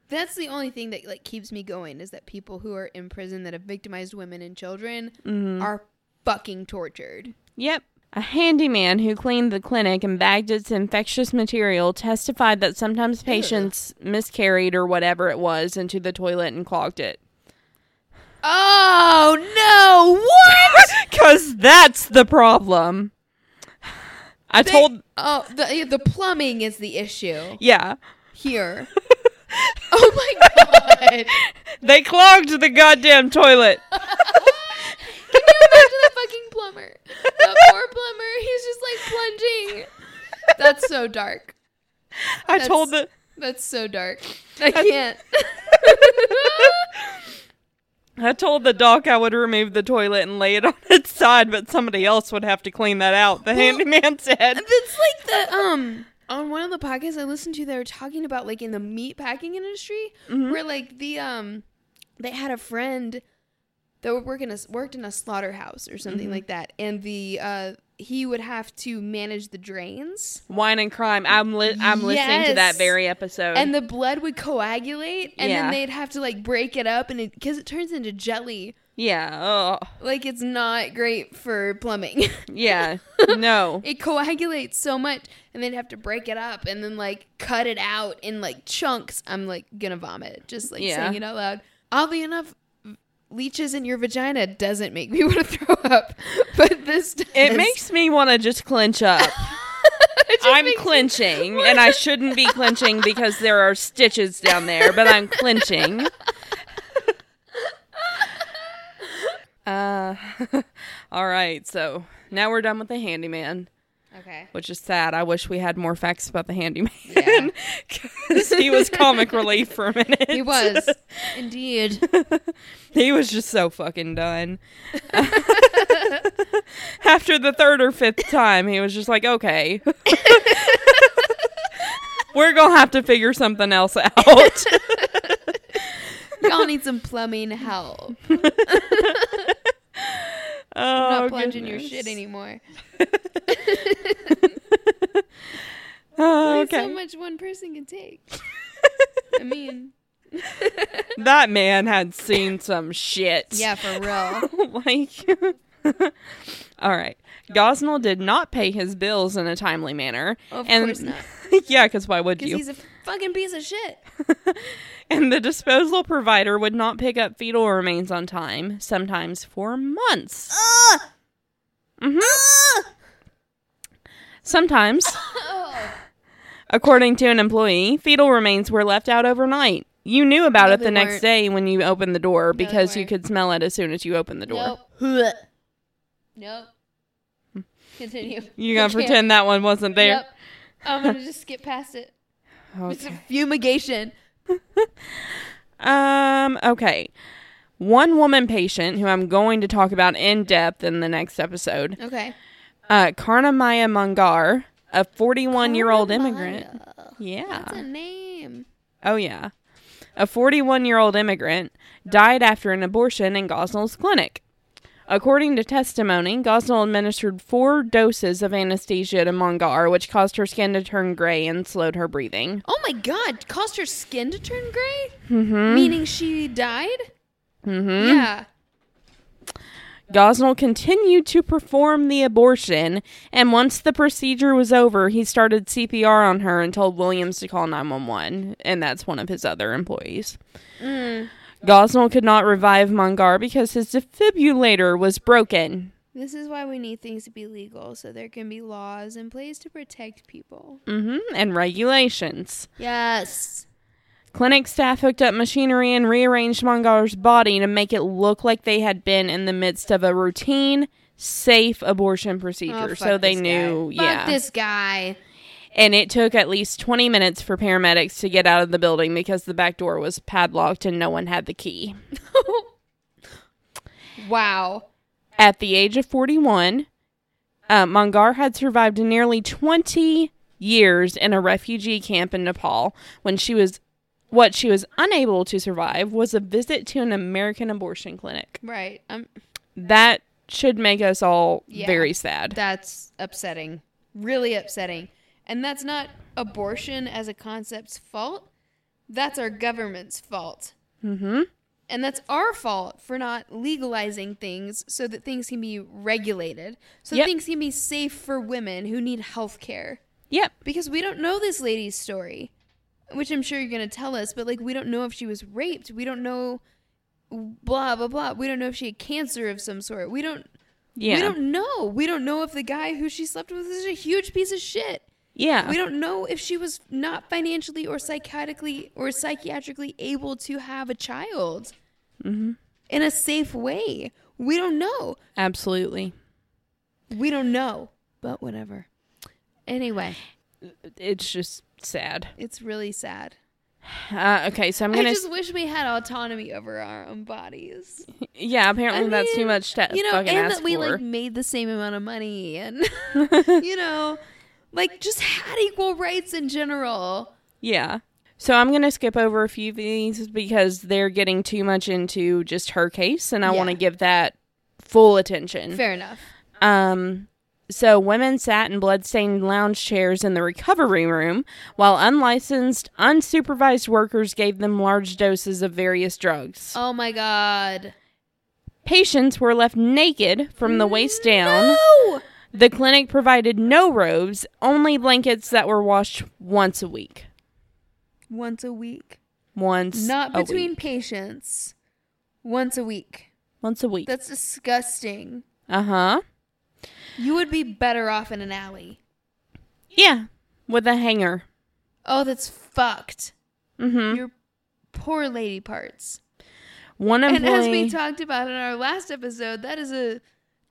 [SPEAKER 1] That's the only thing that like keeps me going is that people who are in prison that have victimized women and children
[SPEAKER 2] Mm-hmm.
[SPEAKER 1] are fucking tortured.
[SPEAKER 2] Yep. A handyman who cleaned the clinic and bagged its infectious material testified that sometimes patients miscarried or whatever it was into the toilet and clogged it.
[SPEAKER 1] Oh no! What?
[SPEAKER 2] Cuz that's the problem. I told
[SPEAKER 1] Oh, the the plumbing is the issue
[SPEAKER 2] yeah.
[SPEAKER 1] here. oh my god!
[SPEAKER 2] They clogged the goddamn toilet.
[SPEAKER 1] Can you imagine the fucking plumber? The poor plumber. He's just like plunging. That's so dark.
[SPEAKER 2] I
[SPEAKER 1] That's-
[SPEAKER 2] told the
[SPEAKER 1] That's so dark. I can't.
[SPEAKER 2] I told the doc I would remove the toilet and lay it on its side, but somebody else would have to clean that out. The handyman said.
[SPEAKER 1] That's like the um on one of the podcasts I listened to, they were talking about like in the meat packing industry, where like the um they had a friend that would work in a worked in a slaughterhouse or something like that, and the uh he would have to manage the drains,
[SPEAKER 2] Wine and crime. I'm li- I'm listening to that
[SPEAKER 1] Yes.
[SPEAKER 2] very episode.
[SPEAKER 1] and the blood would coagulate, and
[SPEAKER 2] Yeah.
[SPEAKER 1] then they'd have to like break it up, and because it turns into jelly,
[SPEAKER 2] yeah. Oh,
[SPEAKER 1] like it's not great for plumbing.
[SPEAKER 2] yeah. No.
[SPEAKER 1] it coagulates so much and they'd have to break it up and then like cut it out in like chunks i'm like gonna vomit just like
[SPEAKER 2] Yeah.
[SPEAKER 1] saying it out loud oddly enough leeches in your vagina doesn't make me want to throw up but this does.
[SPEAKER 2] It makes me want to just clench up.
[SPEAKER 1] It just
[SPEAKER 2] I'm
[SPEAKER 1] makes me-
[SPEAKER 2] clenching, and I shouldn't be clenching because there are stitches down there, but I'm clenching. Uh, all right, so now we're done with the handyman,
[SPEAKER 1] okay
[SPEAKER 2] which is sad. I wish we had more facts about the handyman
[SPEAKER 1] Yeah.
[SPEAKER 2] because he was comic relief for a minute.
[SPEAKER 1] he was indeed
[SPEAKER 2] he was just so fucking done. After the third or fifth time, he was just like, okay. We're going to have to figure something else out.
[SPEAKER 1] y'all need some plumbing help
[SPEAKER 2] oh,
[SPEAKER 1] I'm not plunging your
[SPEAKER 2] goodness.
[SPEAKER 1] shit anymore
[SPEAKER 2] Oh,
[SPEAKER 1] There's
[SPEAKER 2] okay.
[SPEAKER 1] so much one person can take i mean
[SPEAKER 2] that man had seen some shit.
[SPEAKER 1] yeah for real
[SPEAKER 2] like all right gosnell did not pay his bills in a timely manner
[SPEAKER 1] Of
[SPEAKER 2] and
[SPEAKER 1] course not.
[SPEAKER 2] yeah because why would
[SPEAKER 1] because
[SPEAKER 2] you
[SPEAKER 1] he's a fucking piece of shit
[SPEAKER 2] and the disposal provider would not pick up fetal remains on time sometimes for months Mhm. sometimes
[SPEAKER 1] oh.
[SPEAKER 2] according to an employee fetal remains were left out overnight you knew about
[SPEAKER 1] No,
[SPEAKER 2] it the
[SPEAKER 1] they
[SPEAKER 2] next
[SPEAKER 1] weren't.
[SPEAKER 2] day when you opened the door
[SPEAKER 1] they
[SPEAKER 2] because you
[SPEAKER 1] weren't.
[SPEAKER 2] could smell it as soon as you opened the door
[SPEAKER 1] Nope. nope. Continue.
[SPEAKER 2] you gotta
[SPEAKER 1] I can't.
[SPEAKER 2] pretend that one wasn't there
[SPEAKER 1] Nope. I'm gonna just skip past it. It's
[SPEAKER 2] Okay.
[SPEAKER 1] a fumigation.
[SPEAKER 2] Um, okay. One woman patient who I'm going to talk about in depth in the next episode,
[SPEAKER 1] Okay.
[SPEAKER 2] uh, Karnamaya Mungar, a 41 year old immigrant. Yeah.
[SPEAKER 1] That's a name.
[SPEAKER 2] Oh, yeah. A 41 year old immigrant died after an abortion in Gosnell's clinic. According to testimony, Gosnell administered four doses of anesthesia to Mungar, which caused her skin to turn gray and slowed her breathing.
[SPEAKER 1] Oh my god! Caused her skin to turn gray, meaning she died.
[SPEAKER 2] Mm-hmm.
[SPEAKER 1] Yeah.
[SPEAKER 2] Gosnell continued to perform the abortion, and once the procedure was over, he started CPR on her and told Williams to call 911, and that's one of his other employees. Gosnell could not revive Mungar because his defibrillator was broken.
[SPEAKER 1] This is why we need things to be legal, so there can be laws in place to protect people.
[SPEAKER 2] hmm and regulations.
[SPEAKER 1] Yes.
[SPEAKER 2] Clinic staff hooked up machinery and rearranged Mungar's body to make it look like they had been in the midst of a routine, safe abortion
[SPEAKER 1] Oh,
[SPEAKER 2] procedure. so they knew,
[SPEAKER 1] Fuck
[SPEAKER 2] yeah.
[SPEAKER 1] this guy.
[SPEAKER 2] and it took at least 20 minutes for paramedics to get out of the building because the back door was padlocked and no one had the key.
[SPEAKER 1] wow.
[SPEAKER 2] At the age of 41, uh, Mongar had survived nearly 20 years in a refugee camp in Nepal when she was what she was unable to survive was a visit to an American abortion clinic.
[SPEAKER 1] Right. Um, I'm.
[SPEAKER 2] That should make us all
[SPEAKER 1] Yeah.
[SPEAKER 2] very sad.
[SPEAKER 1] That's upsetting. Really upsetting. And that's not abortion as a concept's fault. That's our government's fault.
[SPEAKER 2] mm-hmm.
[SPEAKER 1] And that's our fault for not legalizing things so that things can be regulated, so
[SPEAKER 2] Yep.
[SPEAKER 1] things can be safe for women who need health care.
[SPEAKER 2] Yep.
[SPEAKER 1] Because we don't know this lady's story, which I'm sure you're going to tell us, but like we don't know if she was raped. We don't know blah, blah, blah. We don't know if she had cancer of some sort. We don't
[SPEAKER 2] Yeah.
[SPEAKER 1] we don't know. We don't know if the guy who she slept with is a huge piece of shit.
[SPEAKER 2] yeah.
[SPEAKER 1] We don't know if she was not financially or psychiatrically or psychiatrically able to have a child in a safe way. We don't know.
[SPEAKER 2] Absolutely.
[SPEAKER 1] We don't know. But whatever. Anyway,
[SPEAKER 2] It's just sad.
[SPEAKER 1] it's really sad.
[SPEAKER 2] Uh, okay, so I'm
[SPEAKER 1] I
[SPEAKER 2] gonna.
[SPEAKER 1] just wish we had autonomy over our own bodies.
[SPEAKER 2] yeah, apparently
[SPEAKER 1] I
[SPEAKER 2] that's too
[SPEAKER 1] mean,
[SPEAKER 2] much to
[SPEAKER 1] you know,
[SPEAKER 2] fucking
[SPEAKER 1] and
[SPEAKER 2] ask
[SPEAKER 1] that we
[SPEAKER 2] for.
[SPEAKER 1] like made the same amount of money, and you know, like just had equal rights in general.
[SPEAKER 2] yeah. So I'm gonna skip over a few of these because they're getting too much into just her case, and I
[SPEAKER 1] Yeah.
[SPEAKER 2] want to give that full attention.
[SPEAKER 1] Fair enough.
[SPEAKER 2] Um, so women sat in bloodstained lounge chairs in the recovery room, while unlicensed, unsupervised workers gave them large doses of various drugs.
[SPEAKER 1] Oh my god.
[SPEAKER 2] Patients were left naked from the waist down.
[SPEAKER 1] Mm, No.
[SPEAKER 2] The clinic provided no robes, only blankets that were washed once a week.
[SPEAKER 1] Once a week.
[SPEAKER 2] Once
[SPEAKER 1] Not
[SPEAKER 2] a
[SPEAKER 1] between
[SPEAKER 2] week.
[SPEAKER 1] patients. Once a week.
[SPEAKER 2] once a week.
[SPEAKER 1] That's disgusting.
[SPEAKER 2] Uh huh.
[SPEAKER 1] You would be better off in an alley.
[SPEAKER 2] Yeah, with a hanger.
[SPEAKER 1] Oh, that's fucked.
[SPEAKER 2] Mm-hmm.
[SPEAKER 1] Your poor lady parts.
[SPEAKER 2] One employee.
[SPEAKER 1] And as we talked about in our last episode, that is a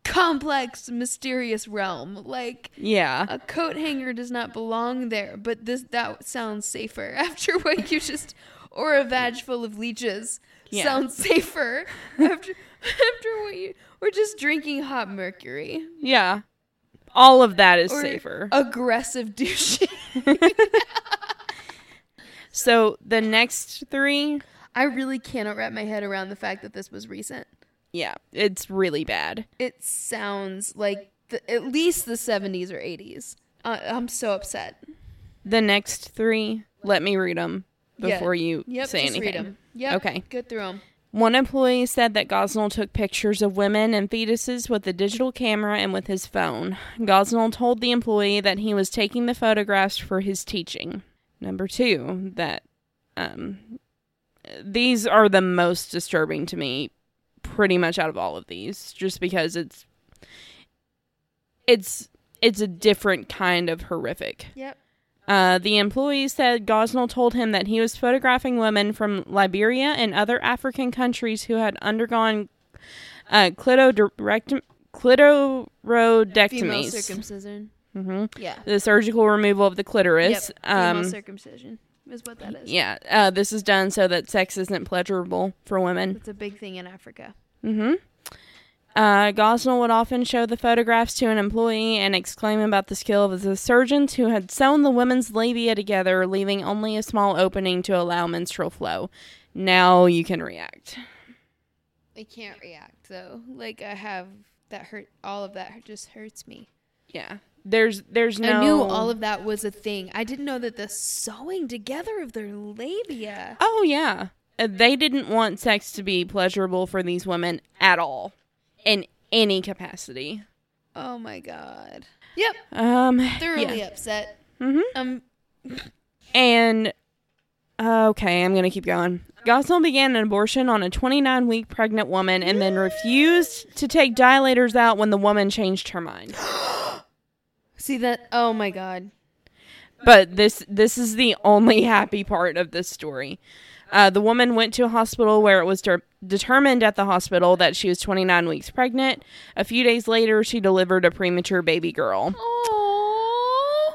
[SPEAKER 1] complex, mysterious realm. Like
[SPEAKER 2] yeah.
[SPEAKER 1] a coat hanger does not belong there, but this that sounds safer after what you just or a vag full of leeches
[SPEAKER 2] Yeah.
[SPEAKER 1] sounds safer after after what you or just drinking hot mercury
[SPEAKER 2] Yeah. All of that is
[SPEAKER 1] or
[SPEAKER 2] safer.
[SPEAKER 1] aggressive douche.
[SPEAKER 2] So the next three,
[SPEAKER 1] I really cannot wrap my head around the fact that this was recent.
[SPEAKER 2] yeah, it's really bad.
[SPEAKER 1] It sounds like the, at least the 70s or 80s. Uh, I'm so upset.
[SPEAKER 2] The next three, let me read them
[SPEAKER 1] Yeah.
[SPEAKER 2] before you
[SPEAKER 1] Yep.
[SPEAKER 2] say
[SPEAKER 1] just
[SPEAKER 2] anything.
[SPEAKER 1] read 'em. Yep.
[SPEAKER 2] Okay.
[SPEAKER 1] Good through them.
[SPEAKER 2] One employee said that Gosnell took pictures of women and fetuses with a digital camera and with his phone. Gosnell told the employee that he was taking the photographs for his teaching. Number two, that um, these are the most disturbing to me, pretty much out of all of these, just because it's it's it's a different kind of horrific.
[SPEAKER 1] Yep.
[SPEAKER 2] Uh, the employee said Gosnell told him that he was photographing women from Liberia and other African countries who had undergone uh, clitodirect-
[SPEAKER 1] Female
[SPEAKER 2] clitorodectomies,
[SPEAKER 1] circumcision.
[SPEAKER 2] hmm
[SPEAKER 1] Yeah.
[SPEAKER 2] the surgical removal of the clitoris.
[SPEAKER 1] Yep. Female
[SPEAKER 2] Um,
[SPEAKER 1] circumcision is what that is.
[SPEAKER 2] yeah, uh, this is done so that sex isn't pleasurable for women.
[SPEAKER 1] It's a big thing in Africa.
[SPEAKER 2] Mm-hmm. Uh, Gosnell would often show the photographs to an employee and exclaim about the skill of the surgeons who had sewn the women's labia together, leaving only a small opening to allow menstrual flow. Now you can react.
[SPEAKER 1] I can't react though. Like I have that hurt. All of that just hurts me.
[SPEAKER 2] Yeah, there's there's no.
[SPEAKER 1] I knew all of that was a thing. I didn't know that the sewing together of their labia.
[SPEAKER 2] Oh yeah, Uh, they didn't want sex to be pleasurable for these women at all, in any capacity.
[SPEAKER 1] Oh my god. Yep.
[SPEAKER 2] Um,
[SPEAKER 1] Thoroughly
[SPEAKER 2] yeah.
[SPEAKER 1] upset.
[SPEAKER 2] Mm-hmm.
[SPEAKER 1] Um.
[SPEAKER 2] And uh, okay, I'm going to keep going. Gosnell began an abortion on a 29 week pregnant woman and then refused to take dilators out when the woman changed her mind.
[SPEAKER 1] See that? Oh my god.
[SPEAKER 2] But this this is the only happy part of this story. Uh, the woman went to a hospital where it was der- determined at the hospital that she was 29 weeks pregnant. A few days later, she delivered a premature baby girl.
[SPEAKER 1] Oh.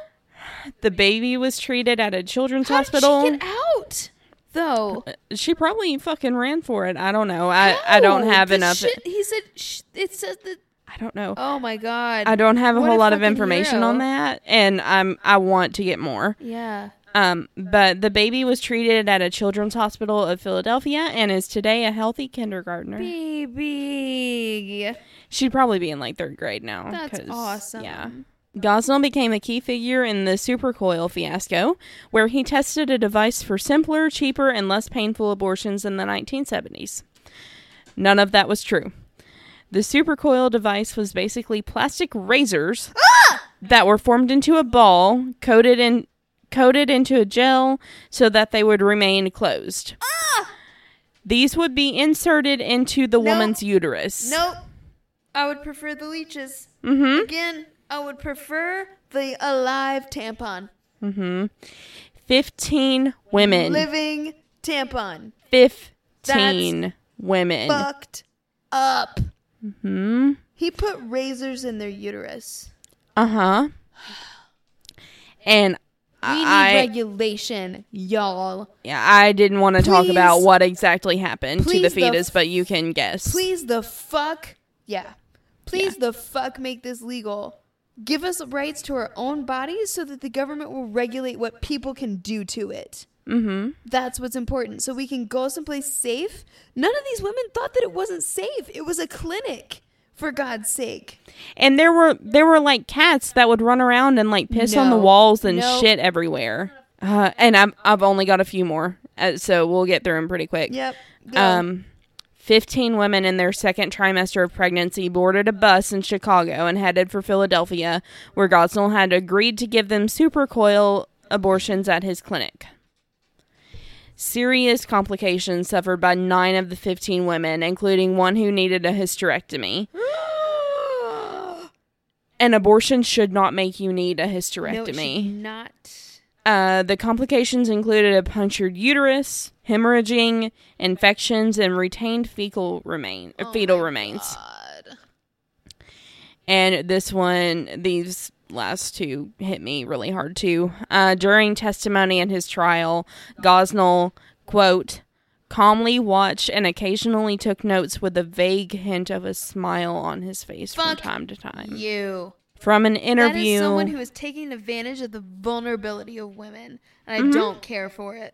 [SPEAKER 2] The baby was treated at a children's
[SPEAKER 1] How
[SPEAKER 2] hospital. Uh,
[SPEAKER 1] Did she get out though.
[SPEAKER 2] She probably fucking ran for it. I don't know. I, I don't
[SPEAKER 1] How?
[SPEAKER 2] have
[SPEAKER 1] The
[SPEAKER 2] enough.
[SPEAKER 1] shit- he said. Sh- it said that.
[SPEAKER 2] I don't know.
[SPEAKER 1] Oh my god.
[SPEAKER 2] I don't have a
[SPEAKER 1] What a
[SPEAKER 2] whole lot of
[SPEAKER 1] fucking
[SPEAKER 2] information on
[SPEAKER 1] hero.
[SPEAKER 2] that, and I'm I want to get more.
[SPEAKER 1] yeah.
[SPEAKER 2] Um, but the baby was treated at a children's hospital of Philadelphia and is today a healthy kindergartner.
[SPEAKER 1] Baby.
[SPEAKER 2] She'd probably be in like third grade now.
[SPEAKER 1] That's
[SPEAKER 2] 'cause-
[SPEAKER 1] awesome.
[SPEAKER 2] Yeah. Gosnell became a key figure in the supercoil fiasco, where he tested a device for simpler, cheaper, and less painful abortions in the 1970s. None of that was true. The supercoil device was basically plastic razors
[SPEAKER 1] Ah!
[SPEAKER 2] that were formed into a ball, coated in coated into a gel so that they would remain closed.
[SPEAKER 1] Ah!
[SPEAKER 2] These would be inserted into the woman's uterus.
[SPEAKER 1] Nope. I would prefer the leeches.
[SPEAKER 2] Mhm.
[SPEAKER 1] Again, I would prefer the alive tampon.
[SPEAKER 2] 15 women.
[SPEAKER 1] Living tampon.
[SPEAKER 2] 15 women.
[SPEAKER 1] Fucked up.
[SPEAKER 2] Hmm.
[SPEAKER 1] He put razors in their uterus.
[SPEAKER 2] Uh huh. Uh-huh. And
[SPEAKER 1] We need
[SPEAKER 2] I-
[SPEAKER 1] regulation, y'all.
[SPEAKER 2] Yeah, I didn't want to talk
[SPEAKER 1] Please-
[SPEAKER 2] about what exactly happened to the
[SPEAKER 1] please the
[SPEAKER 2] fetus,
[SPEAKER 1] f-
[SPEAKER 2] but you can guess.
[SPEAKER 1] Please the fuck. Yeah. Please the fuck make this legal. Give us rights to our own bodies so that the government will regulate what people can do to it.
[SPEAKER 2] Mm-hmm.
[SPEAKER 1] That's what's important. So we can go someplace safe. None of these women thought that it wasn't safe. It was a clinic, for God's sake.
[SPEAKER 2] And there were there were like cats that would run around and like piss on the
[SPEAKER 1] No.
[SPEAKER 2] walls and
[SPEAKER 1] No.
[SPEAKER 2] shit everywhere. Uh, and I'm I've only got a few more, uh, so we'll get through them pretty quick.
[SPEAKER 1] Yep. Go.
[SPEAKER 2] Um, 15 women in their second trimester of pregnancy boarded a bus in Chicago and headed for Philadelphia, where Gosnell had agreed to give them supercoil abortions at his clinic. Serious complications suffered by nine of the 15 women, including one who needed a hysterectomy. An abortion should not make you need a
[SPEAKER 1] no, it
[SPEAKER 2] hysterectomy.
[SPEAKER 1] should not.
[SPEAKER 2] Uh, the complications included a punctured uterus, hemorrhaging, infections, and retained fecal remain uh, fetal remains.
[SPEAKER 1] Oh God.
[SPEAKER 2] And this one, these last two hit me really hard too. Uh, during testimony in his trial, Gosnell quote calmly watched and occasionally took notes with a vague hint of a smile on his face from
[SPEAKER 1] Fuck
[SPEAKER 2] time to time.
[SPEAKER 1] You.
[SPEAKER 2] From an interview,
[SPEAKER 1] That is someone who is taking advantage of the vulnerability of women, and I
[SPEAKER 2] Mm-hmm.
[SPEAKER 1] don't care for it.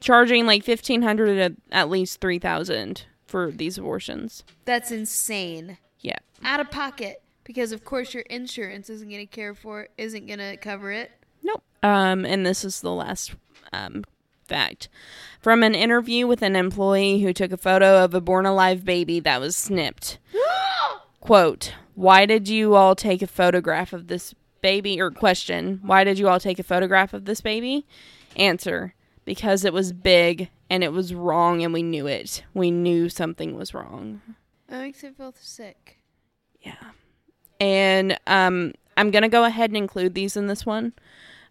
[SPEAKER 2] charging like 1500 at, at least 3000 for these abortions
[SPEAKER 1] That's insane.
[SPEAKER 2] yeah
[SPEAKER 1] Out of pocket because of course your insurance isn't going to care for it, isn't going to cover it.
[SPEAKER 2] nope um and this is the last um fact from an interview with an employee who took a photo of a born alive baby that was snipped quote why did you all take a photograph of this baby or question why did you all take a photograph of this baby answer because it was big and it was wrong and we knew it we knew something was wrong
[SPEAKER 1] that makes me feel sick.
[SPEAKER 2] and um, I'm gonna go ahead and include these in this one.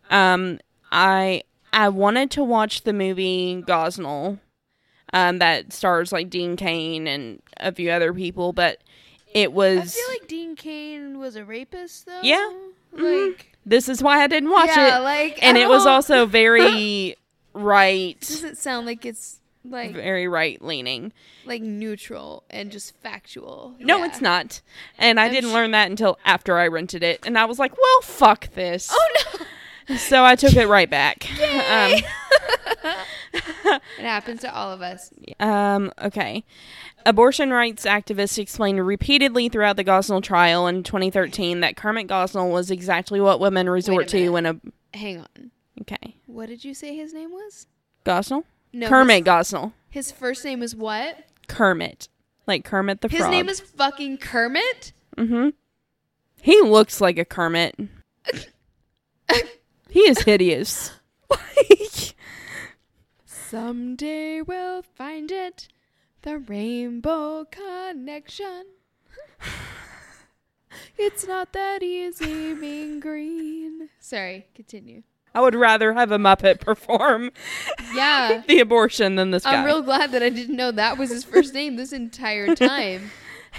[SPEAKER 2] Um, I I wanted to watch the movie Gosnell, um, that stars like Dean Kane and a few other people, but it
[SPEAKER 1] I
[SPEAKER 2] was
[SPEAKER 1] feel like Dean Kane was a rapist though.
[SPEAKER 2] Yeah. Mm-hmm.
[SPEAKER 1] Like
[SPEAKER 2] this is why I didn't watch
[SPEAKER 1] yeah,
[SPEAKER 2] it,
[SPEAKER 1] like
[SPEAKER 2] and
[SPEAKER 1] I
[SPEAKER 2] it was
[SPEAKER 1] don't-
[SPEAKER 2] also very right,
[SPEAKER 1] doesn't sound like it's like
[SPEAKER 2] very right leaning.
[SPEAKER 1] like neutral and just factual.
[SPEAKER 2] No,
[SPEAKER 1] Yeah.
[SPEAKER 2] it's not, and I
[SPEAKER 1] I'm
[SPEAKER 2] didn't
[SPEAKER 1] sh-
[SPEAKER 2] learn that until after I rented it, and I was like, well, fuck this.
[SPEAKER 1] Oh no.
[SPEAKER 2] So I took it right back. Um,
[SPEAKER 1] It happens to all of us.
[SPEAKER 2] Um, okay. Abortion rights activists explained repeatedly throughout the Gosnell trial in 2013 that Kermit Gosnell was exactly what women resort to
[SPEAKER 1] minute.
[SPEAKER 2] when a
[SPEAKER 1] Hang on.
[SPEAKER 2] okay
[SPEAKER 1] What did you say his name was?
[SPEAKER 2] Gosnell
[SPEAKER 1] No,
[SPEAKER 2] Kermit Gosnell
[SPEAKER 1] His, his first name is what?
[SPEAKER 2] Kermit like Kermit the
[SPEAKER 1] His
[SPEAKER 2] frog.
[SPEAKER 1] name is fucking Kermit.
[SPEAKER 2] mm-hmm. He looks like a Kermit. he is hideous. Like,
[SPEAKER 1] Someday we'll find it. The rainbow connection. it's not that easy being green. Sorry, continue.
[SPEAKER 2] I would rather have a Muppet perform
[SPEAKER 1] Yeah.
[SPEAKER 2] the abortion than this guy.
[SPEAKER 1] I'm real glad that I didn't know that was his first name this entire time.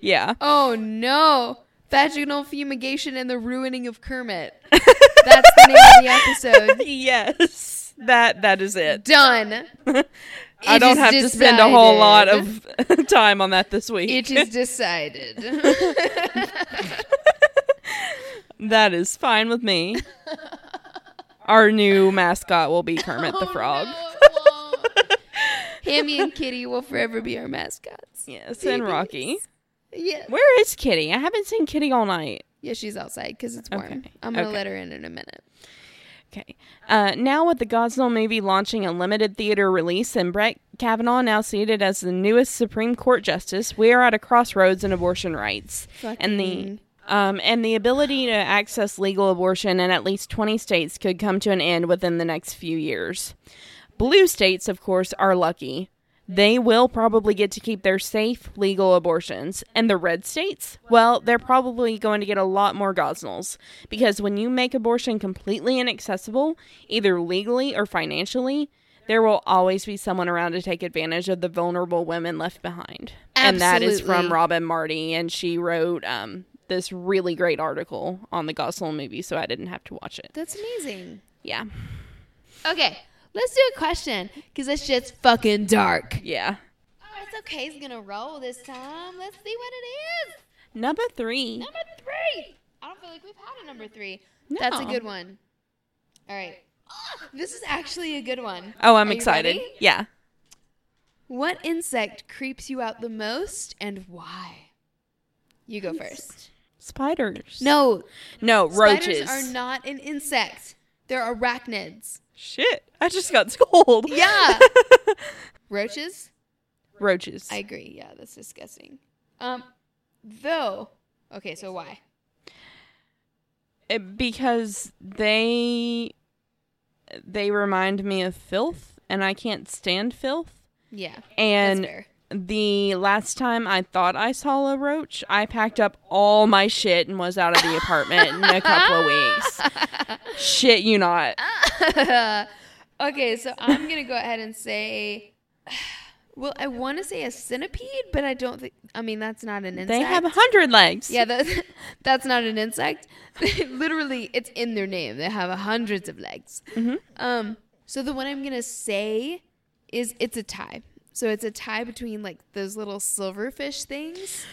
[SPEAKER 2] yeah.
[SPEAKER 1] Oh no. Vaginal fumigation and the ruining of Kermit. That's the name of the episode.
[SPEAKER 2] yes. That that is it.
[SPEAKER 1] Done.
[SPEAKER 2] I
[SPEAKER 1] It
[SPEAKER 2] don't
[SPEAKER 1] is
[SPEAKER 2] have to spend a whole lot
[SPEAKER 1] decided.
[SPEAKER 2] of time on that this week.
[SPEAKER 1] It is decided.
[SPEAKER 2] that is fine with me. Our new mascot will be Kermit the Frog.
[SPEAKER 1] Oh, no, it won't. Hammy and Kitty will forever be our mascots.
[SPEAKER 2] Yes, and Rocky.
[SPEAKER 1] Yeah.
[SPEAKER 2] Where is Kitty? I haven't seen Kitty all night.
[SPEAKER 1] Yeah, she's outside because it's warm.
[SPEAKER 2] Okay,
[SPEAKER 1] I'm going to
[SPEAKER 2] okay.
[SPEAKER 1] let her in in a minute.
[SPEAKER 2] Okay. Uh, now, with the Godzilla movie launching a limited theater release and Brett Kavanaugh now seated as the newest Supreme Court justice, we are at a crossroads in abortion rights and the
[SPEAKER 1] Fucking-
[SPEAKER 2] um, and the ability to access legal abortion in at least 20 states could come to an end within the next few years. Blue states, of course, are lucky. They will probably get to keep their safe legal abortions. And the red states, well, they're probably going to get a lot more Gosnells because when you make abortion completely inaccessible, either legally or financially, there will always be someone around to take advantage of the vulnerable women left behind. And that is from
[SPEAKER 1] Absolutely.
[SPEAKER 2] Robin Marty, and she wrote um, this really great article on the Gosling movie, so I didn't have to watch it.
[SPEAKER 1] That's amazing.
[SPEAKER 2] Yeah.
[SPEAKER 1] Okay, let's do a question because this shit's fucking dark.
[SPEAKER 2] Yeah.
[SPEAKER 1] Oh, it's okay. He's gonna roll this time. Let's see what it is.
[SPEAKER 2] Number three.
[SPEAKER 1] Number three. I don't feel like we've had a number three. That's a
[SPEAKER 2] No.
[SPEAKER 1] good one. All right. This is actually a good one.
[SPEAKER 2] Oh, I'm
[SPEAKER 1] Are you
[SPEAKER 2] excited.
[SPEAKER 1] ready?
[SPEAKER 2] Yeah.
[SPEAKER 1] What insect creeps you out the most and why? You go first.
[SPEAKER 2] Spiders.
[SPEAKER 1] No,
[SPEAKER 2] No, roaches.
[SPEAKER 1] Spiders are not an insect. They're arachnids.
[SPEAKER 2] Shit. I just got scolded.
[SPEAKER 1] Yeah. Roaches?
[SPEAKER 2] roaches.
[SPEAKER 1] I agree. Yeah, that's disgusting. Um, though. Okay, so why?
[SPEAKER 2] Uh, because they they remind me of filth and I can't stand filth.
[SPEAKER 1] Yeah.
[SPEAKER 2] And
[SPEAKER 1] that's fair.
[SPEAKER 2] the last time I thought I saw a roach, I packed up all my shit and was out of the apartment in a couple of weeks. Shit, you not.
[SPEAKER 1] Uh, okay, so I'm gonna go ahead and say. Well, I want to say a centipede, but I don't think. I mean, that's not an insect.
[SPEAKER 2] They have a hundred legs.
[SPEAKER 1] Yeah, that's, that's not an insect. Literally, it's in their name. They have hundreds of legs.
[SPEAKER 2] Mm-hmm.
[SPEAKER 1] Um, so the one I'm gonna say is it's a tie. So it's a tie between like those little silverfish things.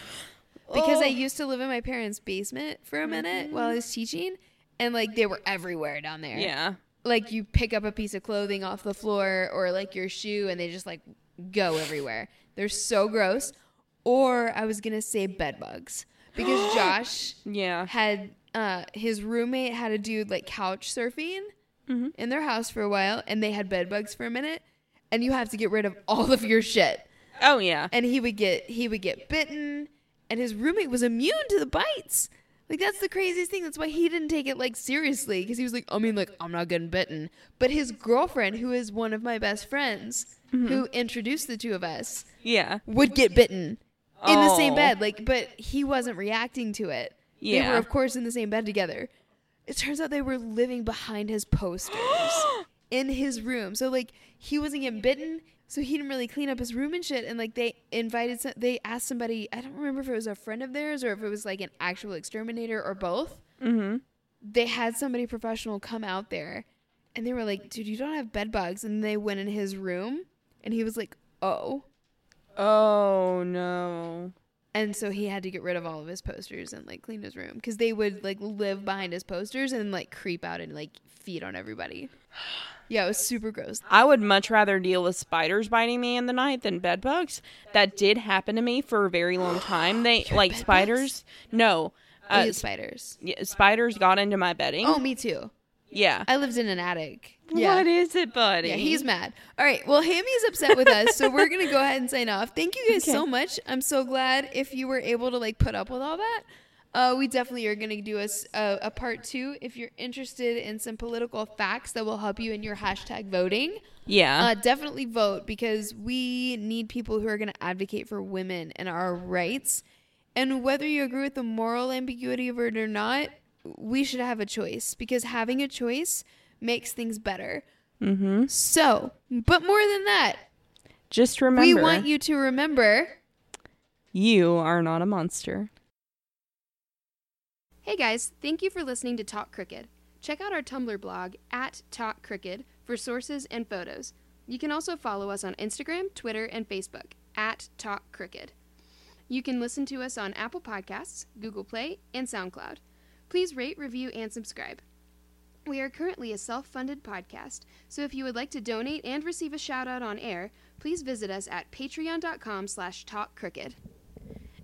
[SPEAKER 1] Because I
[SPEAKER 2] Oh. Mm-hmm.
[SPEAKER 1] used to live in my parents' basement for a minute while I was teaching, and like they were everywhere down there.
[SPEAKER 2] Yeah.
[SPEAKER 1] Like you pick up a piece of clothing off the floor or like your shoe, and they just like go everywhere. They're so gross. Or I was gonna say bed bugs because Josh
[SPEAKER 2] Yeah.
[SPEAKER 1] had uh, his roommate had a dude like couch surfing in their house for a while, and they had bed bugs for a minute, and you have to get rid of all of your shit.
[SPEAKER 2] Oh yeah.
[SPEAKER 1] And he would get he would get bitten, and his roommate was immune to the bites. Like that's the craziest thing. That's why he didn't take it like seriously because he was like, I mean, like I'm not getting bitten. But his girlfriend, who is one of my best friends, who introduced the two of us,
[SPEAKER 2] Yeah.
[SPEAKER 1] would get bitten in the same
[SPEAKER 2] Oh.
[SPEAKER 1] bed. Like, but he wasn't reacting to it. They were,
[SPEAKER 2] Yeah.
[SPEAKER 1] of course, in the same bed together. It turns out they were living behind his posters in his room. So like he wasn't getting bitten, so he didn't really clean up his room and shit. And like they invited, some, they asked somebody. I don't remember if it was a friend of theirs or if it was like an actual exterminator or both.
[SPEAKER 2] Mm-hmm.
[SPEAKER 1] They had somebody professional come out there, and they were like, "Dude, you don't have bed bugs." And they went in his room, and he was like, "Oh."
[SPEAKER 2] Oh no.
[SPEAKER 1] and so he had to get rid of all of his posters and like clean his room because they would like live behind his posters and like creep out and like feed on everybody yeah it was super gross
[SPEAKER 2] I would much rather deal with spiders biting me in the night than bed bugs. That did happen to me for a very long time. They like
[SPEAKER 1] bed
[SPEAKER 2] spiders. No,
[SPEAKER 1] i
[SPEAKER 2] uh,
[SPEAKER 1] hate spiders
[SPEAKER 2] yeah, spiders got into my bedding.
[SPEAKER 1] oh me too
[SPEAKER 2] yeah.
[SPEAKER 1] i lived in an attic yeah
[SPEAKER 2] What is it, buddy?
[SPEAKER 1] yeah, he's mad. All right. Well, Hammy's upset with us, so we're gonna go ahead and sign off. Thank you guys
[SPEAKER 2] Okay.
[SPEAKER 1] so much. I'm so glad if you were able to like put up with all that. Uh, we definitely are gonna do a, s- a- a part two if you're interested in some political facts that will help you in your hashtag voting.
[SPEAKER 2] yeah.
[SPEAKER 1] Uh, definitely vote because we need people who are going to advocate for women and our rights. And whether you agree with the moral ambiguity of it or not, we should have a choice because having a choice makes things better. Mm-hmm. So, but more than that,
[SPEAKER 2] Just remember,
[SPEAKER 1] we want you to remember.
[SPEAKER 2] you are not a monster.
[SPEAKER 1] Hey guys, thank you for listening to Talk Crooked. Check out our Tumblr blog at Talk Crooked for sources and photos. You can also follow us on Instagram, Twitter, and Facebook at Talk Crooked. You can listen to us on Apple Podcasts, Google Play, and SoundCloud. Please rate, review, and subscribe. We are currently a self funded podcast, so if you would like to donate and receive a shout out on air, please visit us at patreon.com slash talkcrooked.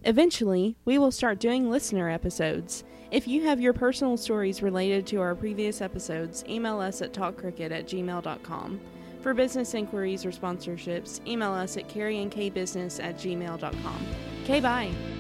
[SPEAKER 2] Eventually, we will start doing listener episodes. If you have your personal stories related to our previous episodes, email us at talkcricket at gmail.com. For business inquiries or sponsorships, email us at carrieandkbusiness at gmail.com. Okay, bye.